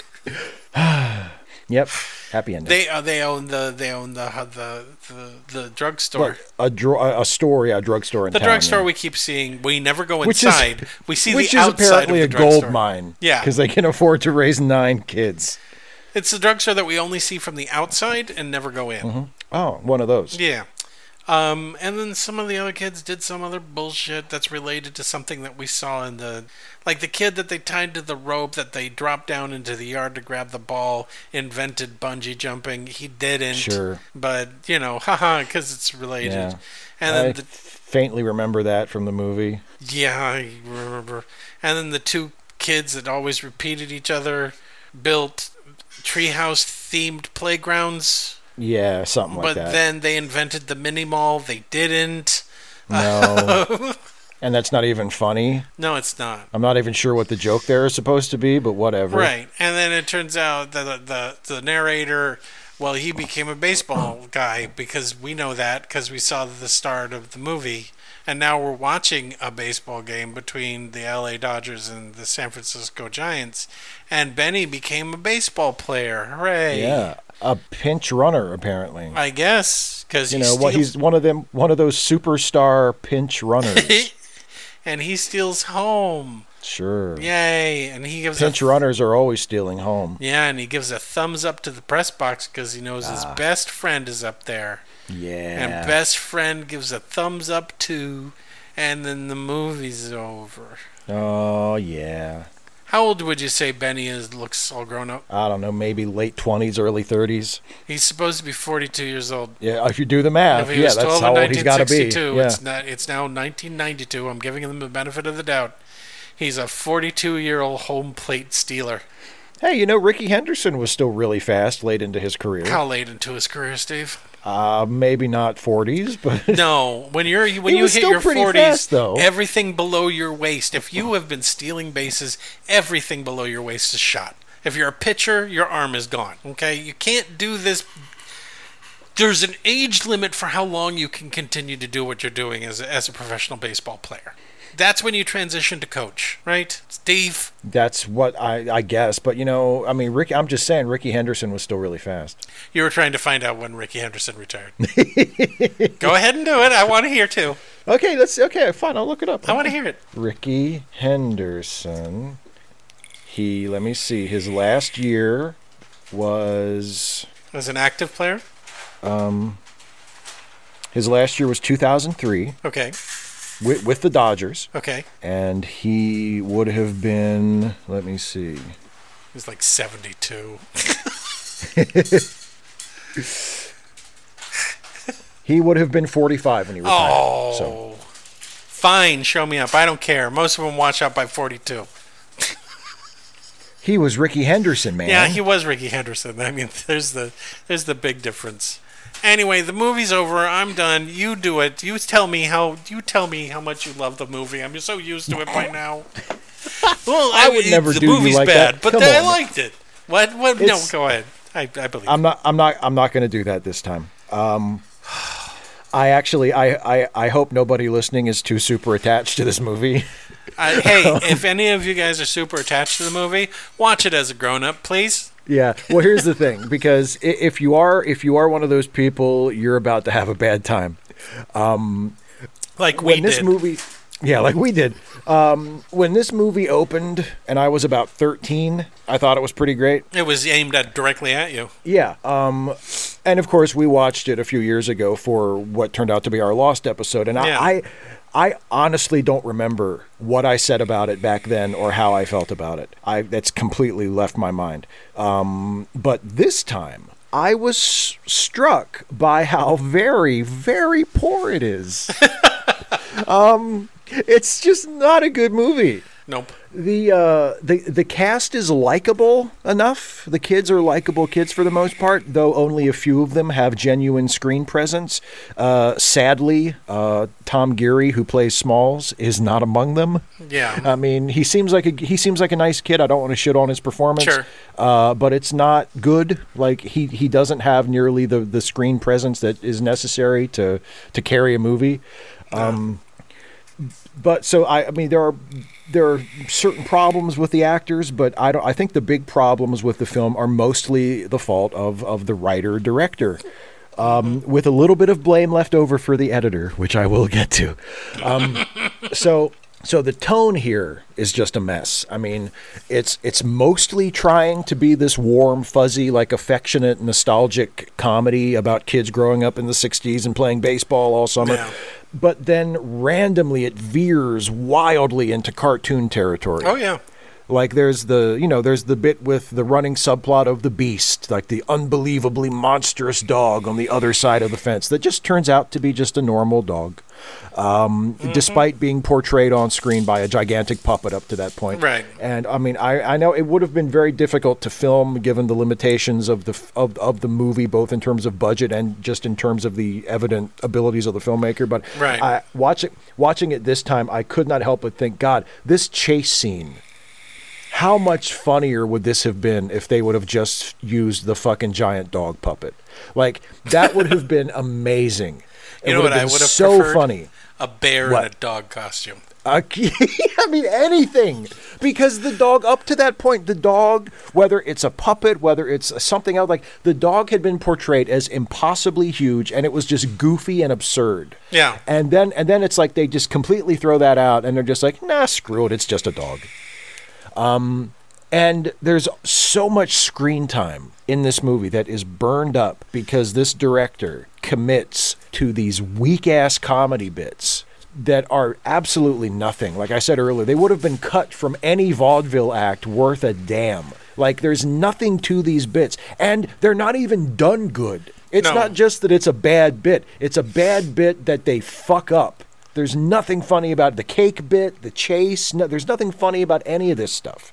Speaker 2: Yep. Happy ending.
Speaker 1: They uh, they own the they own the uh, the the, the drugstore.
Speaker 2: But a, dr- a story, a drugstore in
Speaker 1: the
Speaker 2: town,
Speaker 1: drugstore
Speaker 2: yeah.
Speaker 1: we keep seeing. We never go
Speaker 2: Which is-
Speaker 1: inside. we see
Speaker 2: which
Speaker 1: the
Speaker 2: is
Speaker 1: outside
Speaker 2: apparently
Speaker 1: of the
Speaker 2: a gold
Speaker 1: drugstore.
Speaker 2: mine.
Speaker 1: Yeah.
Speaker 2: because they can afford to raise nine kids.
Speaker 1: It's the drugstore that we only see from the outside and never go in.
Speaker 2: Oh, one of those.
Speaker 1: Yeah. Um, and then some of the other kids did some other bullshit that's related to something that we saw in the. Like the kid that they tied to the rope that they dropped down into the yard to grab the ball invented bungee jumping. He didn't.
Speaker 2: Sure.
Speaker 1: But, you know, (laughs) haha, because it's related.
Speaker 2: Yeah.
Speaker 1: And
Speaker 2: I
Speaker 1: then the,
Speaker 2: faintly remember that from the movie.
Speaker 1: Yeah, I remember. And then the two kids that always repeated each other built treehouse themed playgrounds,
Speaker 2: Yeah, something like
Speaker 1: but
Speaker 2: that.
Speaker 1: then they invented the mini mall. They didn't.
Speaker 2: no,
Speaker 1: (laughs)
Speaker 2: and that's not even funny.
Speaker 1: No, it's not.
Speaker 2: I'm not even sure what the joke there is supposed to be, but whatever.
Speaker 1: Right. And then it turns out that the, the, the narrator, well, he became a
Speaker 2: (clears throat)
Speaker 1: baseball guy because we know that because we saw the start of the movie. And now we're watching a baseball game between the LA Dodgers and the San Francisco Giants. And Benny became a baseball player. Hooray.
Speaker 2: Yeah, a pinch runner apparently.
Speaker 1: I guess. Because
Speaker 2: you know, what he's one of them, one of those superstar
Speaker 1: (laughs)
Speaker 2: pinch runners.
Speaker 1: and he steals home.
Speaker 2: sure.
Speaker 1: Yay. And he gives a
Speaker 2: Pinch runners are always stealing home.
Speaker 1: Yeah, and he gives a thumbs up to the press box because he knows his best friend is up there.
Speaker 2: Ah. Yeah.
Speaker 1: And best friend gives a thumbs up to, and then the movie's over.
Speaker 2: oh yeah.
Speaker 1: How old would you say Benny is? Looks all grown up.
Speaker 2: I don't know, maybe late twenties, early thirties.
Speaker 1: He's supposed to be 42 years old.
Speaker 2: Yeah, if you do the math,
Speaker 1: If he
Speaker 2: Uh, yeah,
Speaker 1: was 12
Speaker 2: that's
Speaker 1: in
Speaker 2: how old he's got to be.
Speaker 1: 1962,
Speaker 2: Yeah.
Speaker 1: it's, not, it's now 1992. I'm giving him the benefit of the doubt. He's a 42 year old home plate stealer.
Speaker 2: Hey, you know, Ricky Henderson was still really fast late into his career.
Speaker 1: How late into his career, Steve?
Speaker 2: Uh, maybe not forties, (laughs) but
Speaker 1: No, when you're when
Speaker 2: He
Speaker 1: you
Speaker 2: was
Speaker 1: hit
Speaker 2: still
Speaker 1: your
Speaker 2: pretty
Speaker 1: forties,
Speaker 2: fast, though.
Speaker 1: everything below your waist. If you have been stealing bases, everything below your waist is shot. If you're a pitcher, your arm is gone. Okay, you can't do this. There's an age limit for how long you can continue to do what you're doing as a, as a professional baseball player. That's when you transition to coach, right, Steve?
Speaker 2: that's what I, I guess. But you know, I mean, Rick, I'm just saying, Ricky Henderson was still really fast.
Speaker 1: You were trying to find out when Ricky Henderson
Speaker 2: (laughs)
Speaker 1: retired. Go ahead and do it. I want to hear too.
Speaker 2: Okay, let's. Okay, fine. I'll look it up.
Speaker 1: I want to hear it.
Speaker 2: Ricky Henderson. He. Let me see. His last year was.
Speaker 1: As an active player,
Speaker 2: His last year was 2003
Speaker 1: okay,
Speaker 2: with, with the Dodgers,
Speaker 1: okay.
Speaker 2: and he would have been. Let me see.
Speaker 1: He's like 72.
Speaker 2: He would have been 45 when he retired.
Speaker 1: Oh.
Speaker 2: So
Speaker 1: Fine, show me up. I don't care. Most of them watch out by 42.
Speaker 2: he was Ricky Henderson, man.
Speaker 1: Yeah, he was Ricky Henderson. (laughs) I mean, there's the there's the big difference. Anyway, the movie's over. I'm done. You do it. You tell me how you tell me how much you love the movie. I'm so used to it (laughs) by now. Well, I,
Speaker 2: would never
Speaker 1: the
Speaker 2: do you
Speaker 1: movie's
Speaker 2: like
Speaker 1: bad,
Speaker 2: that.
Speaker 1: but
Speaker 2: Come
Speaker 1: I
Speaker 2: on.
Speaker 1: liked it. What? What? No,
Speaker 2: It's-
Speaker 1: go ahead. I, I believe.
Speaker 2: I'm not. I'm not. I'm not going to do that this time. Um, I actually. I, I. I hope nobody listening is too super attached to this movie. (laughs)
Speaker 1: I, (laughs) hey, if any of you guys are super attached to the movie, watch it as a grown up, please.
Speaker 2: yeah. Well, here's the thing. Because i- if you are, if you are one of those people, you're about to have a bad time.
Speaker 1: Like we
Speaker 2: when this
Speaker 1: did.
Speaker 2: movie yeah like we did um, when this movie opened and i was about 13 i thought it was pretty great
Speaker 1: It was aimed at directly at you.
Speaker 2: yeah um, and of course we watched it a few years ago for what turned out to be our lost episode and
Speaker 1: Yeah.
Speaker 2: I, I i honestly don't remember what i said about it back then or how i felt about it i that's completely left my mind um, but this time i was s- struck by how very very poor it is Um, it's just not a good movie.
Speaker 1: Nope.
Speaker 2: The uh, the the cast is likable enough. The kids are likable kids for the most part, though only a few of them have genuine screen presence. Uh, sadly, uh, Tom Geary, who plays Smalls, is not among them. Uh,
Speaker 1: Yeah.
Speaker 2: I mean, he seems like a he seems like a nice kid. I don't want to shit on his performance,
Speaker 1: Sure.
Speaker 2: uh, but it's not good. Like he he doesn't have nearly the the screen presence that is necessary to to carry a movie. Um, but so I, I mean there are there are certain problems with the actors, but I don't. I think the big problems with the film are mostly the fault of of the writer director, um, with a little bit of blame left over for the editor, which I will get to. Um, so so the tone here is just a mess. I mean, it's it's mostly trying to be this warm, fuzzy, like affectionate, nostalgic comedy about kids growing up in the '60s and playing baseball all summer.
Speaker 1: Yeah.
Speaker 2: But then randomly it veers wildly into cartoon territory.
Speaker 1: Oh yeah.
Speaker 2: Like there's the you know there's the bit with the running subplot of the beast, like the unbelievably monstrous dog on the other side of the fence that just turns out to be just a normal dog, um,
Speaker 1: Mm-hmm.
Speaker 2: despite being portrayed on screen by a gigantic puppet up to that point.
Speaker 1: Right.
Speaker 2: And I mean I, I know it would have been very difficult to film given the limitations of the f- of of the movie, both in terms of budget and just in terms of the evident abilities of the filmmaker. But
Speaker 1: Right.
Speaker 2: I, watching watching it this time, I could not help but think, God, this chase scene how much funnier would this have been if they would have just used the fucking giant dog puppet? Like that would
Speaker 1: (laughs)
Speaker 2: have been amazing. It
Speaker 1: You know what
Speaker 2: would have
Speaker 1: I
Speaker 2: been
Speaker 1: would have
Speaker 2: so
Speaker 1: preferred?
Speaker 2: funny.
Speaker 1: A bear in a
Speaker 2: What?
Speaker 1: dog costume.
Speaker 2: A (laughs) key- I mean, anything. Because the dog, up to that point, the dog, whether it's a puppet, whether it's something else, like the dog had been portrayed as impossibly huge and it was just goofy and absurd.
Speaker 1: Yeah.
Speaker 2: And then, and then it's like they just completely throw that out and they're just like, nah, screw it. It's just a dog. Um, and there's so much screen time in this movie that is burned up because this director commits to these weak ass comedy bits that are absolutely nothing. Like I said earlier, they would have been cut from any vaudeville act worth a damn. Like there's nothing to these bits, and they're not even done good. It's
Speaker 1: No.
Speaker 2: not just that it's a bad bit, it's a bad bit that they fuck up. There's nothing funny about the cake bit, the chase. No, there's nothing funny about any of this stuff.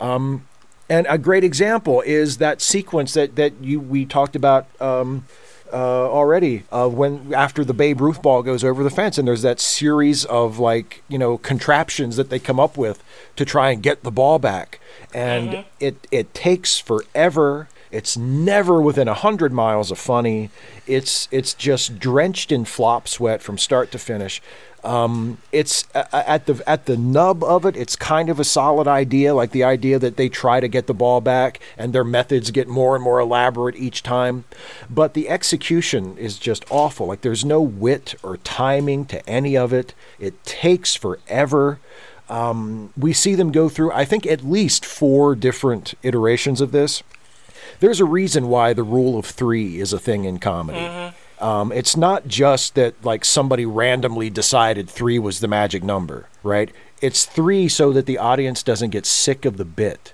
Speaker 2: Um, and a great example is that sequence that, that you we talked about um, uh, already uh, when after the Babe Ruth ball goes over the fence, and there's that series of like you know contraptions that they come up with to try and get the ball back, and it it takes forever. It's never within a hundred miles of funny. It's it's just drenched in flop sweat from start to finish. Um, it's a- a- at the at the nub of it. It's kind of a solid idea, like the idea that they try to get the ball back, and their methods get more and more elaborate each time. But the execution is just awful. Like there's no wit or timing to any of it. It takes forever. Um, we see them go through, I think, at least four different iterations of this there's a reason why the rule of three is a thing in comedy. Um, it's not just that like somebody randomly decided three was the magic number, right? It's three so that the audience doesn't get sick of the bit.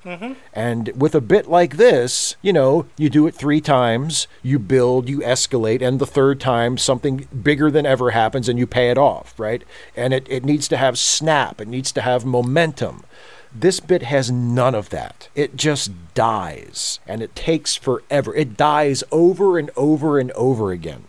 Speaker 2: And with a bit like this, you know, you do it three times, you build, you escalate, and the third time something bigger than ever happens and you pay it off, right? And it, it needs to have snap, it needs to have momentum. This bit has none of that. It just dies and it takes forever. It dies over and over and over again.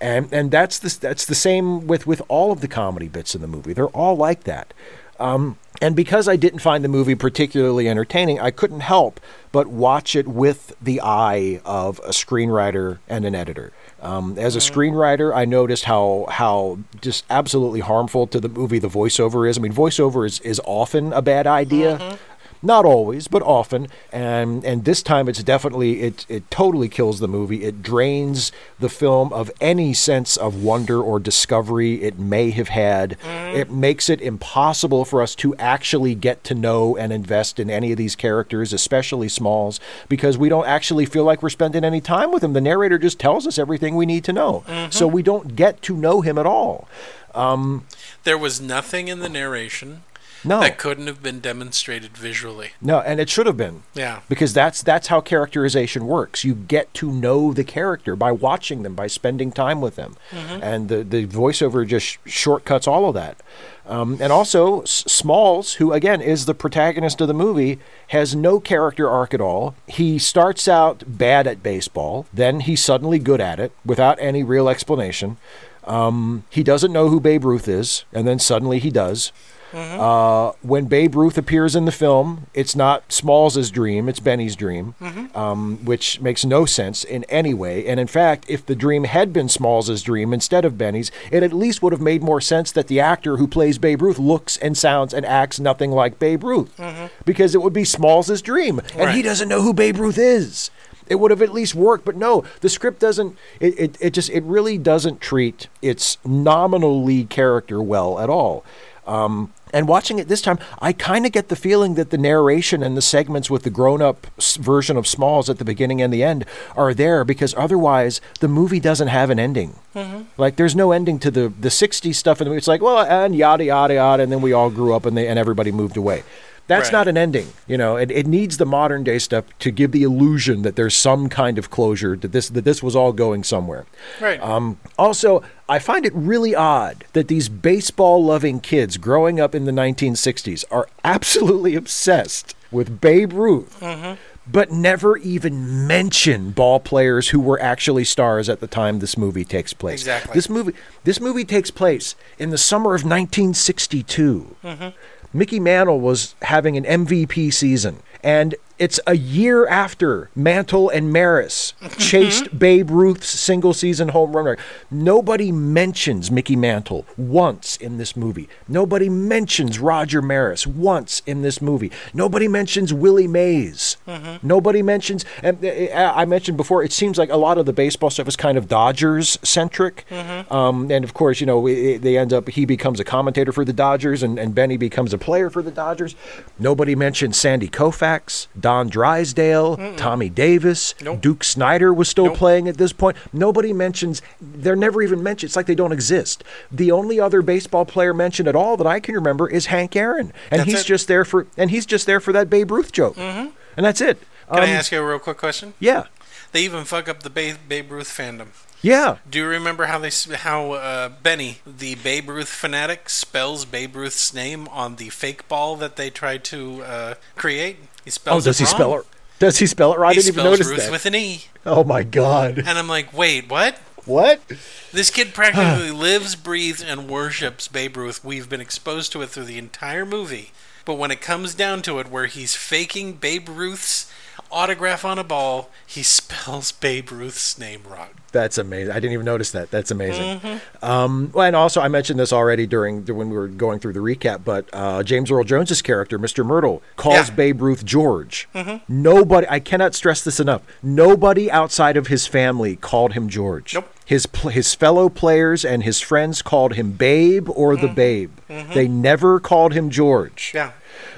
Speaker 2: And and that's the that's the same with with all of the comedy bits in the movie. They're all like that. Um, and because I didn't find the movie particularly entertaining, I couldn't help but watch it with the eye of a screenwriter and an editor. Um, as a screenwriter, I noticed how how just absolutely harmful to the movie the voiceover is. I mean, voiceover is is often a bad idea. Not always, but often, and and this time it's definitely it it totally kills the movie. It drains the film of any sense of wonder or discovery it may have had. It makes it impossible for us to actually get to know and invest in any of these characters, especially Smalls, because we don't actually feel like we're spending any time with him. The narrator just tells us everything we need to know, so we don't get to know him at all.
Speaker 1: There was nothing in the narration
Speaker 2: No,
Speaker 1: that couldn't have been demonstrated visually.
Speaker 2: no, and it should have been.
Speaker 1: Yeah.
Speaker 2: because that's that's how characterization works. You get to know the character by watching them, by spending time with them, and the the voiceover just sh- shortcuts all of that. Um, and also, S- Smalls, who again is the protagonist of the movie, has no character arc at all. He starts out bad at baseball, then he's suddenly good at it without any real explanation. Um, he doesn't know who Babe Ruth is, and then suddenly he does. Uh, when Babe Ruth appears in the film, it's not Smalls' dream, it's Benny's dream, um, which makes no sense in any way. And in fact, if the dream had been Smalls' dream instead of Benny's, it at least would have made more sense that the actor who plays Babe Ruth looks and sounds and acts nothing like Babe Ruth because it would be Smalls' dream, and he
Speaker 1: Right.
Speaker 2: doesn't know who Babe Ruth is. It would have at least worked, but no, the script doesn't. It, it, it just it really doesn't treat its nominal lead character well at all. Um, and watching it this time, I kind of get the feeling that the narration and the segments with the grown-up s- version of Smalls at the beginning and the end are there because otherwise the movie doesn't have an ending. Like there's no ending to the the '60s stuff, in the movie. it's like well, and yada yada yada, and then we all grew up and they and everybody moved away. That's
Speaker 1: Right.
Speaker 2: not an ending. You know, it, it needs the modern day stuff to give the illusion that there's some kind of closure that this that this was all going somewhere.
Speaker 1: Right.
Speaker 2: Um, also, I find it really odd that these baseball loving kids growing up in the 1960s are absolutely obsessed with Babe Ruth, but never even mention ball players who were actually stars at the time this movie takes place.
Speaker 1: Exactly.
Speaker 2: This movie, this movie takes place in the summer of 1962. Mickey Mantle was having an MVP season, and it's a year after Mantle and Maris chased Babe Ruth's single season home run record. Nobody mentions Mickey Mantle once in this movie. Nobody mentions Roger Maris once in this movie. Nobody mentions Willie Mays. Nobody mentions, and uh, uh, I mentioned before, it seems like a lot of the baseball stuff is kind of Dodgers centric.
Speaker 1: Mm-hmm.
Speaker 2: Um, and of course, you know, it- it- they end up, he becomes a commentator for the Dodgers and, and Benny becomes a player for the Dodgers. Nobody mentions Sandy Koufax, Don Drysdale, Tommy Davis,
Speaker 1: Nope.
Speaker 2: Duke Snyder was still
Speaker 1: Nope.
Speaker 2: playing at this point. Nobody mentions, they're never even mentioned. It's like they don't exist. The only other baseball player mentioned at all that I can remember is Hank Aaron. And
Speaker 1: That's
Speaker 2: he's
Speaker 1: it. Mm-hmm.
Speaker 2: just there for, and he's just there for that Babe Ruth joke. And that's it.
Speaker 1: Can I
Speaker 2: Um,
Speaker 1: ask you a real quick question?
Speaker 2: Yeah.
Speaker 1: They even fuck up the Babe, Babe Ruth fandom.
Speaker 2: Yeah.
Speaker 1: Do you remember how they s- how uh, Benny, the Babe Ruth fanatic, spells Babe Ruth's name on the fake ball that they tried to uh, create? He
Speaker 2: Oh,
Speaker 1: spells.
Speaker 2: does he
Speaker 1: wrong.
Speaker 2: spell it? Does he spell it right? I
Speaker 1: He
Speaker 2: didn't even
Speaker 1: spells
Speaker 2: notice
Speaker 1: Ruth
Speaker 2: that.
Speaker 1: with an e,
Speaker 2: oh my god!
Speaker 1: and I'm like, wait, what?
Speaker 2: What?
Speaker 1: This kid
Speaker 2: (sighs)
Speaker 1: practically lives, breathes, and worships Babe Ruth. We've been exposed to it through the entire movie. But when it comes down to it, where he's faking Babe Ruth's autograph on a ball, he spells (laughs) Babe Ruth's name wrong.
Speaker 2: That's amazing. I didn't even notice that. That's amazing.
Speaker 1: Mm-hmm.
Speaker 2: Um, well, and also I mentioned this already during when we were going through the recap, but uh, James Earl Jones's character, Mr. Myrtle, calls
Speaker 1: Yeah. Mm-hmm.
Speaker 2: Babe Ruth George. Nobody. I cannot stress this enough. Nobody outside of his family called him George.
Speaker 1: Nope.
Speaker 2: His pl- his fellow players and his friends called him Babe or the Babe. They never called him George.
Speaker 1: Mm-hmm. Yeah.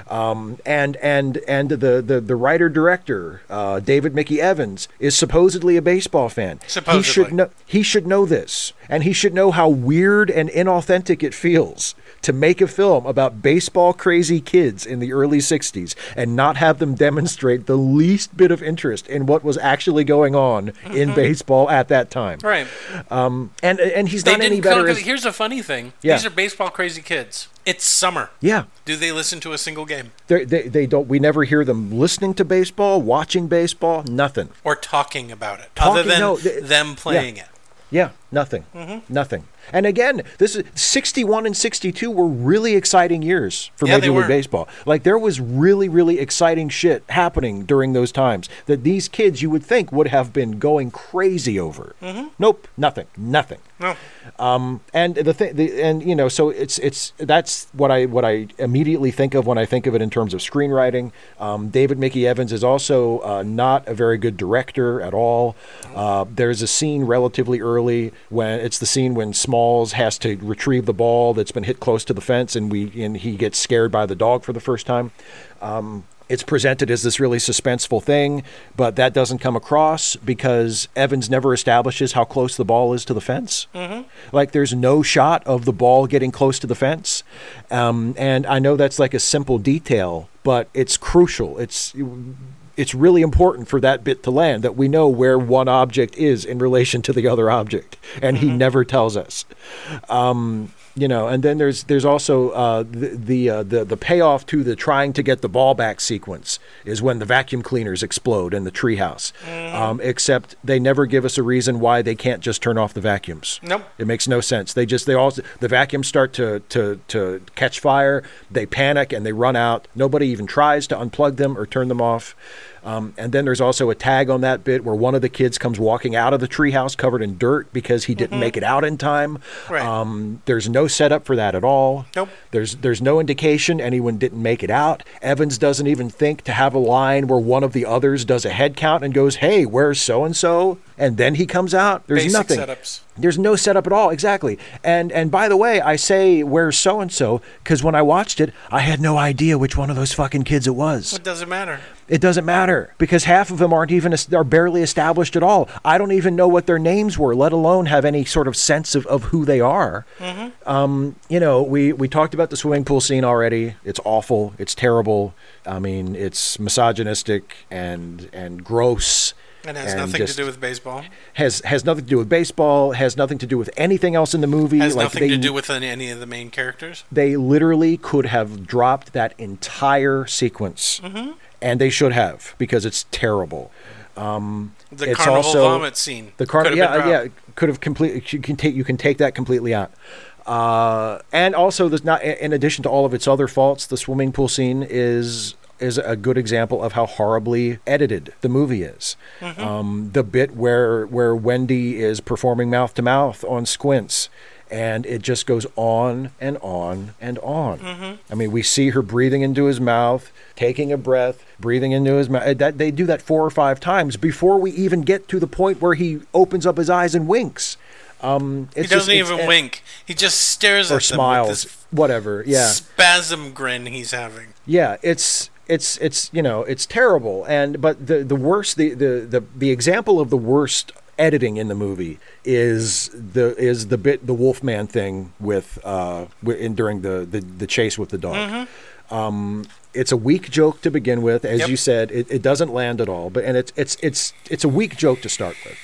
Speaker 2: um, and and and the the, the writer director uh, David Mickey Evans is supposedly a baseball fan. he should
Speaker 1: Supposedly.
Speaker 2: know he should know this, and he should know how weird and inauthentic it feels to make a film about baseball crazy kids in the early '60s and not have them demonstrate the least bit of interest in what was actually going on in baseball at that time.
Speaker 1: Mm-hmm. Right.
Speaker 2: Um, and and he's
Speaker 1: They
Speaker 2: not any
Speaker 1: didn't
Speaker 2: better.
Speaker 1: cook-
Speaker 2: as-
Speaker 1: Here's a funny thing.
Speaker 2: Yeah.
Speaker 1: These are baseball crazy kids. It's summer.
Speaker 2: yeah,
Speaker 1: Do they listen to a single game
Speaker 2: they, they they don't. We never hear them listening to baseball, watching baseball, nothing.
Speaker 1: or talking about it other
Speaker 2: Talking-
Speaker 1: than
Speaker 2: no, th-
Speaker 1: them playing it?
Speaker 2: Yeah, nothing.
Speaker 1: Mm-hmm.
Speaker 2: Nothing. And again, this is 61 and 62 were really exciting years for
Speaker 1: Yeah, they
Speaker 2: Major League
Speaker 1: were.
Speaker 2: Baseball. Like there was really really exciting shit happening during those times that these kids you would think would have been going crazy over.
Speaker 1: Mm-hmm.
Speaker 2: Nope, nothing. Nothing.
Speaker 1: No.
Speaker 2: Um, and the thing, the, and you know, so it's it's that's what I what I immediately think of when I think of it in terms of screenwriting. Um, David Mickey Evans is also uh, not a very good director at all. Uh, there's a scene relatively early when it's the scene when Smalls has to retrieve the ball that's been hit close to the fence, and we and he gets scared by the dog for the first time. Um, it's presented as this really suspenseful thing, but that doesn't come across because Evans never establishes how close the ball is to the fence. Like there's no shot of the ball getting close to the fence, um, and I know that's like a simple detail, but it's crucial. It's it's really important for that bit to land that we know where one object is in relation to the other object, and he never tells us. Um, you know and then there's there's also uh, the the, uh, the the payoff to the trying to get the ball back sequence is when the vacuum cleaners explode in the treehouse um, except they never give us a reason why they can't just turn off the vacuums
Speaker 1: Nope.
Speaker 2: it makes no sense they just they all the vacuums start to to to catch fire they panic and they run out nobody even tries to unplug them or turn them off um, and then there's also a tag on that bit where one of the kids comes walking out of the treehouse covered in dirt because he didn't make it out in time.
Speaker 1: Mm-hmm. Right.
Speaker 2: Um, there's no setup for that at all.
Speaker 1: Nope.
Speaker 2: There's there's no indication anyone didn't make it out. Evans doesn't even think to have a line where one of the others does a head count and goes, "Hey, where's so and so?" And then he comes out. There's
Speaker 1: Basic
Speaker 2: nothing.
Speaker 1: setups.
Speaker 2: There's no setup at all. Exactly. And and by the way, I say where's so and so because when I watched it, I had no idea which one of those fucking kids it was.
Speaker 1: It doesn't matter.
Speaker 2: It doesn't matter because half of them aren't even are barely established at all. I don't even know what their names were, let alone have any sort of sense of, of who they are.
Speaker 1: Mm-hmm.
Speaker 2: Um, you know, we we talked about the swimming pool scene already. It's awful. It's terrible. I mean, it's misogynistic and and gross.
Speaker 1: It has nothing
Speaker 2: just-
Speaker 1: to do with baseball.
Speaker 2: has has nothing to do with baseball. Has nothing to do with anything else in the movie.
Speaker 1: Has
Speaker 2: Like,
Speaker 1: nothing
Speaker 2: they-
Speaker 1: to do with any- any of the main characters.
Speaker 2: they literally could have dropped that entire sequence,
Speaker 1: Mm-hmm.
Speaker 2: and they should have because it's terrible.
Speaker 1: The
Speaker 2: It's
Speaker 1: carnival
Speaker 2: also-
Speaker 1: vomit scene.
Speaker 2: The car,
Speaker 1: Could've
Speaker 2: yeah,
Speaker 1: been
Speaker 2: uh, yeah,
Speaker 1: dropped.
Speaker 2: could have completely. You can take you can take that completely out. Uh, and also, there's not. In addition to all of its other faults, the swimming pool scene is is a good example of how horribly edited the movie is.
Speaker 1: Mm-hmm.
Speaker 2: Um, the bit where where Wendy is performing mouth to mouth on squints. And it just goes on and on and on.
Speaker 1: Mm-hmm.
Speaker 2: I mean, we see her breathing into his mouth, taking a breath, breathing into his mouth. That they do that four or five times before we even get to the point where he opens up his eyes and winks. Um,
Speaker 1: He
Speaker 2: it's just-
Speaker 1: doesn't
Speaker 2: it's-
Speaker 1: even
Speaker 2: and-
Speaker 1: wink. He just stares
Speaker 2: or
Speaker 1: at them with
Speaker 2: smiles,
Speaker 1: this
Speaker 2: whatever. Yeah,
Speaker 1: spasm grin he's having.
Speaker 2: yeah. It's it's it's you know it's terrible. And but the the worst the the the, the example of the worst editing in the movie is the is the bit the Wolfman thing with uh wi- in during the the, the chase with the dog.
Speaker 1: Mm-hmm.
Speaker 2: Um, it's a weak joke to begin with, as
Speaker 1: Yep.
Speaker 2: you said. It, it doesn't land at all, but and it's it's it's it's a weak joke to start with.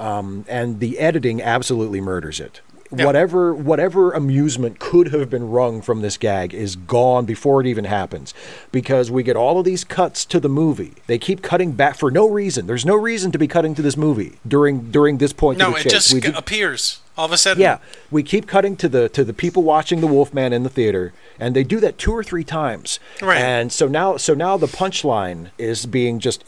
Speaker 2: um, and the editing absolutely murders it.
Speaker 1: Yeah.
Speaker 2: Whatever whatever amusement could have been wrung from this gag is gone before it even happens, because we get all of these cuts to the movie. They keep cutting back for no reason. There's no reason to be cutting to this movie during during this point. of
Speaker 1: No,
Speaker 2: the
Speaker 1: it
Speaker 2: chase.
Speaker 1: just
Speaker 2: We
Speaker 1: g-
Speaker 2: do-
Speaker 1: appears all of a sudden.
Speaker 2: yeah, we keep cutting to the to the people watching the Wolfman in the theater, and they do that two or three times.
Speaker 1: Right.
Speaker 2: And so now, so now the punchline is being just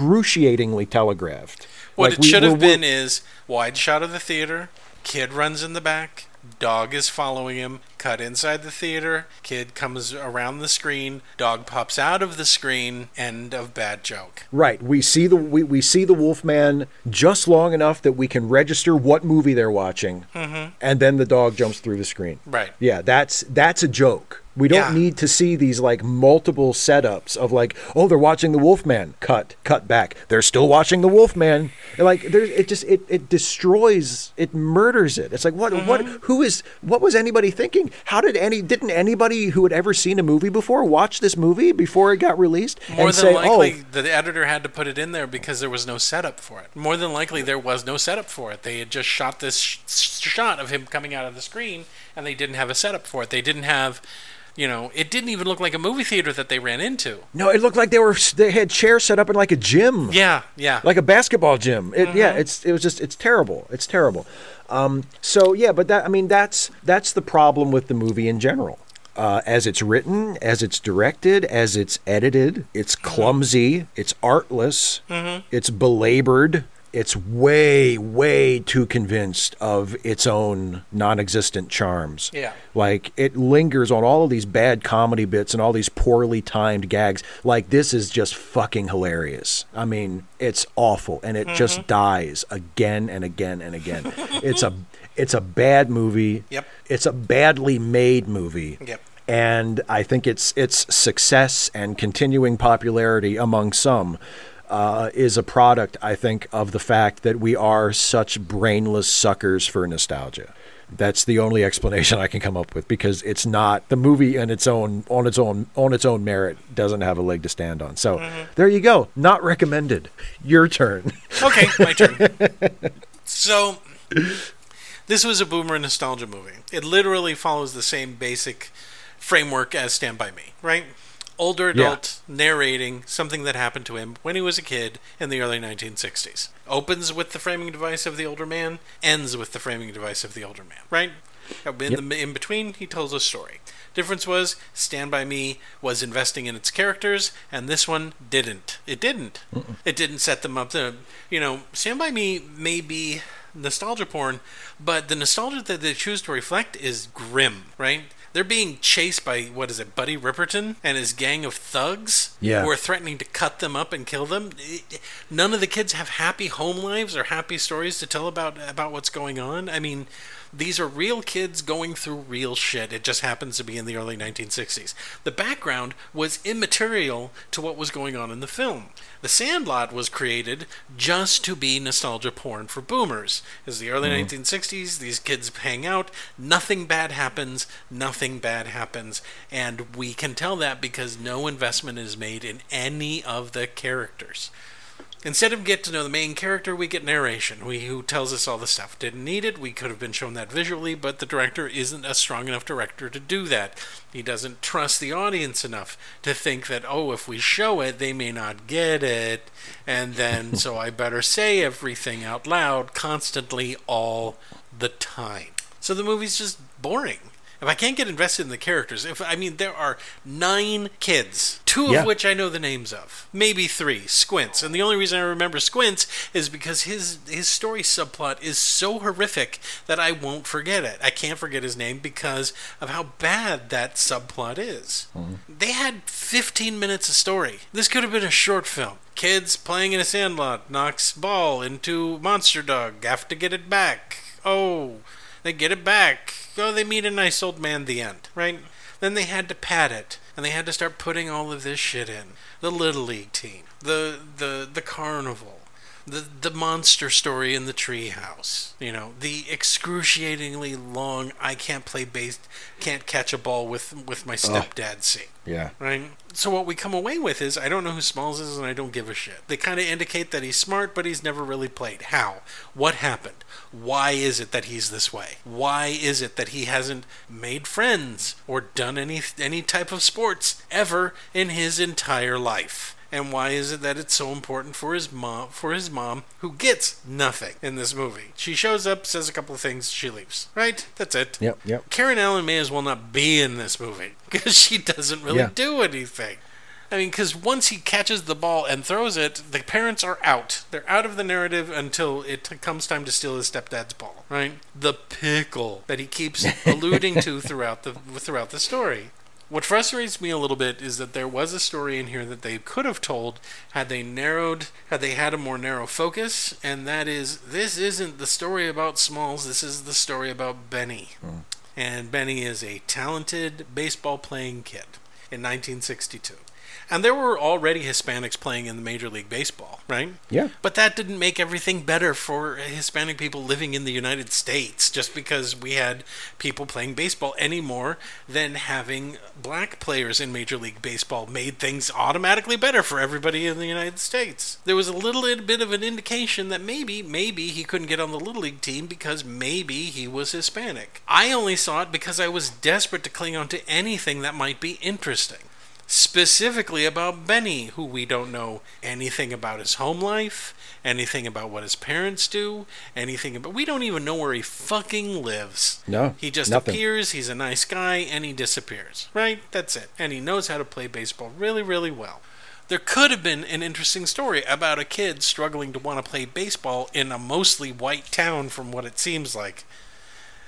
Speaker 2: excruciatingly telegraphed.
Speaker 1: What
Speaker 2: Like,
Speaker 1: it
Speaker 2: we-
Speaker 1: should
Speaker 2: we're-
Speaker 1: have
Speaker 2: we're-
Speaker 1: been is wide shot of the theater, kid runs in the back, dog is following him, cut inside the theater, kid comes around the screen, dog pops out of the screen, end of bad joke.
Speaker 2: Right. We see the we, we see the Wolfman just long enough that we can register what movie they're watching, and then the dog jumps through the screen.
Speaker 1: Mm-hmm. Right.
Speaker 2: Yeah, that's that's a joke. We don't
Speaker 1: Yeah.
Speaker 2: need to see these like multiple setups of like, oh, they're watching the Wolfman. Cut, cut back. They're still watching the Wolfman. And, like, there's it just it it destroys, it murders it. It's like what what
Speaker 1: Mm-hmm.
Speaker 2: who is what was anybody thinking? How did any didn't anybody who had ever seen a movie before watch this movie before it got released
Speaker 1: More
Speaker 2: and
Speaker 1: than
Speaker 2: say, oh,
Speaker 1: likely, the editor had to put it in there because there was no setup for it. More than likely, there was no setup for it. They had just shot this sh- sh- shot of him coming out of the screen, and they didn't have a setup for it. They didn't have, you know, it didn't even look like a movie theater that they ran into.
Speaker 2: No, it looked like they were they had chairs set up in like a gym.
Speaker 1: Yeah, Mm-hmm. yeah.
Speaker 2: Like a basketball gym. It, Yeah, it's it was just it's terrible. It's terrible. Um, so yeah, but that I mean that's that's the problem with the movie in general. Uh, as it's written, as it's directed, as it's edited, it's
Speaker 1: Mm-hmm.
Speaker 2: clumsy, it's artless, it's belabored, it's way, way too convinced of its own non-existent charms.
Speaker 1: Yeah.
Speaker 2: Like it lingers on all of these bad comedy bits and all these poorly timed gags. Like this is just fucking hilarious. I mean, it's awful and it just dies again and again and again. it's a it's a bad movie.
Speaker 1: Yep.
Speaker 2: It's a badly made movie.
Speaker 1: Yep.
Speaker 2: And I think its its success and continuing popularity among some uh, is a product, I think, of the fact that we are such brainless suckers for nostalgia. That's the only explanation I can come up with because it's not the movie in its own on its own on its own merit doesn't have a leg to stand on. So there you go. Not (laughs) recommended. Your turn.
Speaker 1: Okay, my turn. so This was a boomer nostalgia movie. It literally follows the same basic framework as Stand By Me, right? Older
Speaker 2: Yeah.
Speaker 1: adult narrating something that happened to him when he was a kid in the early 1960s. Opens with the framing device of the older man, ends with the framing device of the older man, right? In, the, in between, he tells a story. Difference was Stand By Me was investing in its characters, and this one didn't. It didn't. It didn't set them up to, you know, Stand By Me may be nostalgia porn, but the nostalgia that they choose to reflect is grim, right? They're being chased by, what is it, Buddy Ripperton and his gang of thugs
Speaker 2: Yeah.
Speaker 1: who are threatening to cut them up and kill them. It- None of the kids have happy home lives or happy stories to tell about about what's going on. I mean, these are real kids going through real shit. It just happens to be in the early 1960s. The background was immaterial to what was going on in the film. The Sandlot was created just to be nostalgia porn for boomers. It's the early 1960s. These kids hang out. Nothing bad happens. Nothing bad happens. And we can tell that because no investment is made in any of the characters. Instead of get to know the main character, we get narration. We who tells us all the stuff. Didn't need it. We could have been shown that visually, but the director isn't a strong enough director to do that. He doesn't trust the audience enough to think that oh, if we show it, they may not get it, and then so I better say everything out loud constantly all the time. So the movie's just boring. If I can't get invested in the characters, if I mean there are nine kids, two of
Speaker 4: Yeah.
Speaker 1: which I know the names of, maybe three, Squints, and the only reason I remember Squints is because his his story subplot is so horrific that I won't forget it. I can't forget his name because of how bad that subplot is. They had 15 minutes of story. This could have been a short film. Kids playing in a sandlot knocks ball into monster dog. Have to get it back. Oh, they get it back. Oh, they meet a nice old man. The end. Right. Then they had to pad it, and they had to start putting all of this shit in. The little league team, the the the carnival, the the monster story in the treehouse. You know, the excruciatingly long I can't play base, can't catch a ball with with my stepdad scene.
Speaker 2: (laughs)
Speaker 4: Yeah.
Speaker 1: Right. So what we come away with is I don't know who Smalls is and I don't give a shit. They kind of indicate that he's smart, but he's never really played. How? What happened? Why is it that he's this way? Why is it that he hasn't made friends or done any any type of sports ever in his entire life? And why is it that it's so important for his mom for his mom who gets nothing in this movie? She shows up, says a couple of things, she leaves. Right? That's it.
Speaker 4: Yep, yep.
Speaker 1: Karen Allen may as well not be in this movie because she doesn't really
Speaker 4: Yeah.
Speaker 1: do anything. I mean, because once he catches the ball and throws it, the parents are out. They're out of the narrative until it t- comes time to steal his stepdad's ball. Right? The pickle that he keeps alluding to throughout the throughout the story. What frustrates me a little bit is that there was a story in here that they could have told had they narrowed, had they had a more narrow focus, and that is this isn't the story about Smalls, this is the story about Benny. And Benny is a talented baseball playing kid in 1962. And there were already Hispanics playing in the Major League Baseball, right?
Speaker 4: Yeah.
Speaker 1: But that didn't make everything better for Hispanic people living in the United States just because we had people playing baseball any more than having black players in Major League Baseball made things automatically better for everybody in the United States. There was a little bit of an indication that maybe, maybe he couldn't get on the Little League team because maybe he was Hispanic. I only saw it because I was desperate to cling on to anything that might be interesting specifically about Benny, who we don't know anything about his home life, anything about what his parents do, anything about. We don't even know where he fucking lives.
Speaker 4: No,
Speaker 1: He just
Speaker 4: nothing.
Speaker 1: appears, he's a nice guy, and he disappears. Right? That's it. And he knows how to play baseball really, really well. There could have been an interesting story about a kid struggling to want to play baseball in a mostly white town, from what it seems like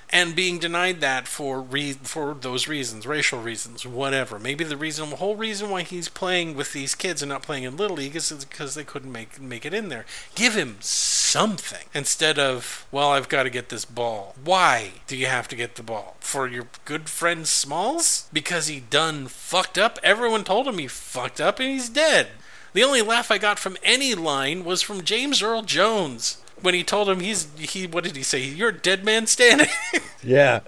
Speaker 1: and being denied that for re- for those reasons, racial reasons, whatever. Maybe the reason, the whole reason why he's playing with these kids and not playing in little league is because they couldn't make make it in there. Give him something instead of well, I've got to get this ball. Why do you have to get the ball for your good friend Smalls? Because he done fucked up. Everyone told him he fucked up and he's dead. The only laugh I got from any line was from James Earl Jones when he told him he's he what did he say? You're a dead man standing. (laughs)
Speaker 4: Yeah.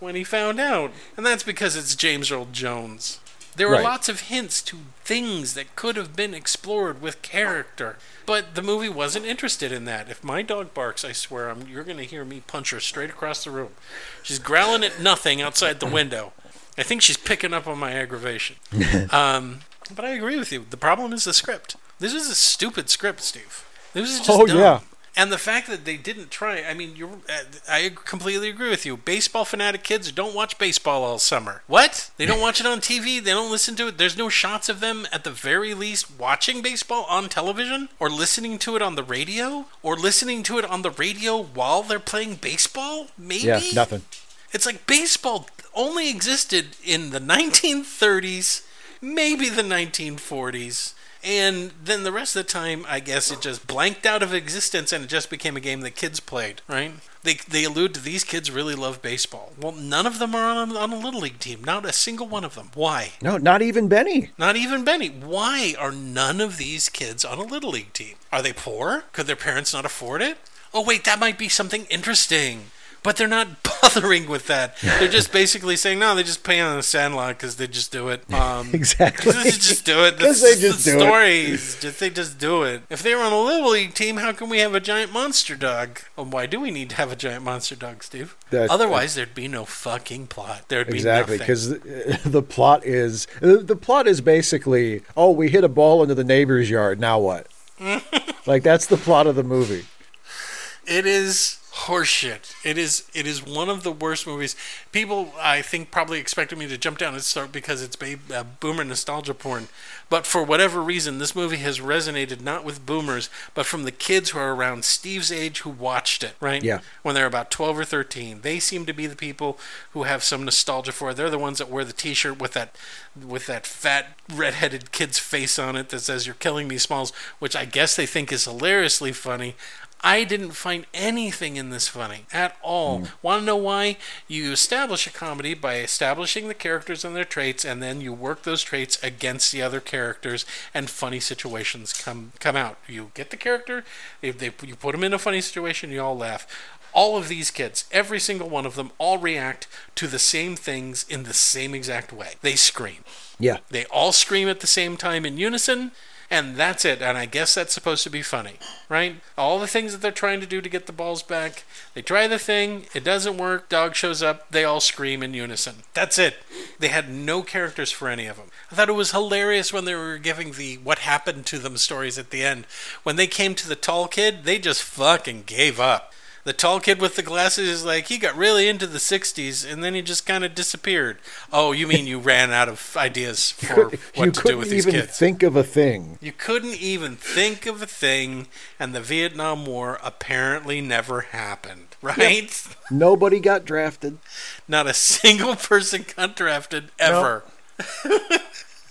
Speaker 1: when he found out. And that's because it's James Earl Jones. There were
Speaker 4: Right.
Speaker 1: lots of hints to things that could have been explored with character, but the movie wasn't interested in that. If my dog barks, I swear I'm, you're going to hear me punch her straight across the room. She's growling at nothing outside the window. I think she's picking up on
Speaker 4: (laughs)
Speaker 1: my aggravation. um, but I agree with you. The problem is the script. This is a stupid script, Steve. This is just
Speaker 4: Oh,
Speaker 1: dumb.
Speaker 4: yeah.
Speaker 1: And the fact that they didn't try, I mean, you're, uh, I completely agree with you. Baseball fanatic kids don't watch baseball all summer. What? They don't watch it on TV. They don't listen to it. There's no shots of them, at the very least, watching baseball on television or listening to it on the radio or listening to it on the radio while they're playing baseball? Maybe?
Speaker 4: Yeah, nothing.
Speaker 1: It's like baseball only existed in the 1930s, maybe the 1940s. And then the rest of the time, I guess it just blanked out of existence and it just became a game that kids played, right? They, they allude to these kids really love baseball. Well, none of them are on a, on a Little League team. Not a single one of them. Why?
Speaker 4: No, not even Benny.
Speaker 1: Not even Benny. Why are none of these kids on a Little League team? Are they poor? Could their parents not afford it? Oh, wait, that might be something interesting. But they're not (laughs) bothering with that. They're just basically saying, no, they just pay on the sandlot because they just do it. Um,
Speaker 4: (laughs) Exactly.
Speaker 1: They just do
Speaker 4: (laughs)
Speaker 1: it.
Speaker 4: 'Cause
Speaker 1: That's
Speaker 4: they just
Speaker 1: just the
Speaker 4: do it.
Speaker 1: stories. Just, they just do it. If they were on a Little League team, how can we have a giant monster dog? Oh, why do we need to have a giant monster dog, Steve?
Speaker 4: That-
Speaker 1: Otherwise, there'd be no fucking plot. There'd
Speaker 4: Exactly,
Speaker 1: be nothing.
Speaker 4: because (laughs) the plot is the the plot is basically oh we hit a ball into the neighbor's yard now
Speaker 1: (laughs)
Speaker 4: what? like that's the plot of the movie.
Speaker 1: It is horseshit. It is it is one of the worst movies. People, I think, probably expected me to jump down and start because it's ba- uh, boomer nostalgia porn. But for whatever reason, this movie has resonated not with boomers, but from the kids who are around Steve's age who watched it. Right?
Speaker 4: Yeah.
Speaker 1: When they're about twelve or thirteen, they seem to be the people who have some nostalgia for it. They're the ones that wear the T-shirt with that with that fat redheaded kid's face on it that says "You're killing me, Smalls," which I guess they think is hilariously funny. I didn't find anything in this funny at all. Want to know why? You establish a comedy by establishing the characters and their traits, and then you work those traits against the other characters, and funny situations come come out. You get the character, if they you put them in a funny situation, you all laugh. All of these kids, every single one of them, all react to the same things in the same exact way. They scream.
Speaker 4: Yeah,
Speaker 1: They all scream at the same time in unison, and that's it. And I guess that's supposed to be funny, right? All the things that they're trying to do to get the balls back. They try the thing, it doesn't work. Dog shows up, they all scream in unison. That's it. They had no characters for any of them. I thought it was hilarious when they were giving the what happened to them stories at the end. When they came to the tall kid, they just fucking gave up. The tall kid with the glasses is like, he got really into the 60s and then he just kind of disappeared. Oh, you mean you ran out of ideas for
Speaker 4: (laughs) you
Speaker 1: what to do
Speaker 4: couldn't
Speaker 1: with these
Speaker 4: even
Speaker 1: kids?
Speaker 4: think of a thing.
Speaker 1: you couldn't even think of a thing, and the Vietnam War apparently never happened, (laughs) right?
Speaker 4: Nobody got drafted,
Speaker 1: Not a single person got drafted ever.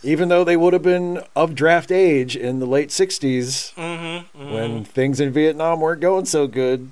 Speaker 4: even though they would have been of draft age in the late '60s
Speaker 1: Mm-hmm,
Speaker 4: when things in Vietnam weren't going so good.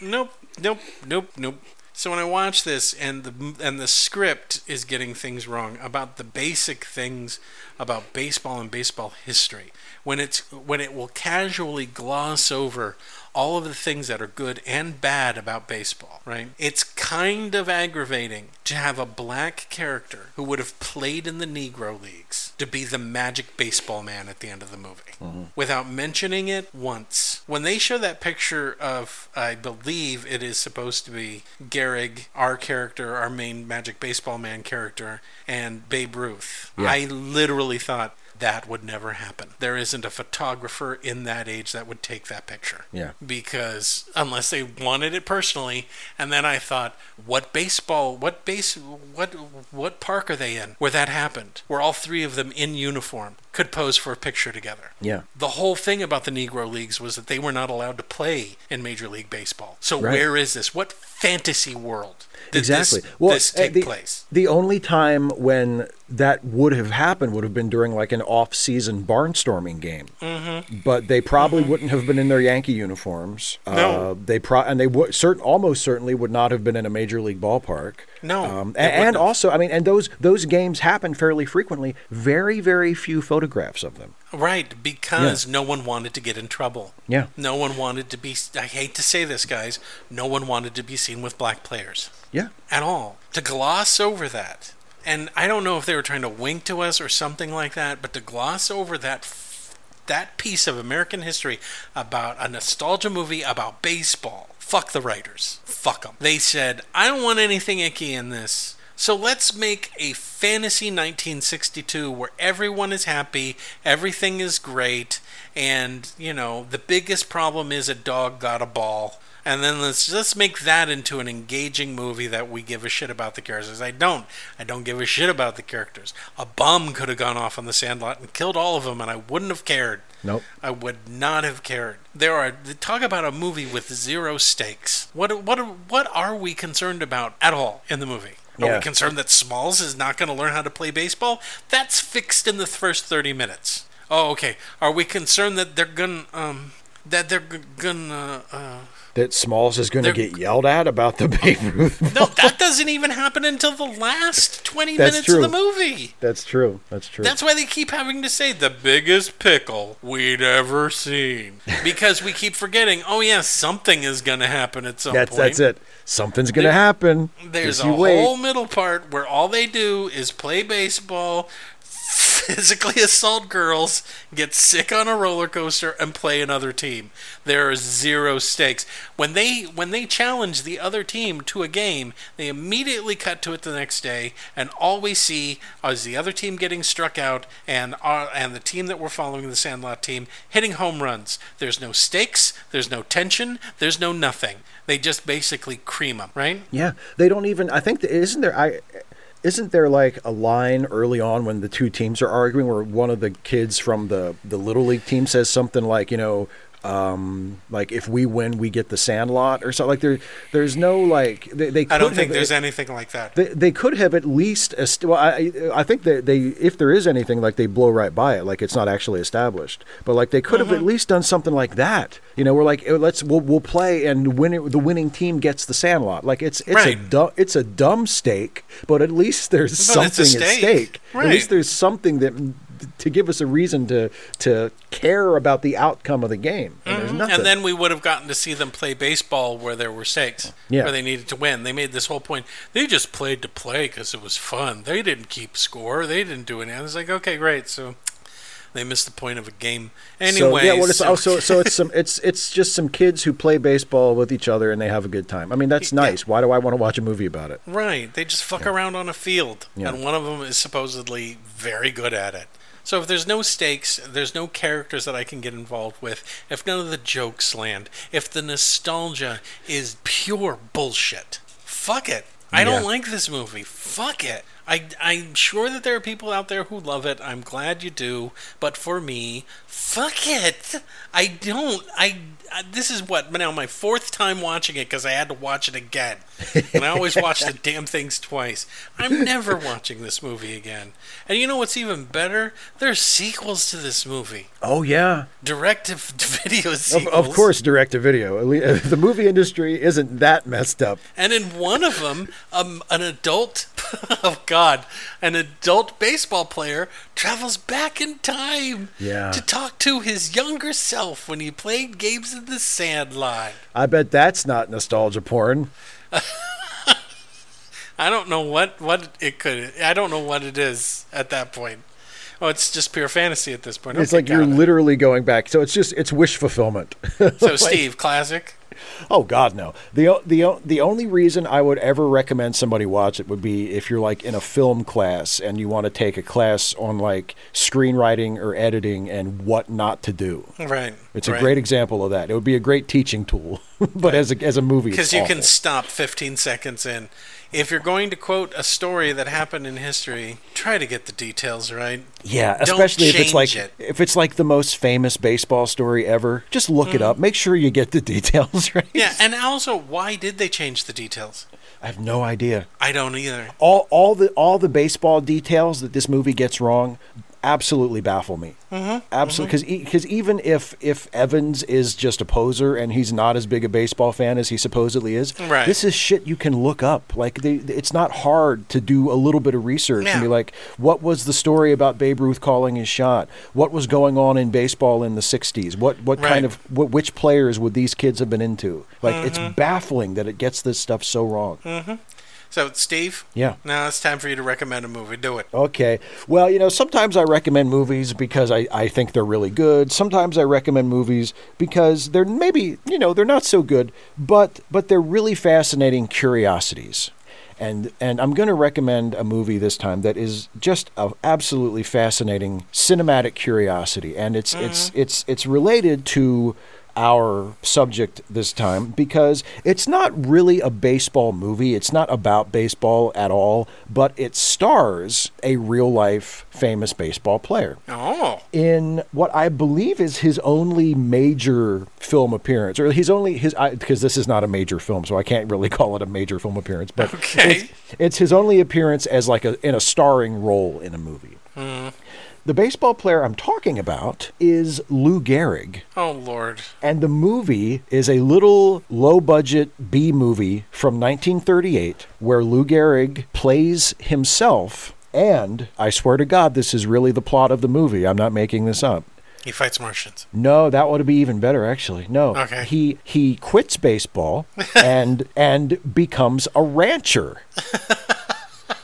Speaker 1: Nope, nope, nope, nope. So when I watch this and the and the script is getting things wrong about the basic things about baseball and baseball history, when it's when it will casually gloss over all of the things that are good and bad about baseball, right? It's kind of aggravating to have a black character who would have played in the Negro Leagues to be the magic baseball man at the end of the movie without mentioning it once. When they show that picture of, I believe it is supposed to be Gehrig, our character, our main magic baseball man character, and Babe Ruth, I literally thought that would never happen. There isn't a photographer in that age that would take that picture
Speaker 4: Yeah.
Speaker 1: because unless they wanted it personally and then i thought what baseball what base what what park are they in where that happened where all three of them in uniform could pose for a picture together
Speaker 4: Yeah.
Speaker 1: the whole thing about the negro leagues was that they were not allowed to play in major league baseball so
Speaker 4: Right.
Speaker 1: where is this what fantasy world did
Speaker 4: exactly.
Speaker 1: this,
Speaker 4: well,
Speaker 1: this
Speaker 4: uh,
Speaker 1: take
Speaker 4: the,
Speaker 1: place
Speaker 4: The only time when that would have happened would have been during like an off-season barnstorming game. Mm-hmm. But they probably wouldn't have been in their Yankee uniforms.
Speaker 1: No.
Speaker 4: uh, they pro- and they would certain almost certainly would not have been in a major league ballpark.
Speaker 1: No,
Speaker 4: um,
Speaker 1: they
Speaker 4: a- and,
Speaker 1: wouldn't have.
Speaker 4: also I mean, and those those games happen fairly frequently. Very very few photographs of them.
Speaker 1: Right, because no one wanted to get in trouble.
Speaker 4: Yeah.
Speaker 1: No one wanted to be. I hate to say this, guys. No one wanted to be seen with black players
Speaker 4: Yeah,
Speaker 1: at all. To gloss over that And I don't know if they were trying to wink to us or something like that, but to gloss over that f- that piece of American history about a nostalgia movie about baseball. Fuck the writers. Fuck them. They said, "I don't want anything icky in this." So let's make a fantasy 1962 where everyone is happy, everything is great, and, you know, the biggest problem is a dog got a ball and then let's just make that into an engaging movie that we give a shit about the characters. I don't. I don't give a shit about the characters. A bomb could have gone off on the sandlot and killed all of them, and I wouldn't have cared.
Speaker 2: Nope.
Speaker 1: I would not have cared. There are talk about a movie with zero stakes. What what what are we concerned about at all in the movie? Are
Speaker 2: Yeah.
Speaker 1: we concerned that Smalls is not going to learn how to play baseball? That's fixed in the first 30 minutes. Oh, okay. Are we concerned that they're going to um that they're g- gonna uh,
Speaker 4: That Smalls is going to
Speaker 1: They're-
Speaker 4: get yelled at about the Babe Ruth.
Speaker 1: (laughs) No, that doesn't even happen until the last 20
Speaker 4: That's
Speaker 1: minutes
Speaker 4: true.
Speaker 1: of the movie.
Speaker 2: That's true. That's true.
Speaker 1: That's why they keep having to say the biggest pickle we'd ever seen. Because we keep forgetting, oh, yeah, something is going to happen at some
Speaker 2: that's,
Speaker 1: point.
Speaker 2: that's it. Something's going to happen.
Speaker 1: There's
Speaker 2: Just
Speaker 1: a
Speaker 2: you wait.
Speaker 1: whole middle part where all they do is play baseball, (laughs) physically assault girls, get sick on a roller coaster, and play another team. There are zero stakes. When they when they challenge the other team to a game, they immediately cut to it the next day, and all we see is the other team getting struck out and our, and the team that we're following, the Sandlot team, hitting home runs. There's no stakes. There's no tension. There's no nothing. They just basically cream them, right?
Speaker 2: Yeah, they don't even. I think that, isn't there. I isn't there like a line early on when the two teams are arguing, where one of the kids from the the little league team says something like, you know, um, like if we win, we get the Sandlot or something. Like there, there's no like they. they
Speaker 1: I
Speaker 2: could
Speaker 1: don't think
Speaker 2: have-
Speaker 1: there's anything like that.
Speaker 2: They, they could have at least. est- Well, I I think that they if there is anything like they blow right by it, like it's not actually established. But like they could
Speaker 1: Mm-hmm.
Speaker 2: have at least done something like that. You know, we're like "Oh, let's we'll, we'll play and win it, the winning team gets the Sandlot. Like it's it's a
Speaker 1: Right.
Speaker 2: dumb it's a dumb stake, but at least there's
Speaker 1: But it's a
Speaker 2: something at
Speaker 1: stake.
Speaker 2: stake. At least
Speaker 1: Right.
Speaker 2: there's something that to give us a reason to to care about the outcome of the game. And there's nothing.
Speaker 1: Mm-hmm. and then we would have gotten to see them play baseball where there were stakes,
Speaker 2: Yeah.
Speaker 1: where they needed to win. They made this whole point. They just played to play because it was fun. They didn't keep score. They didn't do anything. I was like, okay, great. So they missed the point of a game anyway.
Speaker 2: So, yeah, well, it's
Speaker 1: so-
Speaker 2: also so it's some it's it's just some kids who play baseball with each other and they have a good time. I mean, that's nice. Why do I want to watch a movie about it?
Speaker 1: Right. They just fuck around on a field,
Speaker 2: Yeah.
Speaker 1: and one of them is supposedly very good at it. So if there's no stakes, there's no characters that I can get involved with, if none of the jokes land, if the nostalgia is pure bullshit, fuck it. I don't
Speaker 2: Yeah.
Speaker 1: like this movie. Fuck it. I, I'm sure that there are people out there who love it. I'm glad you do. But for me, fuck it. I don't. I. I- This is what now my fourth time watching it because I had to watch it again, and I always watch
Speaker 2: (laughs)
Speaker 1: the damn things twice. I'm never watching this movie again. And you know what's even better? There's sequels to this movie,
Speaker 2: Oh yeah,
Speaker 1: direct-to-video
Speaker 2: of,
Speaker 1: sequels.
Speaker 2: of course, direct to video. At lea- (laughs) The movie industry isn't that messed up.
Speaker 1: And in one of them, um, an adult, (laughs) oh God, an adult baseball player travels back in time
Speaker 2: Yeah.
Speaker 1: to talk to his younger self when he played games in the sandlot.
Speaker 2: I bet that's not nostalgia porn.
Speaker 1: I don't know what, what it could, I don't know what it is at that point. Oh, it's just pure fantasy at this point.
Speaker 2: It's
Speaker 1: Okay,
Speaker 2: like you're
Speaker 1: got it.
Speaker 2: literally going back. So it's just it's wish fulfillment. (laughs)
Speaker 1: So, Steve, classic.
Speaker 2: oh God, no.
Speaker 4: No, the o- the o- the only reason I would ever recommend somebody watch it would be if you're like in a film class and you want to take a class on like screenwriting or editing and what not to do.
Speaker 1: Right.
Speaker 4: It's a great example of that. It would be a great teaching tool, (laughs) but as a as a movie,
Speaker 1: because
Speaker 4: because
Speaker 1: you can stop 15 seconds in. If you're going to quote a story that happened in history, try to get the details right.
Speaker 4: Yeah,
Speaker 1: Don't
Speaker 4: especially if it's
Speaker 1: change
Speaker 4: like
Speaker 1: it.
Speaker 4: if it's like the most famous baseball story ever. Just look it up. Make sure you get the (laughs) details right.
Speaker 1: Mm-hmm. Yeah, and also, why did they change the details?
Speaker 4: I have no idea.
Speaker 1: I don't either.
Speaker 4: All all the all the baseball details that this movie gets wrong absolutely baffle me. Mm-hmm. Absolutely, because because even if if Evans is just a poser and he's not as big a baseball fan as he supposedly is,
Speaker 1: Right.
Speaker 4: this is shit you can look up. Like they, it's not hard to do a little bit of research and be
Speaker 1: No.
Speaker 4: like, what was the story about Babe Ruth calling his shot? What was going on in baseball in the '60s? What what
Speaker 1: Right.
Speaker 4: kind of what, which players would these kids have been into? Like it's baffling that it gets this stuff so wrong.
Speaker 1: So, Steve.
Speaker 2: Yeah.
Speaker 1: Now it's time for you to recommend a movie. Do it.
Speaker 2: Okay. Well, you know, sometimes I recommend movies because I, I think they're really good. Sometimes I recommend movies because they're maybe, you know, they're not so good, but but they're really fascinating curiosities. And and I'm going to recommend a movie this time that is just a absolutely fascinating cinematic curiosity and it's it's it's it's related to our subject this time because it's not really a baseball movie. It's not about baseball at all, but it stars a real life famous baseball player
Speaker 1: Oh.
Speaker 2: in what I believe is his only major film appearance, or he's only his I because this is not a major film, so I can't really (laughs) call it a major film appearance. But
Speaker 1: Okay.
Speaker 2: it's, it's his only appearance as like a in a starring role in a movie. The baseball player I'm talking about is Lou Gehrig.
Speaker 1: Oh Lord.
Speaker 2: And the movie is a little low budget B movie from 1938 where Lou Gehrig plays himself. And I swear to God, this is really the plot of the movie. I'm not making this up.
Speaker 1: He fights Martians.
Speaker 2: No, that would be even better actually. No.
Speaker 1: Okay.
Speaker 2: He he quits baseball
Speaker 1: (laughs)
Speaker 2: and and becomes a rancher.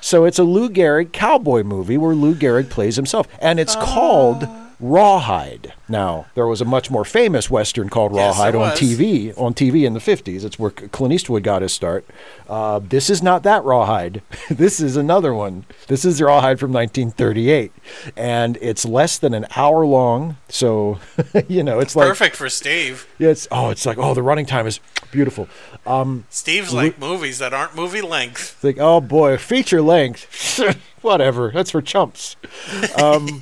Speaker 2: so it's a Lou Gehrig cowboy movie where Lou Gehrig plays himself and it's called
Speaker 1: Ah.
Speaker 2: Rawhide. Now, there was a much more famous western called
Speaker 1: Yes,
Speaker 2: Rawhide
Speaker 1: there
Speaker 2: on
Speaker 1: was.
Speaker 2: TV, on TV in the 50s. It's where Clint Eastwood got his start. Uh, this is not that Rawhide. (laughs) this is another one. This is Rawhide from 1938 and it's less than an hour long. So, (laughs) you know, it's like
Speaker 1: Perfect for Steve.
Speaker 2: yeah, it's oh, it's like oh, the running time is beautiful. Um,
Speaker 1: Steve's like movies that aren't movie length.
Speaker 2: it's like oh boy, feature length, (laughs) whatever. That's for chumps. Um,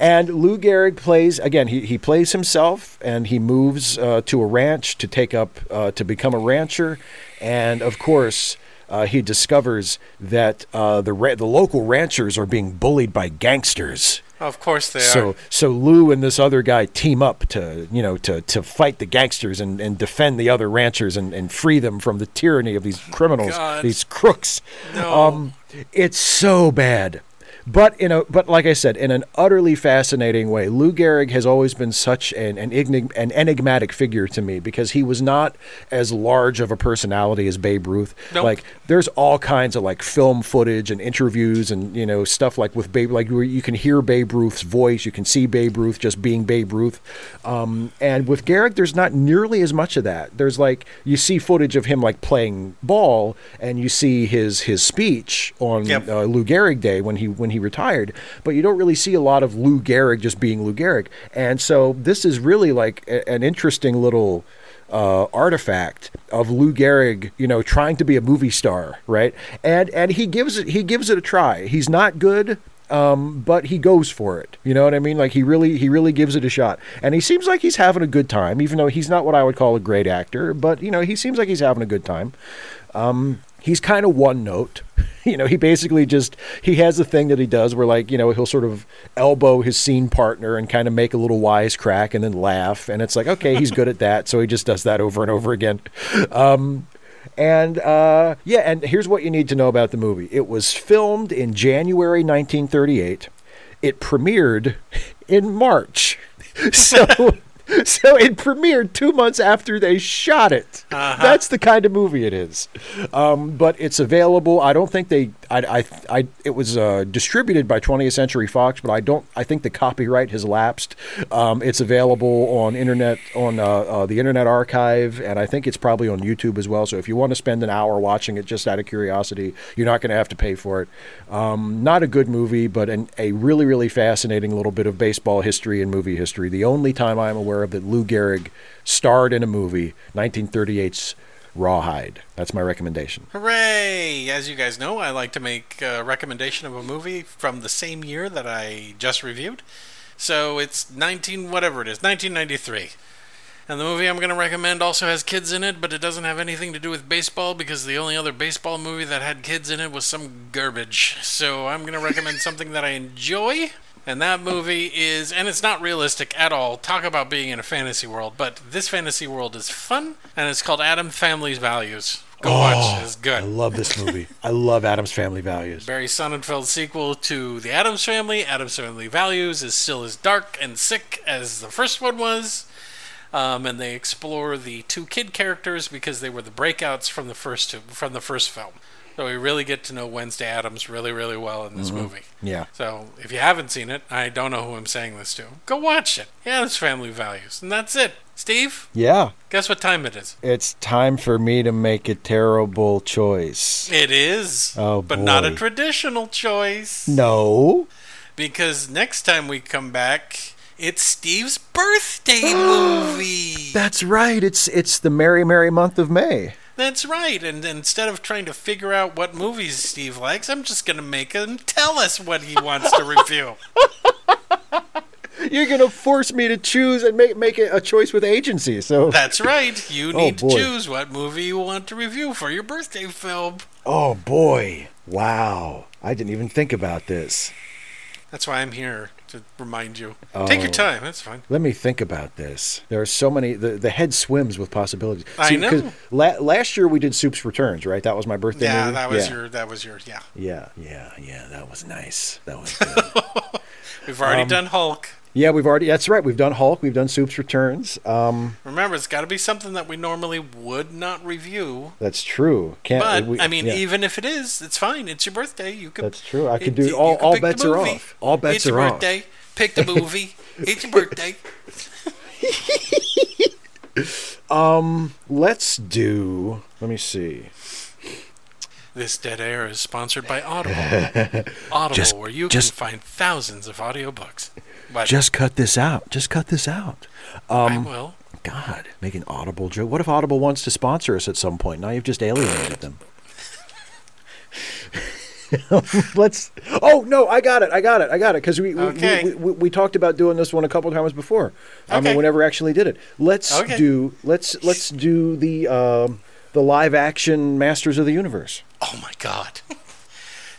Speaker 2: and Lou Gehrig plays again. He he plays himself, and he moves uh, to a ranch to take up uh, to become a rancher, and of course. Uh, he discovers that uh, the ra- the local ranchers are being bullied by gangsters,
Speaker 1: Of course they are.
Speaker 2: So so Lou and this other guy team up to you know to to fight the gangsters and, and defend the other ranchers and, and free them from the tyranny of these criminals,
Speaker 1: God.
Speaker 2: these crooks. Um,
Speaker 1: No.
Speaker 2: it's so bad. But in a but like I said, in an utterly fascinating way, Lou Gehrig has always been such an an, enig- an enigmatic figure to me because he was not as large of a personality as Babe Ruth.
Speaker 1: Nope.
Speaker 2: Like there's all kinds of like film footage and interviews and you know stuff like with Babe, like where you can hear Babe Ruth's voice, you can see Babe Ruth just being Babe Ruth. Um, and with Garrick, there's not nearly as much of that. There's like you see footage of him like playing ball, and you see his his speech on
Speaker 1: Yep.
Speaker 2: uh, Lou Gehrig Day when he when he retired, but you don't really see a lot of Lou Gehrig just being Lou Gehrig. And so this is really like a- an interesting little uh, artifact of Lou Gehrig, you know, trying to be a movie star, right? And and he gives it he gives it a try. He's not good. Um, but he goes for it. You know what I mean? Like he really, he really gives it a shot, and he seems like he's having a good time, even though he's not what I would call a great actor. But you know, he seems like he's having a good time he's kind of one note. (laughs) You know, he basically just he has a thing that he does where like, you know, he'll sort of elbow his scene partner and kind of make a little wisecrack and then laugh and it's like, okay, he's good at that, so he just does that over and over again. Um and uh, yeah, and here's what you need to know about the movie. It was filmed in January 1938. It premiered in March. So so it premiered 2 months after they shot it. That's the kind of movie it is. Um, but it's available. I don't think they I I, I it was uh, distributed by 20th Century Fox, but I don't I think the copyright has lapsed. Um, it's available on internet on uh, uh, the Internet Archive and I think it's probably on YouTube as well. So if you want to spend an hour watching it just out of curiosity, you're not going to have to pay for it. Um, not a good movie, but an, a really really fascinating little bit of baseball history and movie history. The only time I'm aware of that Lou Gehrig starred in a movie, 1938's Rawhide. That's my recommendation.
Speaker 1: Hooray! As you guys know, I like to make a recommendation of a movie from the same year that I just reviewed. So it's 19 whatever it is, 1993. And the movie I'm going to recommend also has kids in it, but it doesn't have anything to do with baseball because the only other baseball movie that had kids in it was some garbage. So I'm going to recommend something that I enjoy. And that movie is, and it's not realistic at all. Talk about being in a fantasy world, but this fantasy world is fun, and it's called Adam Family's Values. Go watch, it's good.
Speaker 2: Oh, I love this movie. I love Adam's Family Values.
Speaker 1: Barry Sonnenfeld's sequel to The Adams Family, Adams Family Values, is still as dark and sick as the first one was. Um, and they explore the two kid characters because they were the breakouts from the first two, from the first film. So we really get to know Wednesday Adams really, really well in this movie.
Speaker 2: Mm-hmm. Yeah.
Speaker 1: So if you haven't seen it, I don't know who I'm saying this to. Go watch it. Yeah, it's family values, and that's it. Steve,
Speaker 2: Yeah.
Speaker 1: guess what time it is?
Speaker 2: It's time for me to make a terrible choice.
Speaker 1: It is,
Speaker 2: Oh,
Speaker 1: but not a
Speaker 2: boy.
Speaker 1: traditional choice.
Speaker 2: No.
Speaker 1: Because next time we come back, it's Steve's
Speaker 2: (gasps)
Speaker 1: birthday movie.
Speaker 2: That's right. It's it's the merry merry month of May.
Speaker 1: That's right. And instead of trying to figure out what movies Steve likes, I'm just going to make him tell us what he wants
Speaker 2: (laughs)
Speaker 1: to review.
Speaker 2: You're gonna force me to choose and make make it a choice with agency. So
Speaker 1: That's right. You
Speaker 2: Oh,
Speaker 1: need
Speaker 2: boy.
Speaker 1: to choose what movie you want to review for your birthday film.
Speaker 2: Oh boy. Wow. I didn't even think about this.
Speaker 1: That's why I'm here to remind you. Take
Speaker 2: Oh.
Speaker 1: your time. That's fine.
Speaker 2: Let me think about this. There are so many. The, the head swims with possibilities.
Speaker 1: I
Speaker 2: 'cause
Speaker 1: know.
Speaker 2: La- last year we did Soup's Returns, right? That was my birthday.
Speaker 1: Yeah,
Speaker 2: movie?
Speaker 1: that was
Speaker 2: yeah.
Speaker 1: your. That was your. Yeah,
Speaker 2: Yeah, yeah, yeah. That was nice. That was. Good. (laughs)
Speaker 1: we've already
Speaker 2: Um,
Speaker 1: done Hulk.
Speaker 2: yeah, we've already. That's right. We've done Hulk. We've done Soup's Returns. Um,
Speaker 1: Remember, it's got to be something that we normally would not review.
Speaker 2: that's true. Can't.
Speaker 1: But
Speaker 2: we-
Speaker 1: I mean,
Speaker 2: yeah.
Speaker 1: even if it is, it's fine. It's your birthday. You can.
Speaker 2: That's true. I could
Speaker 1: you-
Speaker 2: do-
Speaker 1: you
Speaker 2: all-
Speaker 1: can
Speaker 2: all
Speaker 1: pick the
Speaker 2: bets are
Speaker 1: movie.
Speaker 2: off. All bets
Speaker 1: it's your
Speaker 2: are off.
Speaker 1: birthday. Pick the
Speaker 2: (laughs)
Speaker 1: movie. it's your birthday.
Speaker 2: Let's do. Let me see.
Speaker 1: This dead air is sponsored by Audible.
Speaker 2: (laughs)
Speaker 1: Audible,
Speaker 2: Just-
Speaker 1: where you
Speaker 2: just-
Speaker 1: can find thousands of audiobooks. But
Speaker 2: Just um, cut this out. Just cut this out.
Speaker 1: I will.
Speaker 2: God, make an Audible joke. What if Audible wants to sponsor us at some point? Now you've just alienated them. (laughs) Let's. Oh no, I got it. I got it. I got it. Because we we,
Speaker 1: Okay.
Speaker 2: we, we we talked about doing this one a couple times before. I mean,
Speaker 1: Okay.
Speaker 2: we never actually did it. Let's
Speaker 1: Okay.
Speaker 2: do. Let's let's do the um, the live action Masters of the Universe.
Speaker 1: Oh my god. (laughs)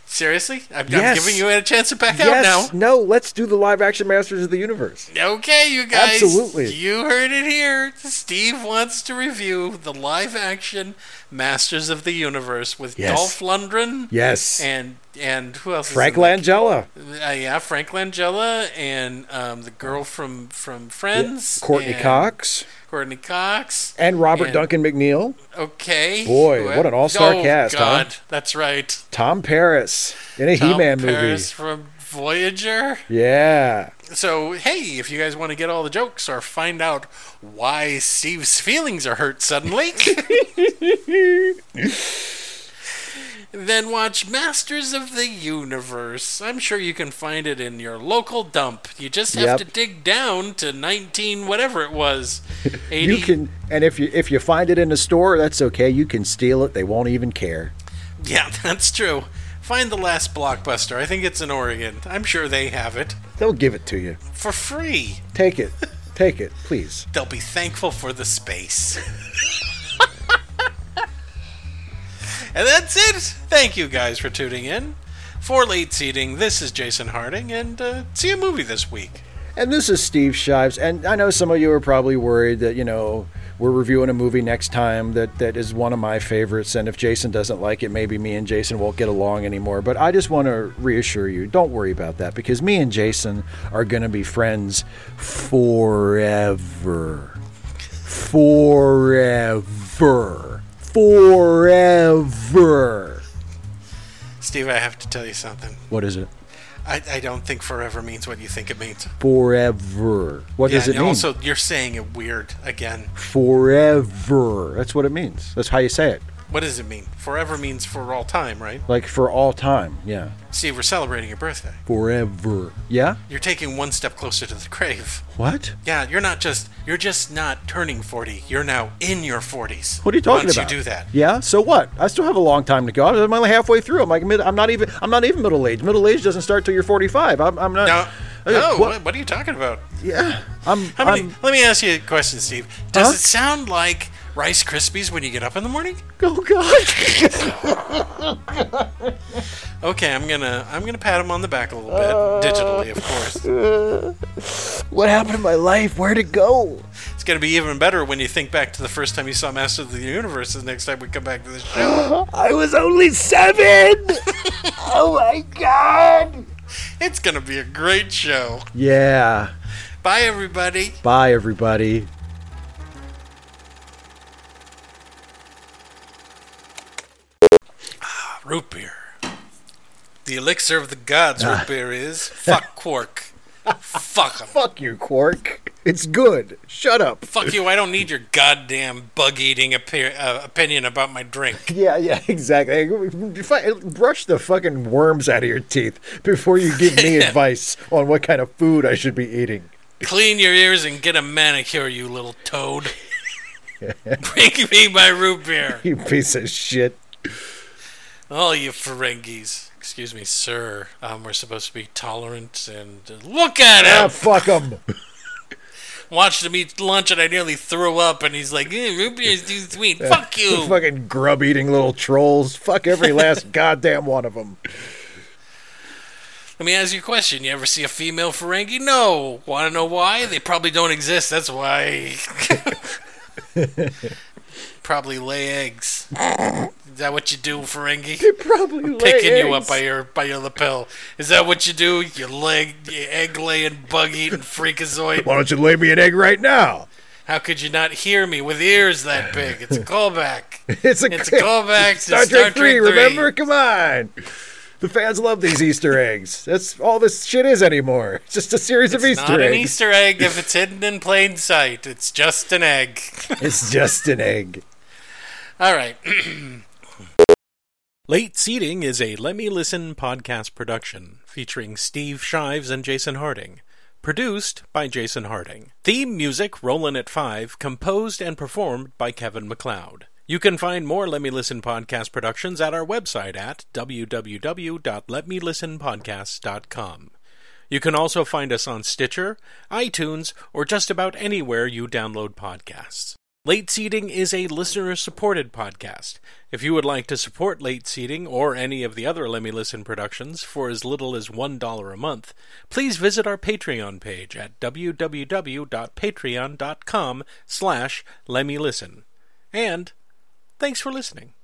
Speaker 1: Seriously? I'm, I'm
Speaker 2: Yes.
Speaker 1: giving you a chance to back out
Speaker 2: yes.
Speaker 1: now.
Speaker 2: No. Let's do the live action Masters of the Universe.
Speaker 1: Okay, you guys.
Speaker 2: Absolutely.
Speaker 1: You heard it here. Steve wants to review the live action Masters of the Universe with
Speaker 2: Yes.
Speaker 1: Dolph Lundgren.
Speaker 2: Yes.
Speaker 1: And and who else?
Speaker 2: Frank
Speaker 1: is in that?
Speaker 2: Langella,
Speaker 1: Uh, yeah, Frank Langella and um, the girl from from Friends,
Speaker 2: Courtney
Speaker 1: and
Speaker 2: Cox,
Speaker 1: Courtney Cox,
Speaker 2: and Robert
Speaker 1: and-
Speaker 2: Duncan McNeil.
Speaker 1: Okay,
Speaker 2: Boy,
Speaker 1: Who-
Speaker 2: what an all-star
Speaker 1: oh,
Speaker 2: cast, huh?
Speaker 1: God, that's right.
Speaker 2: Tom Paris in a
Speaker 1: Tom
Speaker 2: He-Man
Speaker 1: Paris from Voyager.
Speaker 2: movie. Yeah.
Speaker 1: So, hey, if you guys want to get all the jokes or find out why Steve's feelings are hurt suddenly, (laughs) then watch Masters of the Universe. I'm sure you can find it in your local dump. You just have
Speaker 2: Yep.
Speaker 1: to dig down to 19 whatever it was. 80.
Speaker 2: (laughs) You can and if you if you find it in a store, that's okay. You can steal it. They won't even care.
Speaker 1: Yeah, (laughs) that's true. Find the last blockbuster. I think it's in Oregon. I'm sure they have it
Speaker 2: They'll give it to you.
Speaker 1: for free.
Speaker 2: Take it. Take it, please.
Speaker 1: They'll be thankful for the space. and that's it. Thank you guys for tuning in. For late seating, this is Jason Harding, and uh, see a movie this week.
Speaker 2: And this is Steve Shives, and I know some of you are probably worried that, you know, we're reviewing a movie next time that, that is one of my favorites, and if Jason doesn't like it, maybe me and Jason won't get along anymore. But I just want to reassure you, don't worry about that, because me and Jason are gonna be friends forever. Forever. Forever.
Speaker 1: Steve, I have to tell you something.
Speaker 2: What is it?
Speaker 1: I, I don't think forever means what you think it means.
Speaker 2: Forever. What does
Speaker 1: Yeah,
Speaker 2: it
Speaker 1: and
Speaker 2: mean?
Speaker 1: Also, you're saying it weird again.
Speaker 2: forever. That's what it means. That's how you say it.
Speaker 1: What does it mean? Forever means for all time, right?
Speaker 2: Like for all time. Yeah.
Speaker 1: Steve, we're celebrating your birthday.
Speaker 2: Forever. Yeah?
Speaker 1: You're taking one step closer to the grave.
Speaker 2: What?
Speaker 1: Yeah, you're not just you're just not turning 40. You're now in your 40s.
Speaker 2: What are you talking
Speaker 1: once
Speaker 2: about?
Speaker 1: you do that.
Speaker 2: Yeah. So what? I still have a long time to go. I'm only halfway through. I'm like mid, I'm not even I'm not even middle aged. Middle age doesn't start till you're 45. I'm, I'm not.
Speaker 1: No.
Speaker 2: Uh,
Speaker 1: No,
Speaker 2: what-
Speaker 1: what? what are you talking about?
Speaker 2: Yeah. I'm.
Speaker 1: How many,
Speaker 2: I'm
Speaker 1: let me ask you a question, Steve. Does
Speaker 2: Huh?
Speaker 1: it sound like Rice Krispies when you get up in the morning?
Speaker 2: oh God. (laughs)
Speaker 1: Okay, I'm gonna I'm gonna pat him on the back a little bit,
Speaker 2: Uh.
Speaker 1: digitally, of course.
Speaker 2: what happened to my life? Where'd it go?
Speaker 1: It's gonna be even better when you think back to the first time you saw Master of the Universe. The next time we come back to the show, (gasps)
Speaker 2: I was only seven.
Speaker 1: (laughs)
Speaker 2: oh my God.
Speaker 1: it's gonna be a great show.
Speaker 2: Yeah.
Speaker 1: Bye, everybody.
Speaker 2: Bye, everybody.
Speaker 1: the elixir of the gods, root beer is. Fuck Quark. Fuck him.
Speaker 2: Fuck you, Quark. It's good. Shut up.
Speaker 1: Fuck you. I don't need your goddamn bug eating opi- uh, opinion about my drink.
Speaker 2: Yeah, yeah, (laughs) exactly. Fi- Brush the fucking worms out of your teeth before you give (laughs) me advice on what kind of food I should be eating.
Speaker 1: Clean your ears and get a manicure, you little toad. Bring me my root beer.
Speaker 2: You piece of shit.
Speaker 1: All you Ferengis. Excuse me, sir. Um, we're supposed to be tolerant and uh, look at
Speaker 2: Ah,
Speaker 1: him.
Speaker 2: fuck (laughs) them.
Speaker 1: Watched him eat lunch and I nearly threw up. And he's like, "Eh, "Root beer is too sweet. Fuck
Speaker 2: (laughs)
Speaker 1: you."
Speaker 2: fucking grub eating little trolls. Fuck (laughs) every last goddamn one of them.
Speaker 1: Let me ask you a question. You ever see a female Ferengi? No. Want to know why? They probably don't exist. That's why. (laughs) probably lay eggs. Is that what you do, Ferengi?
Speaker 2: Probably lay
Speaker 1: Picking you up
Speaker 2: eggs.
Speaker 1: by your by your lapel. Is that what you do? You leg, you egg laying, bug eating freakazoid.
Speaker 2: Why don't you lay me an egg right now?
Speaker 1: How could you not hear me with ears that big? It's a callback.
Speaker 2: (laughs) It's a,
Speaker 1: It's a callback to
Speaker 2: Star, Trek, 3, remember? Come on. The fans love these Easter eggs. That's all this shit is anymore. It's just a series of
Speaker 1: It's
Speaker 2: Easter
Speaker 1: not an
Speaker 2: eggs.
Speaker 1: Easter egg if it's hidden in plain sight. It's just an egg.
Speaker 2: It's just an egg.
Speaker 1: All right. (clears throat)
Speaker 5: Late Seating is a Let Me Listen podcast production featuring Steve Shives and Jason Harding. Produced by Jason Harding. Theme music Rollin' at Five, composed and performed by Kevin McLeod. You can find more Let Me Listen podcast productions at our website at www.letmelistenpodcast.com. You can also find us on Stitcher, iTunes, or just about anywhere you download podcasts. Late Seating is a listener supported podcast. If you would like to support Late Seating or any of the other Let Me Listen productions for as little as $1 a month, please visit our Patreon page at www.patreon.com slash Lemme Listen. And thanks for listening.